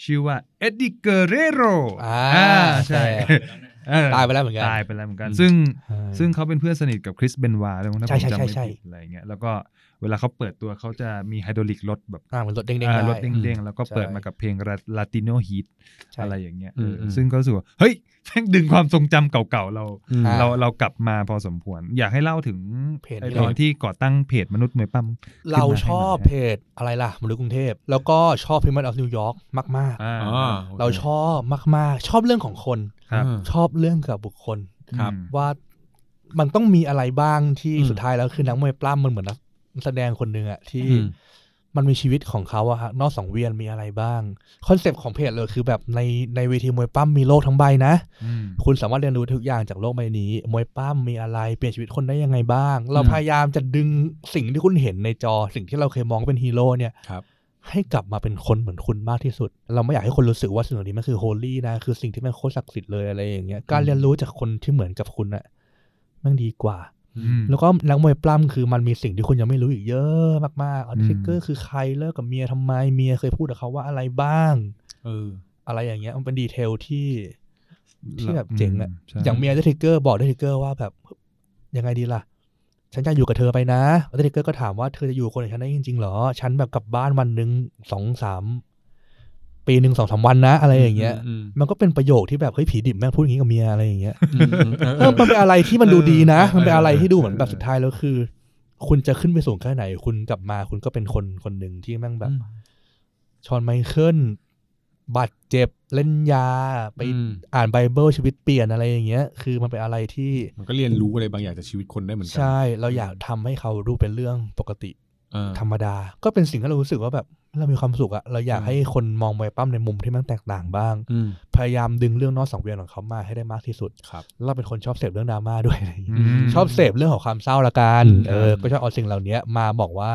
Speaker 5: ชื่อว่าเอ็ดดี้เกเรโร
Speaker 3: อ่า
Speaker 5: ใช่เออ
Speaker 3: ตายไปแล้วเหมือนกัน
Speaker 5: ตายไปแล้วเหมือนกัน
Speaker 4: อืม
Speaker 5: ซึ่ง
Speaker 3: ใช่
Speaker 5: ซึ่งเขาเป็นเพื่อนสนิทกับคริสเบนวาด้วยมั้งถ้า
Speaker 3: ใช่
Speaker 5: ผม
Speaker 3: ใช่
Speaker 5: จำไม่
Speaker 3: ใช่ใช่
Speaker 5: ผิดอะไรเงี้ยแล้วก็เวลาเขาเปิดตัวเขาจะมีไฮดรอลิกรถแบบ
Speaker 3: อ่ามันรถเด้งๆ
Speaker 5: อ่า
Speaker 3: ได้
Speaker 5: รถเด้งๆ แล้วก็เปิดมากับเพลงลาติโนฮีท
Speaker 3: ใช่
Speaker 5: อะไรอย่างเงี้ย
Speaker 4: อืม
Speaker 5: เออ
Speaker 4: อืม
Speaker 5: ซึ่งก็รู้สึกว่าเฮ้ยแม่งดึงความทรงจำเก่าๆเรา
Speaker 4: อืม
Speaker 3: อ่า
Speaker 5: เราเรากลับมาพอสมควร อยากให้เล่าถึง
Speaker 3: เพจนี้
Speaker 5: ไอ้ตอนที่ก่อตั้งเพจมนุษย์มวยปั้ม
Speaker 3: เราชอบ
Speaker 5: ขึ้นมาให้
Speaker 3: เพ
Speaker 5: หน่อย
Speaker 3: จอะไรล่ะมนุษย์กรุงเทพ แล้วก็ชอบพิมพ์ออฟนิวยอร์กมาก
Speaker 5: อ่า
Speaker 4: อ๋อโอค
Speaker 3: ๆ เราชอบมากๆ ชอบเรื่องของคน
Speaker 5: ครับ
Speaker 4: อืม
Speaker 3: ชอบเรื่องกับบุคคล
Speaker 4: ครับ
Speaker 5: อืม
Speaker 3: ว่ามันต้องมีอะไรบ้างที่
Speaker 4: อืม
Speaker 3: สุดท้ายแล้วคือนักมวยปล้ำมันเหมือนนักแสดงคนหนึ่งอะที่
Speaker 4: อืม
Speaker 3: มันมีชีวิตของเขาอะฮะนอกสังเวียนมีอะไรบ้างคอนเซปต์ของเพจเลยคือแบบในในเวทีมวยปล้ำมีโลกทั้งใบนะ
Speaker 5: อืม
Speaker 3: คุณสามารถเรียนรู้ทุกอย่างจากโลกใบนี้ มวยปล้ำมีอะไรเปลี่ยนชีวิตคนได้ยังไงบ้าง เรา
Speaker 4: อืม
Speaker 3: พยายามจะดึงสิ่งที่คุณเห็นในจอ สิ่งที่เราเคยมองว่าเป็นฮีโร่เนี่ย
Speaker 4: ครับ
Speaker 3: ให้กลับมาเป็นคนเหมือนคุณมากที่สุด เราไม่อยากให้คนรู้สึกว่าสิ่งเหล่านี้มันคือโฮลี่นะคือสิ่งที่มันโคตรศักดิ์สิทธิ์เลยอะไรอย่างเงี้ยการเรียนรู้จากคนที่เหมือนกับคุณอะมันดีกว่า แล้วก็นักมวยปล้ำคือมันมีสิ่งที่คุณยังไม่รู้อีกเยอะมากๆเอา
Speaker 5: อืม
Speaker 3: ทริกเกอร์คือใครเลิกกับเมียทำไมเมียเคยพูดกับเขาว่าอะไรบ้าง
Speaker 4: เออ
Speaker 3: อะไรอย่างเงี้ยมันเป็นดีเทลที่ที่แบบ
Speaker 5: อืม
Speaker 3: เจ๋งอะ
Speaker 5: ใช่
Speaker 3: อย่างเมียได้ทริกเกอร์บอกได้ทริกเกอร์ว่าแบบยังไงดีล่ะ ฉันจะอยู่กับเธอไปนะแล้วทริกเกอร์ก็ถามว่าเธอจะอยู่กับคนอย่างฉันได้จริงๆเหรอ ฉันแบบกลับบ้านวันหนึ่งสองสามปีหนึ่งสองสามวันนะ อะไรอย่างเงี้ย
Speaker 4: อืม
Speaker 3: มันก็เป็นประโยคที่แบบเฮ้ยผีดิบแม่งพูดอย่างงี้กับเมียอะไร อย่างเงี้ย
Speaker 4: อืมอืมเออ
Speaker 3: เอ
Speaker 4: เออ
Speaker 3: อมันเป็นอะไรที่มันดูดีนะ
Speaker 4: เออเออ
Speaker 3: มันเป็นอะไรที่ดูเหมือน
Speaker 4: เออ
Speaker 3: แบบ
Speaker 4: เออ
Speaker 3: สุดท้ายแล้วคือ คุณจะขึ้นไปสูงแค่ไหน คุณกลับมา คุณก็เป็นคนคนหนึ่งที่แม่งแบบ ชอนไมเคิลบาดเจ็บเล่นยา ไป
Speaker 4: อืม
Speaker 3: อ่านไบเบิลชีวิตเปลี่ยนอะไรอย่างเงี้ย คือมันเป็นอะไรที่
Speaker 4: มันก็เรียนรู้อะไรบางอย่างจากชีวิตคนได้เหมือนกั
Speaker 3: ใช่ เราอยากทำให้เขารู้เป็นเรื่องปกติ
Speaker 4: เออ
Speaker 3: ธรรมดา ก็เป็นสิ่งที่เรารู้สึกว่าแบบเรามีความสุขอะเราอยาก
Speaker 4: อืม
Speaker 3: ให้คนมองไวปั้มในมุมที่มันแตกต่างบ้าง
Speaker 4: อืม
Speaker 3: พยายามดึงเรื่องนอกสังเวียนของเขามาให้ได้มากที่สุด
Speaker 4: ครับ
Speaker 3: เราเป็นคนชอบเสพเรื่องดราม่าด้วยอะไรอย่างเงี้ย
Speaker 5: ม
Speaker 3: ชอบเสพเรื่องของความเศร้าละกัน เออ
Speaker 4: ครับ
Speaker 3: ก็ชอบเอาสิ่งเหล่านี้มาบอกว่า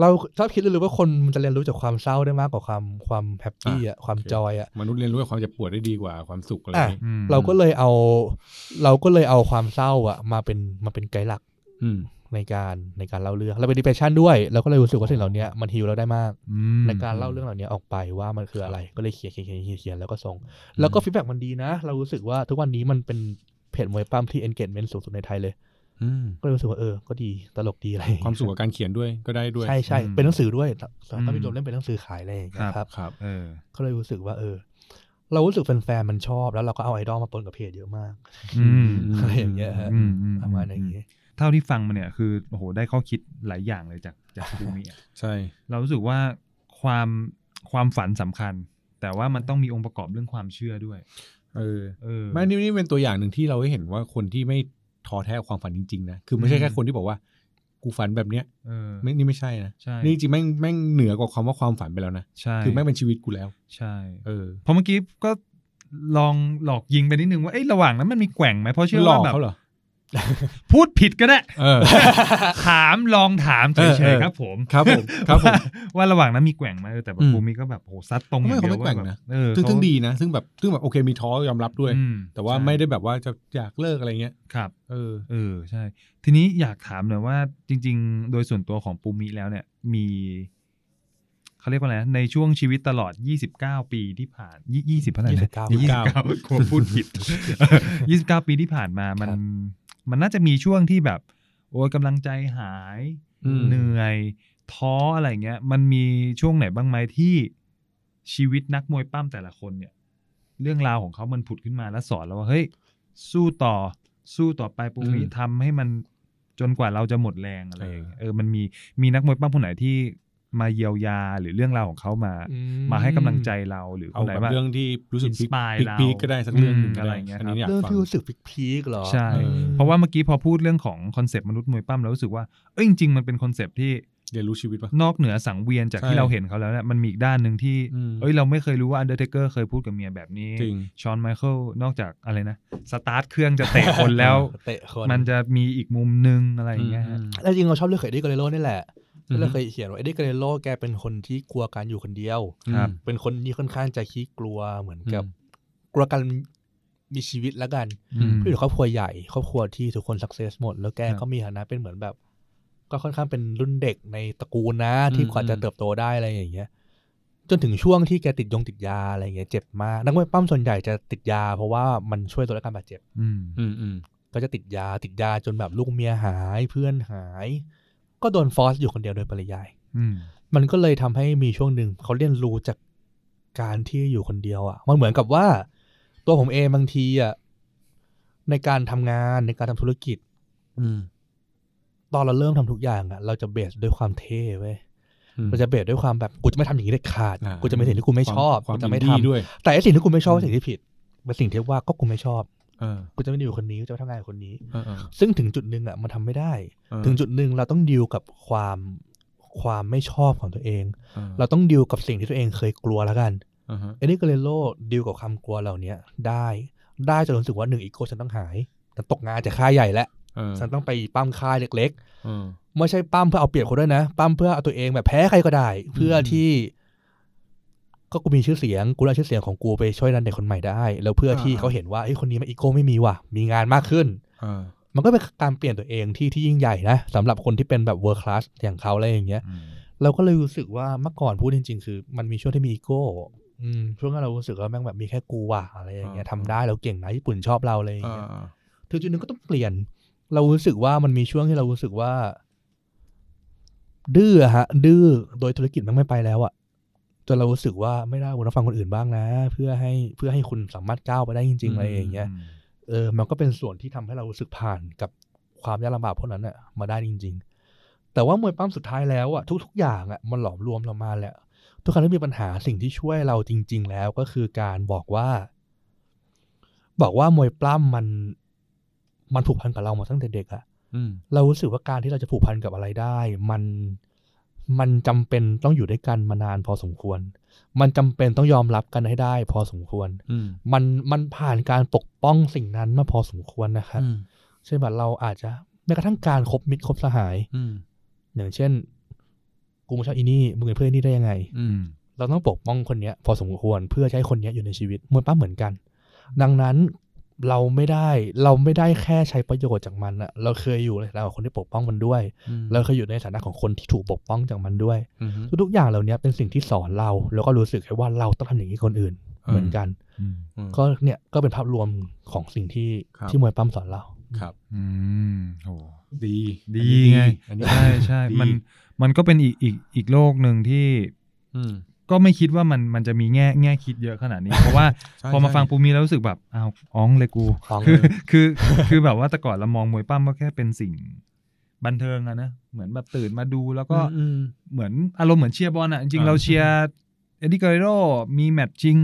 Speaker 3: เราชอบคิดเลยว่าคนมันจะเรียนรู้จากความเศร้าได้มากกว่าความความแฮปปี้อ่ะความจอยอ่ะ
Speaker 4: มนุษย์เรียนรู้กับความเจ็บปวดได้ดีกว่าความสุขอะไรอ
Speaker 3: อ่ะ
Speaker 4: ย่างงี้
Speaker 5: อืม
Speaker 3: เราก็เลยเอา เราก็เลยเอาความเศร้าอ่ะ มาเป็นมาเป็นไกด์หลัก
Speaker 4: อืม
Speaker 3: ในการในการเล่าเรื่องเราเป็นดิเพชันด้วยเราก็เลยรู้สึกว่าสิ่งเหล่าเนี้ยมันฮิวเราได้มาก
Speaker 5: อืม
Speaker 3: ในการเล่าเรื่องเหล่านี้ออกไปว่ามันคืออะไรก็เลยเขียนเขียนเขียนเขียนเขียนแล้วก็ส่ง แล้วก็ฟีดแบ็กมันดีนะ เรารู้สึกว่าทุกวันนี้มันเป็นเพจมวยปั้มที่ engagement สูงสุดในไทยเลย
Speaker 4: อืม
Speaker 3: ก็เลยรู้สึกว่าเออ ก็ดีตลกดีอะไรอย่งเงี้ย
Speaker 4: คา
Speaker 3: ว
Speaker 4: มสุขกับการเขียนด้วยก็ได้ด้วย
Speaker 3: ใช่ใช่เป็นหนังสือด้วยตอนพี่โดมเล่นเป็นหนังสือขายอะไรอย่างเงี้ยครับ
Speaker 4: ครับ
Speaker 5: เออ
Speaker 3: ก็เลยรู้สึกว่าเออ เรารู้สึกแฟนๆมันชอบแล้วเราก็เอาไอดอลมาปนกับเพจเยอะมาก
Speaker 5: อืม
Speaker 4: ม
Speaker 3: อะไรอย่างเงี้ยฮะ
Speaker 5: อืมอืม
Speaker 3: ประมาณอย่างเงี้ย
Speaker 5: เท่าที่ฟังมาเนี่ยคือโอ้โหได้ข้อคิดหลายอย่างเลยจากจากบูมิอะ
Speaker 4: ใช่
Speaker 5: เรารู้สึกว่าความความฝันสำคัญ แต่ว่ามันต้องมีองค์ประกอบเรื่องความเชื่อด้วย
Speaker 4: เออ
Speaker 5: เออ
Speaker 4: ไม่นี่นี่เป็นตัวอย่างหนึ่งที่เราได้เห็นว่าคนที่ไม่ท้อแท้กับความฝันจริงๆนะคือไม่ใช่แค่
Speaker 5: อืม
Speaker 4: คนที่บอกว่า กูฝันแบบเนี้ย
Speaker 5: เออ
Speaker 4: ไม่นี่ไม่ใช่นะ
Speaker 5: ใช่
Speaker 4: นี่จริงๆแม่งแม่งเหนือกว่าคำว่าความฝันไปแล้วนะ
Speaker 5: ใช่
Speaker 4: คือแม่งเป็นชีวิตกูแล้ว
Speaker 5: ใช่
Speaker 4: เออ
Speaker 5: เพราะเมื่อกี้ก็ลองหลอกยิงไปนิดนึงว่าเอ้ยระหว่างนั้นมันมีแกว่งไหมเพราะเชื่อ
Speaker 4: หล
Speaker 5: ว่า
Speaker 4: อก
Speaker 5: แบบ
Speaker 4: เขาเหรอ
Speaker 5: พูดผิดก็ได้
Speaker 4: เออ
Speaker 5: ถามลองถามเฉ
Speaker 4: เออเอย อ
Speaker 5: ๆครับผม
Speaker 4: ครับผมครับผม
Speaker 5: ว่าระหว่างนั้นมีแกว่งไหมเออแต่แบบ
Speaker 4: อืม
Speaker 5: บูมิก็แบบโหซัดตรงอย่าง
Speaker 4: ไม่
Speaker 5: เดียว
Speaker 4: เขาไม่แกว่งนะ
Speaker 5: เออ
Speaker 4: ซึ่งซึ่ง
Speaker 5: เขา
Speaker 4: ดีนะ ซึ่งแบบซึ่งแบบโอเคมีท้อยอมรับด้วย
Speaker 5: อืม
Speaker 4: แต่ว่า
Speaker 5: ใช่
Speaker 4: ไม่ได้แบบว่าจะอยากเลิกอะไรเงี้ย
Speaker 5: ครับ
Speaker 4: เออ
Speaker 5: เออใช่ ทีนี้อยากถามหน่อยว่าจริง ๆ โดยส่วนตัวของปูมิแล้วเนี่ย มีเขาเรียกว่าอะไรนะในช่วงชีวิตตลอด 29 ปีที่ผ่าน 20เท่าไหร่
Speaker 3: ยี่สิ
Speaker 5: นะ
Speaker 3: บเก้า
Speaker 5: ยี่สิบเก้ากลัวพูด ผิด 29 ปีที่ผ่านมามัน
Speaker 3: ครับ
Speaker 5: มันน่าจะมีช่วงที่แบบ โอ้ยกำลังใจหาย
Speaker 4: อืม
Speaker 5: เหนื่อย ท้ออะไรเงี้ย มันมีช่วงไหนบ้างไหมที่ชีวิตนักมวยปั้มแต่ละคนเนี่ย เรื่องราวของเขามันผุดขึ้นมาแล้วสอนเราว่าเฮ้ย สู้ต่อสู้ต่อไปปุ๊บนี้
Speaker 4: อืม
Speaker 5: ทำให้มันจนกว่าเราจะหมดแรงอะไรอย่างเงี้ยเออมันมีมีนักมวยปั้มคนไหนที่มาเยียวยาหรือเรื่องราวของเขามา มาให้กำลังใจเราหรือค
Speaker 4: เอา
Speaker 5: นไหน
Speaker 4: แบบ
Speaker 5: ว่า
Speaker 4: เรื่องที่รู้สึก
Speaker 5: inspire
Speaker 4: พีค
Speaker 5: เรา
Speaker 4: พีคก็ได้สักเรื่องหนึ่ง
Speaker 5: อืม
Speaker 4: ก็
Speaker 5: อะไร
Speaker 4: ด้
Speaker 5: เงี้ย
Speaker 4: อันนี้
Speaker 5: ค
Speaker 4: อยา
Speaker 5: รับ
Speaker 4: ก
Speaker 3: เรื่อง
Speaker 4: ฟัง
Speaker 3: ที่รู้สึกพีคๆเหรอ
Speaker 5: ใช่
Speaker 3: ออ
Speaker 5: เพราะว่าเมื่อกี้พอพูดเรื่องของคอนเซปต์มนุษย์มวยปั้มเรารู้สึกว่าเอ้ยจริงๆมันเป็นคอนเซปต์ที่
Speaker 4: เรียนรู้ชีวิตปะ
Speaker 5: นอกเหนือสังเวียนจาก
Speaker 4: ใช่
Speaker 5: ที่เราเห็นเขาแล้วเนี่ยมันมีอีกด้านหนึ่งที่
Speaker 4: อืม
Speaker 5: เอ้ยเราไม่เคยรู้ว่าอันเดอร์เทเกอร์เคยพูดกับเมียแบบนี้
Speaker 4: จริง
Speaker 5: ชอนไมเคิลนอกจากอะไรนะสตาร์ทเครื่องจะเตะคน แล้ว
Speaker 3: เตะคน
Speaker 5: มันจะมีอีกมุมหนึงอะไรอย่างเงี้ยฮะ
Speaker 3: แล้วจริงเราชอบเรื่องของเอ็ดดี้กาเรโลนี่แหละ
Speaker 4: อือฮึ
Speaker 3: เราเคยเขียนว่าเอ็ดดี้กาเรโลแกเป็นคนที่กลัวการอยู่คนเดียว
Speaker 4: อืม
Speaker 5: ครับ
Speaker 3: เป็นคนที่ค่อนข้างจะขี้กลัวเหมือนกับ
Speaker 4: อืม
Speaker 3: กลัวการมีชีวิตแล้วกัน
Speaker 5: อืม
Speaker 3: พี่อยู่ครอบครัวใหญ่ ครอบครัวที่ทุกคนสักเซสหมด แล้วแก
Speaker 5: ครับ
Speaker 3: ก็มีฐานะเป็นเหมือนแบบ ก็ค่อนข้างเป็นรุ่นเด็กในตระกูลนะ
Speaker 4: อืม
Speaker 3: ที่กว่าจะเติบโตได้อะไรอย่างเงี้ย จนถึงช่วงที่แกติดยงติดยาอะไรอย่างเงี้ยเจ็บมากนักมวยปั้มส่วนใหญ่จะติดยา เพราะว่ามันช่วยลดอาการบาดเจ็บ
Speaker 5: อืม
Speaker 4: อืมอืม
Speaker 3: ก็จะติดยาติดยาจนแบบลูกเมียหายเพื่อนหาย ก็โดนฟอสอยู่คนเดียวโดยปริยาย
Speaker 5: อืม
Speaker 3: มันก็เลยทำให้มีช่วงหนึ่งเขาเรียนรู้จากการที่อยู่คนเดียวอะ่ะ มันเหมือนกับว่า ตัวผมเองบางทีอะ่ะในการทำงานในการทำธุรกิจ
Speaker 4: อืม
Speaker 3: ตอนเราเริ่มทำทุกอย่างอะ่ะ เราจะเบสด้วยความเท่เว้ย
Speaker 4: อืม
Speaker 3: เราจะเบสด้วยความแบบกูจะไม่ทำอย่างนี้เด็ดขาด
Speaker 4: อ่ากู
Speaker 3: กูจะไม่สิ่งที่กูไม่ชอบ
Speaker 4: ความ
Speaker 3: กู
Speaker 4: ควา
Speaker 3: จะ
Speaker 4: ม
Speaker 3: ไม่
Speaker 4: อิน
Speaker 3: ทำ
Speaker 4: ดี้ด้วย
Speaker 3: แต่ไอ้สิ่งที่กูไม่ชอบเป็นสิ่งที่ผิดเป็นสิ่งที่ว่าก็กูไม่ชอบ
Speaker 4: เออ
Speaker 3: กูจะไม่ได้อยู่คนนี้กูจะไม่ทำงานกับคนนี้
Speaker 4: เออเออ
Speaker 3: ซึ่งถึงจุดหนึ่งอ่ะมันทำไม่ได้
Speaker 4: เออ
Speaker 3: ถึงจุดหนึ่งเราต้องดิวกับความความไม่ชอบของตัวเอง
Speaker 4: ออ
Speaker 3: เราต้องดิวกับสิ่งที่ตัวเองเคยกลัวแล้วกัน
Speaker 4: อ่าฮะ
Speaker 3: เอ็นนี่เกเรโลดิวกับความกลัวเหล่าเนี้ยได้ ได้จนรู้สึกว่าหนึ่งอีโก้ฉันต้องหายฉันตกงานจากค่ายใหญ่แล้ว
Speaker 4: เออ
Speaker 3: ฉันต้องไปปั้มค่ายเล็ก
Speaker 4: เออ
Speaker 3: ๆ ไม่ใช่ปั้มเพื่อเอาเปรียบคนด้วยนะ ปั้มเพื่อเอาตัวเองแบบแพ้ใครก็ได้ เพื่ออ
Speaker 4: ม
Speaker 3: ที่ ก็กูมีชื่อเสียงกูเอาชื่อเสียงของกูไปช่วยดันเด็กคนใหม่ได้ แล้วเพื่อที่เขาเห็นว่าไอ้ยคนนี้มันอีโก้ไม่มีว่ะ มีงานมากขึ้น
Speaker 4: เออ
Speaker 3: มันก็เป็นการเปลี่ยนตัวเองที่ที่ยิ่งใหญ่นะสำหรับคนที่เป็นแบบ world class อย่างเขาอะไรอย่างเงี้ย เราก็เลยรู้สึกว่าเมื่อก่อนพูดจริง ๆ คือ มันมีช่วงที่มีอีโก้อืมช่วงนั้นเรารู้สึกว่าแม่งแบบมีแค่กูว่ะอะไรอย่างเงี้ย
Speaker 4: อ่า
Speaker 3: ทำได้เราเก่งนะญี่ปุ่นชอบเราอะไรอย่าง
Speaker 4: เอ
Speaker 3: เงี้ย
Speaker 4: อ
Speaker 3: ถึงจุดหนึงก็ต้องเปลี่ยน เรารู้สึกว่ามันมีช่วงที่เรารู้สึกว่า ดื้อฮะ ดื้อโดยธุรกิจมันไม่ไปแล้วอะจนเรารู้สึกว่าไม่ได้คุณต้องฟังคนอื่นบ้างนะ เพื่อให้เพื่อให้คุณสามารถก้าวไปได้จริง ๆ อะไรอย่างเงี้ย เออ มันก็เป็นส่วนที่ทำให้เรารู้สึกผ่านกับความยากลำบากพวกนั้นน่ะมาได้จริง ๆ แต่ว่ามวยปั้มสุดท้ายแล้วอะทุก ๆ อย่างอะมันหลอมรวมเรามาแหละทุกครั้งที่มีปัญหาสิ่งที่ช่วยเราจริง ๆ แล้วก็คือการบอกว่า บอกว่ามวยปล้ำมัน มันผูกพันกับเรามาตั้งแต่เด็กอะ
Speaker 4: อืม
Speaker 3: เรารู้สึกว่าการที่เราจะผูกพันกับอะไรได้ มันมันจำเป็นต้องอยู่ด้วยกันมานานพอสมควร มันจำเป็นต้องยอมรับกันให้ได้ พอสมควร
Speaker 4: อืม
Speaker 3: มันมันผ่านการปกป้องสิ่งนั้นมาพอสมควรนะครับ
Speaker 4: อืม
Speaker 3: เช่นแบบเราอาจจะแม้กระทั่งการคบมิตรคบสหาย
Speaker 4: อืม
Speaker 3: อย่างเช่น กูไม่ชอบอีนี่มึงเป็นเพื่อนนี่ได้ยังไง
Speaker 4: อืม
Speaker 3: เราต้องปกป้องคนเนี้ย พอสมควรเพื่อจะใช้คนเนี้ยอยู่ในชีวิตมวยป้าเหมือนกัน ดังนั้น เราไม่ได้เราไม่ได้แค่ใช้ประโยชน์จากมันอะเราเคยอยู่ในฐานะของคนที่ปกป้องมันด้วย เราเคยอยู่ในฐานะของคนที่ถูกปกป้องจากมันด้วย
Speaker 4: อืมฮึ
Speaker 3: ทุกๆอย่างเหล่านี้เป็นสิ่งที่สอนเรา แล้วก็รู้สึกให้ว่าเราต้องทำอย่างนี้คนอื่น
Speaker 4: อืม
Speaker 3: เหมือนกัน
Speaker 5: อืม
Speaker 4: อืม
Speaker 3: ก็เนี่ยก็เป็นภาพรวมของสิ่งที่
Speaker 4: ครับ
Speaker 3: ที่มวยปั้มสอนเรา
Speaker 4: ครับ
Speaker 5: อืมโห
Speaker 4: ดี
Speaker 5: ดี
Speaker 4: ไง
Speaker 5: ไง
Speaker 4: อันนี้
Speaker 5: ใช่ใช่
Speaker 4: ดี
Speaker 5: มันมันก็เป็นอีกอีกอีกโลกหนึ่งที่
Speaker 4: อืม
Speaker 5: ก็ไม่คิดว่ามันมันจะมีแง่แง่คิดเยอะขนาดนี้ เพราะว่า
Speaker 4: ใช่
Speaker 5: พอมา
Speaker 4: ใช่
Speaker 5: ฟังปูมีแล้วรู้สึกแบบอ้าวอ๋องเลยกู
Speaker 3: อ๋อง
Speaker 5: คือ
Speaker 3: เลย
Speaker 5: คือคือแบบว่าแต่ก่อนเรามองมวยปั้มก็แค่เป็นสิ่งบันเทิงอะนะเหมือนแบบตื่นมาดูแล้วก็
Speaker 4: อืมอืม
Speaker 5: เหมือนอารมณ์เหมือนเชียร์บอลอะจริงๆ
Speaker 4: อ่า
Speaker 5: เราเชียร์เอ็ดดี้เกเรโรมีแมตช์จริง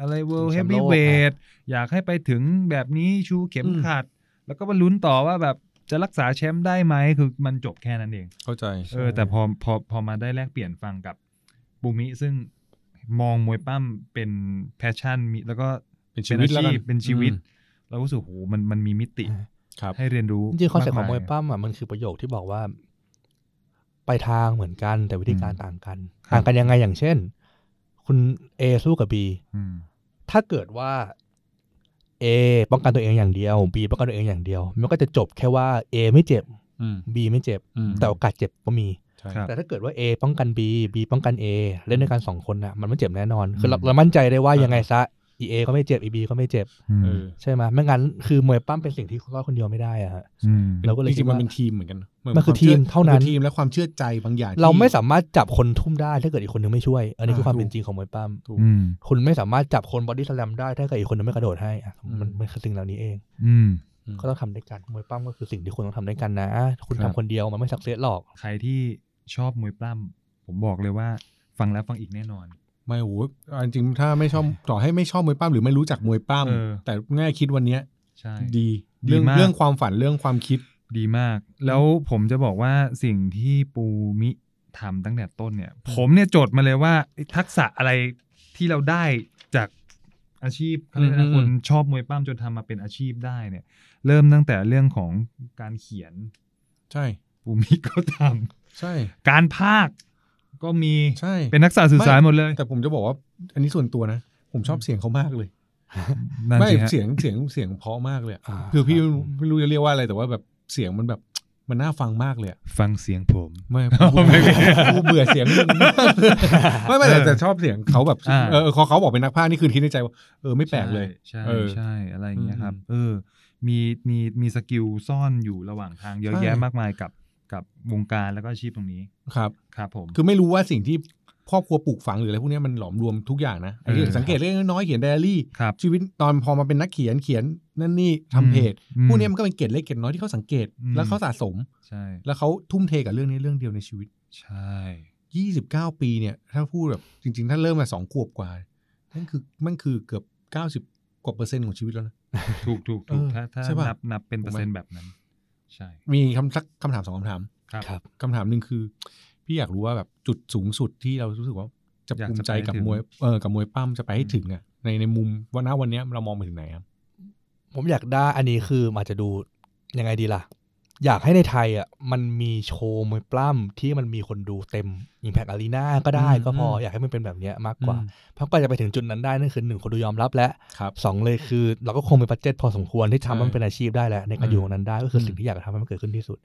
Speaker 5: อะไรเวิลด์
Speaker 3: ชิ
Speaker 5: เฮ
Speaker 3: งแช
Speaker 5: ฟ
Speaker 3: มป์โลก
Speaker 5: วี่
Speaker 3: อะ
Speaker 5: เวทอยากให้ไปถึงแบบนี้ชูเข็มขัด แล้วก็มาลุ้นต่อว่าแบบจะรักษาแชมป์ได้ไหมคือมันจบแค่นั้นเอง
Speaker 4: เข้าใจ
Speaker 5: เออแต่พอพอพอมาได้แลกเปลี่ยนฟังกับบูมิซึ่งมองมวยปั้มเป็นแพชชั่นมีแล้วก็
Speaker 4: เป็นชีวิต
Speaker 5: อา
Speaker 4: แล้วกัน
Speaker 5: พเป็นชีวิต
Speaker 4: อืม
Speaker 5: เรารู้สึกโหมันมันมีมิติ
Speaker 4: ครับ
Speaker 5: ให้เรียนรู้
Speaker 3: จริงๆคอนเซ็ปต์ของมวย
Speaker 5: มาก
Speaker 3: ปั้มอ่ะมันคือประโยคที่บอกว่า ไปทางเหมือนกันแต่วิธีการต่างกัน
Speaker 5: ครับ
Speaker 3: ต่างกันยังไงอย่างเช่น คุณ A สู้กับ B
Speaker 5: อืม
Speaker 3: ถ้าเกิดว่า A ป้องกันตัวเองอย่างเดียว B ป้องกันตัวเองอย่างเดียว มันก็จะจบแค่ว่า A ไม่เจ็บ
Speaker 4: อืม
Speaker 3: B ไม่เจ็บ
Speaker 4: อืม
Speaker 3: แต่โอกาสเจ็บก็มี
Speaker 4: ใช่
Speaker 5: ครับ
Speaker 3: แต่ถ้าเกิดว่า A ป้องกัน B B ป้องกัน A เล่นด้วยกันสองคนน่ะมันไม่เจ็บแน่นอน คือเราเรามั่นใจได้ว่า
Speaker 4: อ่ายั
Speaker 3: ยังไงซะ E A ก็ไม่เจ็บ E B ก็ไม่เจ็บ
Speaker 4: เออ
Speaker 3: ใช่ไหมยไม่งั้นคือมวยปั้มเป็นสิ่งที่เราคนเดียวไม่ได้อะฮะ
Speaker 5: อืม
Speaker 3: เราก็เลย
Speaker 4: จ
Speaker 3: คิ
Speaker 4: ริ
Speaker 3: ด
Speaker 4: งๆมัน
Speaker 3: ว่า
Speaker 4: เป็นทีมเหมือนกันห
Speaker 3: มันคือ
Speaker 4: วชื่
Speaker 3: ทีมเท่านั้น
Speaker 4: คือทีมและความเชื่อใจบางอย่างที่
Speaker 3: เราไม่สามารถจับคนทุ่มได้ถ้าเกิดอีกคนนึงไม่ช่วย อันนี้คือ
Speaker 4: อ่า
Speaker 3: ความเป็น
Speaker 4: ถูก
Speaker 3: จริงของมวยปั้ม
Speaker 4: ถูก
Speaker 5: อืม
Speaker 3: คุณไม่สามารถจับคนบอดี้สแลมได้ถ้าเกิดอีกคนนึงไม่กระโดดให้อ่ะ
Speaker 4: อืม
Speaker 3: มันมันคือสิ่งเหล่านี้เอง
Speaker 5: อืม
Speaker 3: ก็ต้องทำด้วยกันมวยปั้มก็คือสิ่งที่คุณต้องทำด้วยกันนะ คุณ
Speaker 4: ครับ
Speaker 3: ทำคนเดียวมันไม่สักเซสหรอก
Speaker 5: ใครที่ชอบมวยปล้ำผมบอกเลยว่า ฟังแล้วฟังอีกแน่นอน
Speaker 4: ไม่โอ้โหเอาจริงๆถ้าไม่ชอบต่อให้ไม่ชอบมวยปั้มหรือไม่รู้จักมวยปั้ม
Speaker 5: เออ
Speaker 4: แต่แง่คิดวันเนี้ย
Speaker 5: ใช่
Speaker 4: ดี
Speaker 5: ดี
Speaker 4: เรื่อง
Speaker 5: มาก
Speaker 4: เรื่องความฝันเรื่องความคิด
Speaker 5: ดีมาก แล้วผมจะบอกว่าสิ่งที่ปูมิทำตั้งแต่ต้นเนี่ย ผมเนี่ยจดมาเลยว่าทักษะอะไรที่เราได้จากอาชีพเขาเรียกอะไร
Speaker 4: อื
Speaker 5: นะ
Speaker 4: ม
Speaker 5: คนชอบมวยปล้ำจนทำมาเป็นอาชีพได้เนี่ย เริ่มตั้งแต่เรื่องของการเขียน
Speaker 4: ใช่
Speaker 5: ปูมิก็ท
Speaker 4: ใช่
Speaker 5: ำการภาคก็มี
Speaker 4: ใช่
Speaker 5: เป็นนักษาสื่อสารหมดเลย
Speaker 4: แต่ผมจะบอกว่า อันนี้ส่วนตัวนะ ผมชอบเสียงเขามากเลย
Speaker 5: นั่น
Speaker 4: ไม่
Speaker 5: สิฮะ
Speaker 4: เสียงเสียงเสียงเพราะมากเลยอะ
Speaker 3: อ่า
Speaker 4: คือพี่ไม่รู้จะเรียกว่าอะไรแต่ว่าแบบเสียงมันแบบมันน่าฟังมากเลยอะ
Speaker 5: ฟังเสียงผม
Speaker 4: ไม่ผม
Speaker 5: ไม่ไม่
Speaker 4: กูเบื่อเสียงมึงมากเลยไม่ไม่แต่แต่ชอบเสียงเขาแบบ
Speaker 5: อ่า
Speaker 4: เออเขาเขาบอกเป็นนักพากย์นี่คือคิดในใจว่าเออไม่แปลกเลย
Speaker 5: ใช่
Speaker 4: เออ
Speaker 5: ใช่ใช่อะไรอย่างเงี้ยครับ
Speaker 4: อืม
Speaker 5: เออ มีมีมีสกิลซ่อนอยู่ระหว่างทางเยอะ
Speaker 4: ใช่
Speaker 5: แยะมากมายกับกับวงการแล้วก็อาชีพตรงนี้
Speaker 4: ครับ
Speaker 5: ครับผม
Speaker 4: คือไม่รู้ว่าสิ่งที่ครอบครัวปลูกฝังหรืออะไรพวกเนี้ยมันหลอมรวมทุกอย่างนะไอ้ที่
Speaker 5: เออ
Speaker 4: สังเกตเล็กๆน้อยๆเขียนไดอารี่
Speaker 5: ครับ
Speaker 4: ชีวิตตอนพอมาเป็นนักเขียนเขียนนั่นนี่ทำเพจ
Speaker 5: อืม
Speaker 4: พวกเนี้ยมันก็เป็นเกตเล็กเกตน้อยที่เขาสังเกต
Speaker 5: อืม
Speaker 4: แล้วเขาสะสม
Speaker 5: ใช่
Speaker 4: แล้วเขาทุ่มเทกับเรื่องนี้เรื่องเดียวในชีวิต
Speaker 5: ใช่
Speaker 4: 29 ปีเนี่ย ถ้าพูดแบบจริงๆ ถ้าเริ่มมาสองขวบกว่านั่นคือมันคือเกือบ 90 กว่าเปอร์เซ็นต์ของชีวิตแล้วนะ
Speaker 5: ถูกถูกถูก
Speaker 4: เออ
Speaker 5: ถ้าถ้า
Speaker 4: ใช่ปะ
Speaker 5: นับนับเป็น
Speaker 4: ถูก
Speaker 5: เปอ
Speaker 4: ไหม
Speaker 5: ร์เซ็นต์แบบนั้น ใช่
Speaker 4: มีคำสักคำถามสองคำถาม
Speaker 5: ครับ
Speaker 3: ครับ
Speaker 4: คำถามหนึ่งคือ พี่อยากรู้ว่าแบบจุดสูงสุดที่เรารู้สึกว่าจะ
Speaker 5: อยาก
Speaker 4: ภู
Speaker 5: จะ
Speaker 4: มิใจ
Speaker 5: ไปให้
Speaker 4: กับ
Speaker 5: ถึง
Speaker 4: มวยเออกับมวยปั้มจะไปให้ถึงอ่ะในในมุมว่าณวันเนี้ยเรามองไปถึงไหนครับ
Speaker 3: ผมอยากได้อันนี้คืออาจจะดูยังไงดีล่ะ อยากให้ในไทยอ่ะมันมีโชว์มวยปล้ำที่มันมีคนดูเต็ม Impact Arena ก็ได้
Speaker 4: อืม
Speaker 3: ก็พออ
Speaker 4: ม
Speaker 3: อยากให้มันเป็นแบบเนี้ยมากกว่า
Speaker 4: อืม
Speaker 3: เพราะกว่าจะไปถึงจุดนั้นได้นั่นคือหนึ่งคนดูยอมรับและ
Speaker 4: ครับ
Speaker 3: สองเลยคือ เราก็คงมีบัตเจ็ตพอสมควรที่
Speaker 4: ใช่
Speaker 3: ทำให้มันเป็นอาชีพได้แหละในการ
Speaker 4: อืม
Speaker 3: อยู่ตรงนั้นได้ก็คืออ
Speaker 4: ม
Speaker 3: สิ่งที่อยากจะทำให้มันเกิดขึ้นที่สุด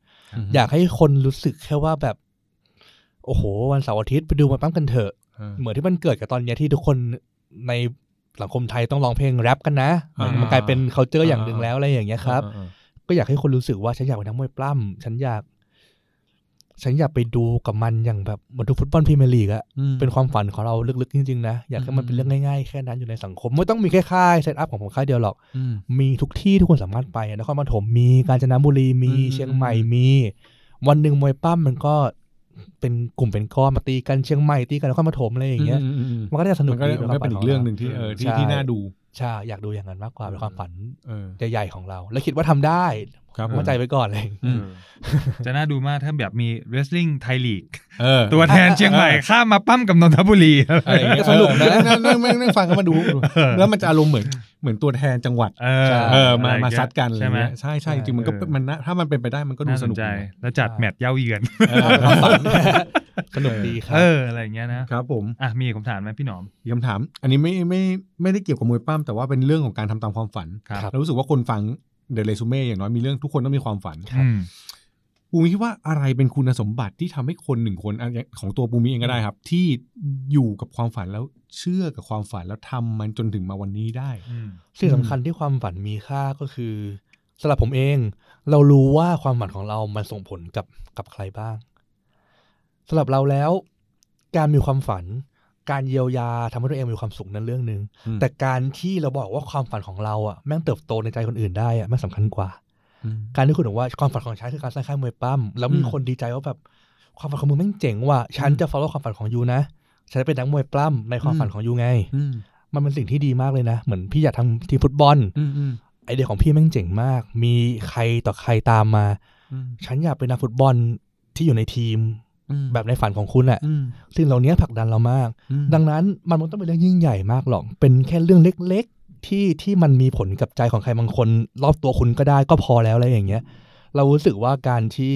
Speaker 4: ม
Speaker 3: อยากให้คนรู้สึกแค่ว่าแบบ โอ้โห วันเสาร์อาทิตย์ไปดูมวยปล้ำกันเถอะ
Speaker 4: อ่า
Speaker 3: เหมือนที่มันเกิดกับตอนเนี้ยที่ทุกคนในสังคมไทยต้องร้องเพลงแรปกันนะ
Speaker 4: อ่ามั
Speaker 3: มันกลายเป็น c u เจอร์อย่างหนึ่งแล้วอะไรอย่างเงี้ยครับ
Speaker 4: อ่าอ่า
Speaker 3: ก็อยากให้คนรู้สึกว่าฉันอยากเป็นนักมวยปล้ำฉันอยาก ฉันอยากไปดูกับมันอย่างแบบเหมันดูฟุตบอลพรีเมียร์ลีกอะ
Speaker 4: อืม
Speaker 3: เป็นความฝันของเราลึกๆจริงๆนะอยากให้มันเป็นเรื่องง่ายๆแค่นั้นอยู่ในสังคม ไม่ต้องมีแค่ค่ายเซตอัพของผมค่ายเดียวหรอก
Speaker 4: อืม
Speaker 3: มีทุกที่ทุกคนสามารถไปอะนครปฐมมีกาญจนบุรีมี
Speaker 4: อืม
Speaker 3: เชียงใหม่
Speaker 4: อืม
Speaker 3: มี วันหนึ่งมวยปั้มมันก็เป็นกลุ่มเป็นก้อนมาตีกันเชียงใหม่ตีกันนครปฐมอะไรอย่างเงี้ย
Speaker 4: มมอืม
Speaker 3: มันก็จะสนุก
Speaker 4: มันก็
Speaker 3: ดี
Speaker 4: มันก็เป็นอีกเรื่องหนึ่งที่เออที่
Speaker 3: ใช่
Speaker 4: ที่น่าดู
Speaker 3: ใช่ อยากดูอย่างนั้นมากกว่าเป็นความฝัน
Speaker 4: เออ
Speaker 3: ใหญ่ๆของเรา แล้วคิดว่าทำได้
Speaker 4: ครับ
Speaker 3: มั่นใจไว้ก่อนเลย
Speaker 4: อืม
Speaker 5: จะน่าดูมากถ้าแบบมี wrestling ไทยลีก
Speaker 4: เออ
Speaker 5: ตัวแทนเชียงใหม่ข้ามมาปั้มกับนนทบุรี
Speaker 4: อะไรอย่างเงี้ย
Speaker 3: สนุกนะ
Speaker 4: เออนั่งนั่งนั่งนั่งฟังกันมาดู
Speaker 5: เออ
Speaker 4: แล้วมันจะอารมณ์เหมือนเหมือนตัวแทนจังหวัด
Speaker 5: เออ
Speaker 4: เออมา
Speaker 5: ะไรอย่ง
Speaker 4: มา
Speaker 5: เงี้ย
Speaker 4: ซัดกันอะไร
Speaker 5: ใช่ไหม
Speaker 4: เงี้ยใช่ใช่จริงๆมันก็
Speaker 5: เออ
Speaker 4: มันนะถ้ามันเป็นไปได้มันก็ดูส
Speaker 5: น่าส
Speaker 4: นุ
Speaker 5: น
Speaker 4: ก
Speaker 5: ใจ
Speaker 4: ดีนะ
Speaker 5: แล้วจัดแมตช์เย้าเยือน
Speaker 4: เออ
Speaker 3: สนุกดีครั
Speaker 5: เอบ ออะไรอย่างเงี้ยนะครับ
Speaker 4: ผม
Speaker 5: อ่ะมีคำถามไหมพี่หนอม
Speaker 4: อีกคำถาม อันนี้ไม่ไม่ไม่ได้เกี่ยวกับมวยปั้มแต่ว่าเป็นเรื่องของการทำตามความฝัน
Speaker 5: ครับ
Speaker 4: เรารู้สึกว่าคนฟังเดอะเรซูเม่อย่างน้อยมีเรื่องทุกคนต้องมีความฝัน
Speaker 5: อืม
Speaker 4: ปูมิคิดว่าอะไรเป็นคุณสมบัติที่ทำให้คนหนึ่งคนอ่ะอย่างของตัวปูมิเองก็ได้ครับ ที่อยู่กับความฝันแล้วเชื่อกับความฝันแล้วทำมันจนถึงมาวันนี้ได้
Speaker 5: อืม
Speaker 3: สิ่งสำคัญที่ความฝันมีค่าก็คือสำหรับผมเอง เรารู้ว่าความฝันของเรามันส่งผลกับกับใครบ้างสำหรับเราแล้ว การมีความฝัน การเยียวยาทำให้ตัวเองมีความสุขนั้นเรื่องหนึ่ง
Speaker 4: อืม
Speaker 3: แต่การที่เราบอกว่าความฝันของเราอ่ะแม่งเติบโตในใจคนอื่นได้อ่ะแม่งสำคัญกว่า
Speaker 4: อืม
Speaker 3: การที่คุณบอกว่าความฝันของฉันคือการสร้างค่ายมวยปั้มแล้วมี
Speaker 4: อืม
Speaker 3: คนดีใจว่าแบบความฝันของมึงแม่งเจ๋งว่ะฉันจะ follow ความฝันของยูนะฉันจะเป็นนักมวยปล้ำในความฝันของยูไง
Speaker 4: อืม
Speaker 3: มันเป็นสิ่งที่ดีมากเลยนะ เหมือนพี่อยากทำทีมฟุตบอล
Speaker 4: อืมอืม
Speaker 3: ไอเดียของพี่แม่งเจ๋งมาก มีใครต่อใครตามมา
Speaker 4: อืม
Speaker 3: ฉันอยากเป็นนักฟุตบอลที่อยู่ในทีม
Speaker 4: อืม
Speaker 3: แบบในฝันของคุณแหละ
Speaker 4: อืม
Speaker 3: สิ่งเหล่านี้ผลักดันเรามาก
Speaker 4: อืม
Speaker 3: ดังนั้นมันไม่ต้องเป็นเรื่องยิ่งใหญ่มากหรอก เป็นแค่เรื่องเล็กๆ ที่ที่มันมีผลกับใจของใครบางคน รอบตัวคุณก็ได้ก็พอแล้วอะไรอย่างเงี้ย เรารู้สึกว่าการที่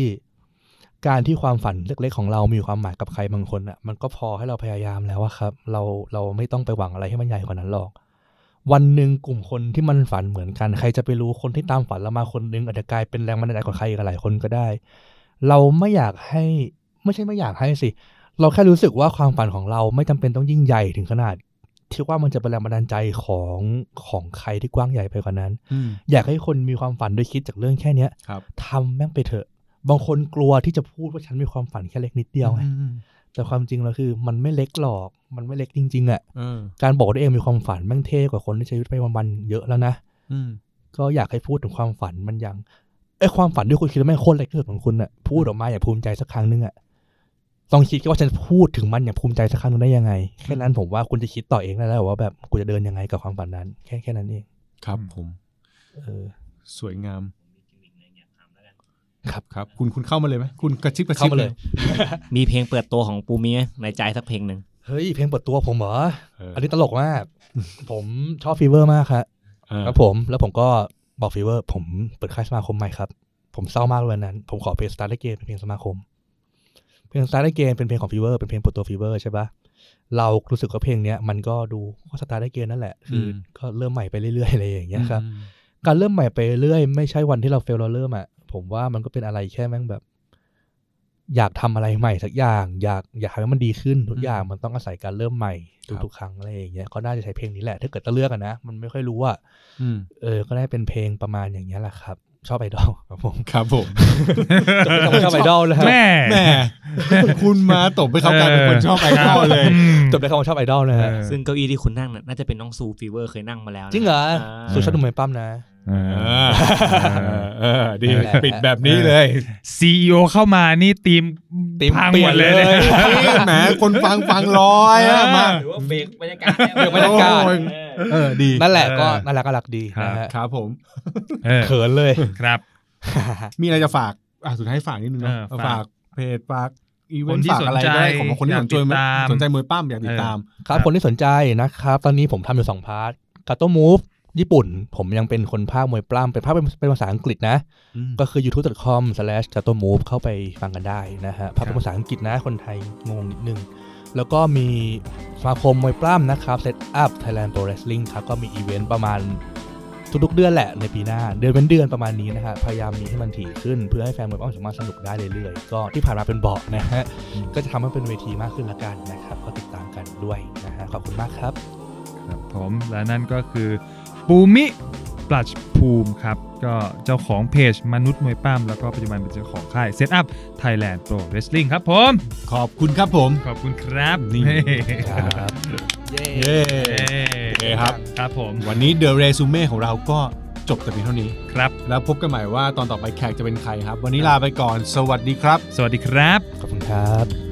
Speaker 3: การที่ความฝันเล็กๆของเรามีความหมายกับใครบางคนอ่ะมันก็พอให้เราพยายามแล้วอะครับ เราเราไม่ต้องไปหวังอะไรให้มันใหญ่กว่านั้นหรอก วันหนึ่งกลุ่มคนที่มันฝันเหมือนกันใครจะไปรู้คนที่ตามฝันเรามาคนหนึงอาจจะกลายเป็นแรงบันดาลใจกว่าใครอีกหลายคนก็ได้ เราไม่อยากให้ไม่ใช่ไม่อยากให้สิ เราแค่รู้สึกว่าความฝันของเราไม่จำเป็นต้องยิ่งใหญ่ถึงขนาด ที่ว่ามันจะเป็นแรงบันดาลใจของของใครที่กว้างใหญ่ไปกว่านั้น
Speaker 4: อืม
Speaker 3: อยากให้คนมีความฝันโดยคิดจากเรื่องแค่เนี้ย
Speaker 4: ครับ
Speaker 3: ทำแม่งไปเถอะ บางคนกลัวที่จะพูดว่าฉันมีความฝันแค่เล็กนิดเดียวไง
Speaker 4: อืมอืม
Speaker 3: แต่ความจริงแล้วคือมันไม่เล็กหรอกมันไม่เล็กจริงๆอะ่ะ
Speaker 4: เออ
Speaker 3: การบอกว่าตัวเองมีความฝันแม่งเท่กว่าคนที่ใช้ชีวิตไปวันๆเยอะแล้วนะ
Speaker 4: อืม
Speaker 3: ก็อยากให้พูดถึงความฝันมันยังไอ้ยความฝันที่คุณคิดว่าแม่งโคตรเล็กที่สุดของคุณอะพูดออกมาอย่างภูมิใจสักครั้งนึงอะลองคิดว่าฉันพูดถึงมันอย่างภูมิใจสักครั้งนึงได้ยังไงแค่นั้นผมว่าคุณจะคิดต่อเองได้แล้วว่าแบบกูจะเดินยังไงกับความฝันนั้น แค่แค่นั้นเอง
Speaker 4: ครับผม
Speaker 3: เออ
Speaker 4: สวยงามครับครับ คุณคุณเข้ามาเลยไหมคุณกระชิบกระชิบ
Speaker 3: เข้ามาเลย
Speaker 2: มีเพลงเปิดตัวของปูมีไหมในใจสักเพลงหนึ่ง
Speaker 3: เฮ้ยเพลงเปิดตัวผมเหรอ
Speaker 4: เออ
Speaker 3: อันนี้ตลกมาก ผมชอบฟีเวอร์มากครับ
Speaker 4: เออ
Speaker 3: ครับผมแล้วผมก็บอกฟีเวอร์ ผมเปิดค่ายสมาคมใหม่ครับ ผมเศร้ามากเลยวันนั้น ผมขอเพลงสตาร์ทเกมเป็นเพลงสมาคม เพลงสตาร์ทเกมเป็นเพลงของฟีเวอร์เป็นเพลงเปิดตัวฟีเวอร์ใช่ปะเรารู้สึกว่าเพลงเนี้ยมันก็ดูก็สตาร์ทเกมนั่นแหละคืออ
Speaker 4: ม
Speaker 3: ก็เริ่มใหม่ไปเรื่อยๆอะไรอย่างเงี้ยครับ
Speaker 4: อืม
Speaker 3: การเริ่มใหม่ไปเรื่อยไม่ใช่วันที่เราเฟลเราเริ่มอ่ะผมว่ามันก็เป็นอะไรแค่แม่งแบบ อยากทำอะไรใหม่สักอย่าง อยากอยากให้มันดีขึ้นทุกอย่างมันต้องอาศัยการเริ่มใหม่ทุกๆครั้งอะไรอย่างเงี้ยก็น่าจะใช้เพลงนี้แหละถ้าเกิดจะเลือกอะนะมันไม่ค่อยรู้ว่า
Speaker 4: อืม
Speaker 3: เออก็ได้เป็นเพลงประมาณอย่างเงี้ยแหละครับ ชอบไอดอล ครับ ผม
Speaker 4: ครับผม
Speaker 3: จบไปคำว่าชอบไอดอลนะครับ
Speaker 5: แม่
Speaker 4: แหม่คุณมาตบไปเขากลายเป็นคนชอบไอดอลเลย
Speaker 5: อืม
Speaker 3: จบในคำว่าชอบไอดอลนะฮะ
Speaker 5: เออ
Speaker 2: ซึ่งเก้าอี้ที่คุณนั่งน่ะน่าจะเป็นน้องซูฟีเวอร์เคยนั่งมาแล้วนะ
Speaker 3: จริงเหรอา สุชาติหนุ่มไอปั้มนะ
Speaker 5: เอ
Speaker 4: เอ
Speaker 5: อ
Speaker 4: อเออดี
Speaker 3: นั่นแหละ
Speaker 4: ปิดแบบนี้เลย
Speaker 5: CEO เข้ามานี่ทีม
Speaker 3: ธีม
Speaker 5: พัง
Speaker 3: เปลี่
Speaker 5: หม
Speaker 3: ยน
Speaker 5: ดเลย
Speaker 3: เลย
Speaker 5: เนี่ย
Speaker 4: แหมคนฟังฟังลอยอะมา
Speaker 2: หรือว่าเบรกบรรยากาศนี่
Speaker 3: เบรกบรรยากาศ
Speaker 2: โอ้ย
Speaker 4: เออดี
Speaker 3: นั่นแหละก็
Speaker 5: เออ
Speaker 3: น่ารักน่ารักดี
Speaker 5: ครับ
Speaker 3: นะฮะ
Speaker 4: ครับผม
Speaker 5: เออ
Speaker 3: เขินเลย
Speaker 5: ครับ
Speaker 4: มีอะไรจะฝากอ่ะสุดท้ายฝากนิดนึงเนาะ
Speaker 5: เออฝาก
Speaker 4: ฝากเพจฝากอีเว
Speaker 5: คน น
Speaker 4: ต์
Speaker 5: ที่
Speaker 4: ฝากอะไรก็ได้
Speaker 5: สนใจ
Speaker 4: ของคนที่สนใจ
Speaker 5: อยากติดตาม
Speaker 4: สนใจมวยปั้มอยากติดตาม
Speaker 3: ครับ
Speaker 5: ครับ
Speaker 3: คนที่สนใจนะครับ ตอนนี้ผมทำอยู่สองพาร์ทกาโตมูฟญี่ปุ่น ผมยังเป็นคนภาคมวยปล้ำเป็นภาคเป็นภาษาอังกฤษนะ ก็คือ youtube.com slash g a t o m o v e เข้าไปฟังกันได้นะฮะภาพเป็นภาษาอังกฤษนะ คนไทยงงนิดนึง แล้วก็มีสมาคมมวยปล้ำนะครับ Set Up Thailand Pro Wrestling ครับ ก็มีอีเวนต์ประมาณทุกๆเดือนแหละในปีหน้า เดือนเป็นเดือนประมาณนี้นะฮะพยายามมีให้มันถี่ขึ้น เพื่อให้แฟนมวยปล้ำสามารถสนุกได้เรื่อยๆ ก็ที่ผ่านมาเป็นเบาะนะฮะ ก็จะทำให้เป็นเวทีมากขึ้นละกันนะครับ ก็ติดตามกันด้วยนะฮะขอบคุณมากครับ
Speaker 5: ครับผมและนั่นก็คือปูมิปลัชภูมิครับ ก็เจ้าของเพจมนุษย์มวยป้ามแล้วก็ปัจจุบันเป็นเจ้าของค่าย Set Up Thailand Pro Wrestling ครับผม
Speaker 4: ขอบคุณครับผม
Speaker 5: ขอบคุณครับ
Speaker 4: นี่
Speaker 5: เฮ้
Speaker 3: ครับ
Speaker 4: เย้
Speaker 5: เย้
Speaker 4: โอเคครับ
Speaker 5: ครับผม
Speaker 4: วันนี้ The Resume ของเราก็จบแต่เพียงเท่านี้
Speaker 5: ครับ
Speaker 4: แล้วพบกันใหม่ว่าตอนต่อไปแขกจะเป็นใครครับ วันนี้ลาไปก่อน สวัสดีครับ
Speaker 5: สวัสดีครับ
Speaker 3: ขอบคุณครับ